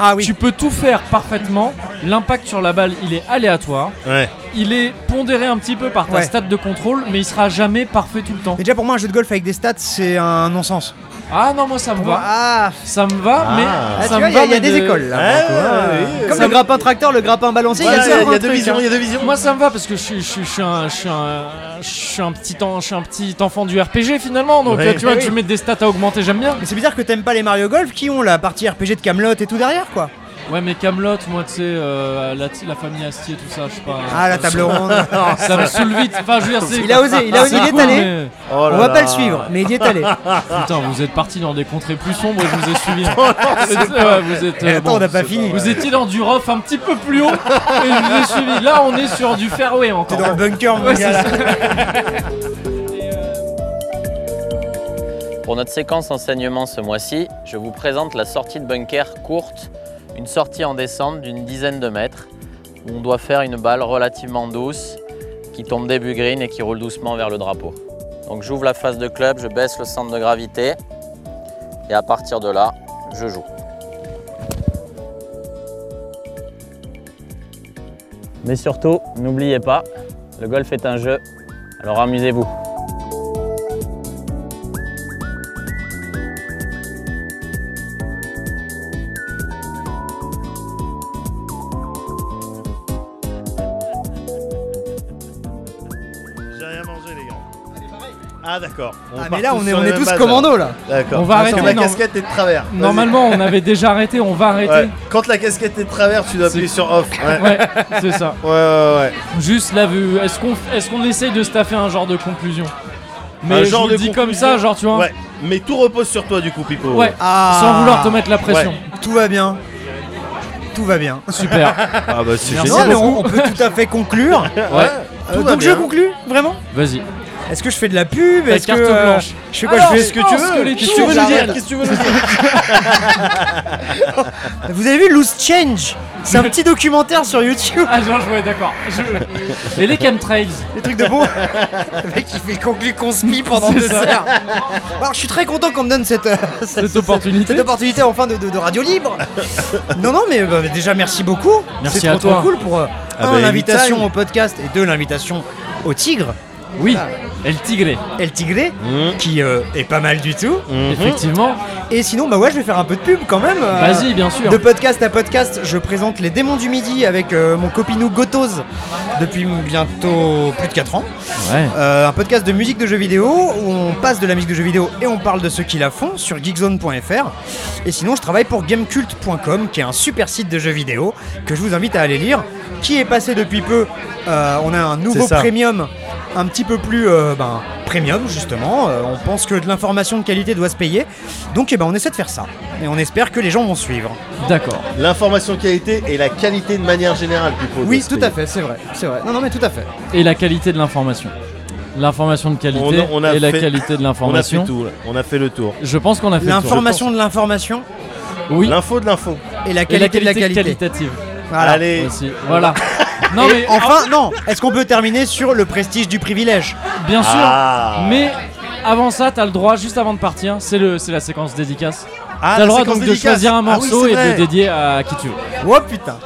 Speaker 3: Ah oui.
Speaker 2: Tu peux tout faire parfaitement. L'impact sur la balle, il est aléatoire.
Speaker 1: Ouais.
Speaker 2: Il est pondéré un petit peu par ta
Speaker 3: Ouais.
Speaker 2: stat de contrôle, mais il sera jamais parfait tout le temps.
Speaker 3: Mais déjà pour moi un jeu de golf avec des stats c'est un non-sens.
Speaker 2: Ah non, moi ça me va.
Speaker 3: Ah,
Speaker 2: Ça me va,
Speaker 1: Ah.
Speaker 2: mais
Speaker 1: Ah,
Speaker 3: ah,
Speaker 2: ça
Speaker 3: tu vois,
Speaker 2: me
Speaker 3: il y a,
Speaker 2: va.
Speaker 3: il y
Speaker 2: mais
Speaker 3: a des
Speaker 2: de-
Speaker 3: écoles là.
Speaker 1: Ouais,
Speaker 3: donc, ouais.
Speaker 1: ouais, ouais.
Speaker 3: Comme
Speaker 1: Ça
Speaker 3: le
Speaker 1: me-
Speaker 3: grappin tracteur, le grappin balancier,
Speaker 1: Voilà,
Speaker 3: il
Speaker 1: Il
Speaker 3: y a,
Speaker 1: y a-
Speaker 3: toujours
Speaker 1: il y
Speaker 3: un
Speaker 1: a deux
Speaker 3: truc,
Speaker 1: visions,
Speaker 3: hein.
Speaker 1: il y a deux visions.
Speaker 2: Moi ça me va parce que je suis, je suis, je suis un, je suis un, je suis un petit en- je suis un petit enfant du RPG finalement donc
Speaker 1: Ouais.
Speaker 2: tu vois
Speaker 3: Eh
Speaker 2: tu
Speaker 3: oui.
Speaker 2: mets des stats à augmenter j'aime bien.
Speaker 3: Mais c'est bizarre que t'aimes pas les Mario Golf qui ont la partie RPG de Camelot et tout derrière quoi.
Speaker 2: Ouais mais Camelot moi tu sais euh, la, la famille Astier tout ça je sais pas.
Speaker 3: Ah la
Speaker 2: Oh
Speaker 3: table ronde.
Speaker 2: ça me saoule vite. Enfin je veux dire c'est- Ah,
Speaker 3: Il a osé, il a osé,
Speaker 2: c'est
Speaker 3: il est
Speaker 2: cool,
Speaker 3: allé. Ah.
Speaker 2: mais-
Speaker 1: Oh là
Speaker 3: On va pas
Speaker 1: là.
Speaker 3: le suivre, mais il y est allé.
Speaker 2: Putain, vous êtes parti dans des contrées plus sombres et je vous ai suivi. Ouais, vous êtes, euh,
Speaker 3: Et attends, on n'a pas fini.
Speaker 2: Vous étiez dans du rough un petit peu plus haut et je vous ai suivi. Là, on est sur du fairway
Speaker 3: T'es
Speaker 2: encore.
Speaker 3: dans le bunker, mon
Speaker 2: Ouais,
Speaker 3: gars.
Speaker 2: c'est
Speaker 3: là.
Speaker 6: Pour notre séquence enseignement ce mois-ci, je vous présente la sortie de bunker courte, une sortie en descente d'une dizaine de mètres, où on doit faire une balle relativement douce, qui tombe début green et qui roule doucement vers le drapeau. Donc j'ouvre la face de club, je baisse le centre de gravité, et à partir de là, je joue. Mais surtout, n'oubliez pas, le golf est un jeu, alors amusez-vous.
Speaker 1: J'ai rien mangé, les gars. Ah, d'accord.
Speaker 3: Ah, mais
Speaker 1: part
Speaker 3: là, on est,
Speaker 1: sur
Speaker 3: on
Speaker 1: les
Speaker 3: est
Speaker 1: mêmes
Speaker 3: tous
Speaker 1: bases, alors.
Speaker 3: commando là.
Speaker 1: D'accord.
Speaker 2: On va
Speaker 1: Quand
Speaker 2: arrêter,
Speaker 1: La
Speaker 2: non.
Speaker 1: casquette est de travers. Vas-y.
Speaker 2: Normalement, on avait déjà arrêté, on va arrêter.
Speaker 1: Ouais. Quand la casquette est de travers, tu dois appuyer sur off. Ouais, ouais,
Speaker 2: Ouais, c'est ça.
Speaker 1: ouais. ouais.
Speaker 2: Juste la vue. Est-ce qu'on est qu'on essaye de se taffer un genre de conclusion Mais
Speaker 1: Un
Speaker 2: je
Speaker 1: genre
Speaker 2: vous le
Speaker 1: de
Speaker 2: dis comme
Speaker 1: conclusion.
Speaker 2: ça, genre tu vois.
Speaker 1: Ouais, mais tout repose sur toi du coup, Pipo.
Speaker 2: Ouais,
Speaker 3: Ah.
Speaker 2: sans vouloir te mettre la pression.
Speaker 3: Tout va bien. Tout va bien.
Speaker 2: Super.
Speaker 1: Ah bah c'est
Speaker 2: Merci
Speaker 3: Non,
Speaker 1: génial.
Speaker 3: mais on, on peut tout à fait conclure.
Speaker 2: Ouais.
Speaker 3: Euh,
Speaker 1: Ah, va
Speaker 3: donc je
Speaker 1: bien.
Speaker 3: conclue, vraiment
Speaker 2: Vas-y.
Speaker 3: Est-ce que je fais de la pub
Speaker 2: Ta
Speaker 3: Est-ce que
Speaker 2: carte
Speaker 3: euh,
Speaker 2: blanche.
Speaker 3: Je fais quoi
Speaker 2: Alors,
Speaker 3: Je fais ce que tu
Speaker 2: pense que
Speaker 3: veux.
Speaker 2: les
Speaker 3: Qu'est-ce
Speaker 2: tours
Speaker 3: que tu veux nous
Speaker 2: d'arrêt-
Speaker 3: dire Qu'est-ce que tu veux nous dire Vous avez vu Loose Change C'est un petit documentaire sur YouTube.
Speaker 2: Ah, genre, ouais, d'accord. Je- Et les chemtrails
Speaker 3: Des trucs de bon. Le mec qui fait conclu conspi pendant
Speaker 2: C'est
Speaker 3: deux
Speaker 2: ça.
Speaker 3: heures. Alors je suis très content qu'on me donne cette, euh, cette,
Speaker 2: Cette opportunité.
Speaker 3: cette opportunité enfin de, de- de radio libre. non non mais bah, déjà merci beaucoup.
Speaker 2: Merci
Speaker 3: C'est
Speaker 2: à
Speaker 3: trop,
Speaker 2: toi.
Speaker 3: trop cool pour euh,
Speaker 1: Ah
Speaker 3: un
Speaker 1: bah,
Speaker 3: l'invitation
Speaker 1: anytime.
Speaker 3: au podcast et deux l'invitation au tigre
Speaker 2: Oui,
Speaker 3: Ah.
Speaker 2: et le tigré,
Speaker 3: El Tigré
Speaker 2: Mm.
Speaker 1: Mhm.
Speaker 3: qui euh, est pas mal du tout.
Speaker 2: effectivement.
Speaker 3: Et sinon, bah ouais, je vais faire un peu de pub quand même. euh,
Speaker 2: Vas-y, bien sûr.
Speaker 3: De podcast à podcast, je présente Les Démons du Midi avec euh, mon copinou Gotoz depuis bientôt plus de 4 ans.
Speaker 2: Ouais.
Speaker 3: Euh, un podcast de musique de jeux vidéo où on passe de la musique de jeux vidéo et on parle de ceux qui la font sur geekzone.fr. Et sinon, je travaille pour gamecult.com qui est un super site de jeux vidéo que je vous invite à aller lire. Qui est passé depuis peu euh, On a un nouveau
Speaker 1: C'est ça.
Speaker 3: premium, un petit peu plus euh, ben, premium justement. Euh, on pense que de l'information de qualité doit se payer. Donc eh ben, on essaie de faire ça. Et on espère que les gens vont suivre.
Speaker 2: D'accord.
Speaker 1: L'information qualité et la qualité de manière générale, Pipo.
Speaker 3: Oui,
Speaker 1: dans ce
Speaker 3: tout à
Speaker 1: pays.
Speaker 3: fait, c'est vrai. C'est vrai. Non, non, mais tout à fait.
Speaker 2: Et la qualité de l'information. L'information de qualité
Speaker 1: On a- on a
Speaker 2: et la
Speaker 1: fait- On
Speaker 2: qualité de
Speaker 1: a fait
Speaker 2: l'information.
Speaker 1: tout, là. on a fait le tour.
Speaker 2: Je pense qu'on a fait le tour.
Speaker 3: L'information de l'information
Speaker 2: Oui.
Speaker 1: L'info de l'info.
Speaker 3: et la
Speaker 2: Et la qualité,
Speaker 3: qualité de la qualité.
Speaker 2: qualitative
Speaker 3: Voilà.
Speaker 1: Allez,
Speaker 2: aussi. Voilà. Non mais
Speaker 3: Enfin, non, est-ce qu'on peut terminer sur le prestige du privilège
Speaker 2: bien sûr.
Speaker 1: Ah.
Speaker 2: Mais avant ça, t'as le droit juste avant de partir. C'est le, c'est la séquence dédicace.
Speaker 1: Ah,
Speaker 2: t'as le
Speaker 1: la
Speaker 2: droit
Speaker 1: séquence
Speaker 2: donc de
Speaker 1: dédicace.
Speaker 2: choisir un
Speaker 1: Ah oui,
Speaker 2: morceau
Speaker 1: c'est
Speaker 2: et
Speaker 1: vrai.
Speaker 2: de dédier à qui tu veux.
Speaker 3: Oh putain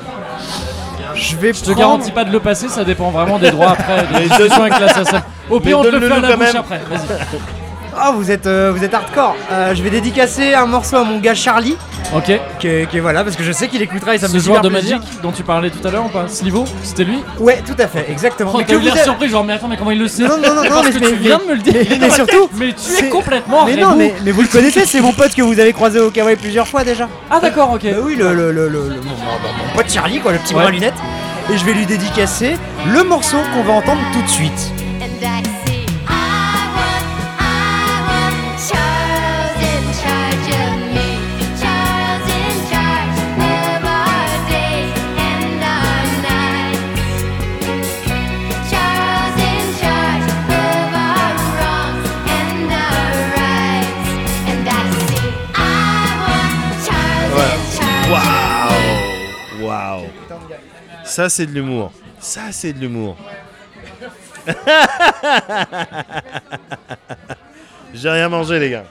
Speaker 3: Je vais
Speaker 2: Je te garantis pas de le passer, ça dépend vraiment des droits après. Des
Speaker 1: Mais
Speaker 2: discussions avec l'assassin. Au
Speaker 1: mais
Speaker 2: pire, on te le fait
Speaker 1: donne-le
Speaker 2: à
Speaker 1: nous
Speaker 2: la
Speaker 1: quand
Speaker 2: bouche
Speaker 1: même.
Speaker 2: après. Vas-y.
Speaker 3: Ah vous êtes euh, vous êtes hardcore Euh, Je vais dédicacer un morceau à mon gars Charlie,
Speaker 2: Ok.
Speaker 3: qui est, qui est- voilà, parce que je sais qu'il écoutera et ça me
Speaker 2: Ce
Speaker 3: fait
Speaker 2: joueur de
Speaker 3: super plaisir.
Speaker 2: Magic dont tu parlais tout à l'heure ou pas Slivo C'était lui
Speaker 3: Ouais, tout à fait, exactement.
Speaker 2: Oh,
Speaker 3: Mais
Speaker 2: t'as
Speaker 3: que
Speaker 2: eu
Speaker 3: vous
Speaker 2: l'air
Speaker 3: êtes-
Speaker 2: surpris, genre, mais attends, mais comment il le sait
Speaker 3: Non, non, non, non,
Speaker 2: Parce
Speaker 3: mais-
Speaker 2: que
Speaker 3: mais-
Speaker 2: tu viens
Speaker 3: mais-
Speaker 2: de me le dire.
Speaker 3: mais- mais surtout,
Speaker 2: mais tu es
Speaker 3: c'est-
Speaker 2: complètement
Speaker 3: mais non,
Speaker 2: rebou.
Speaker 3: mais, mais vous le connaissez, c'est mon pote que vous avez croisé au kawaii plusieurs fois déjà.
Speaker 2: Ah, d'accord, ok.
Speaker 3: Bah oui, le, le, le, le- le- mon, mon- mon pote Charlie, quoi, le petit
Speaker 2: Ouais.
Speaker 3: bras à lunettes. Et je vais lui dédicacer le morceau qu'on va entendre tout de suite.
Speaker 7: And I see I want, I want Charles in charge of me. Charles in charge of our days and our nights. Charles in charge of our wrongs and our rights. And I see I want Charles in charge.
Speaker 1: Waouh Waouh Ça, c'est de l'humour. Ça, c'est de l'humour. J'ai rien mangé, les gars.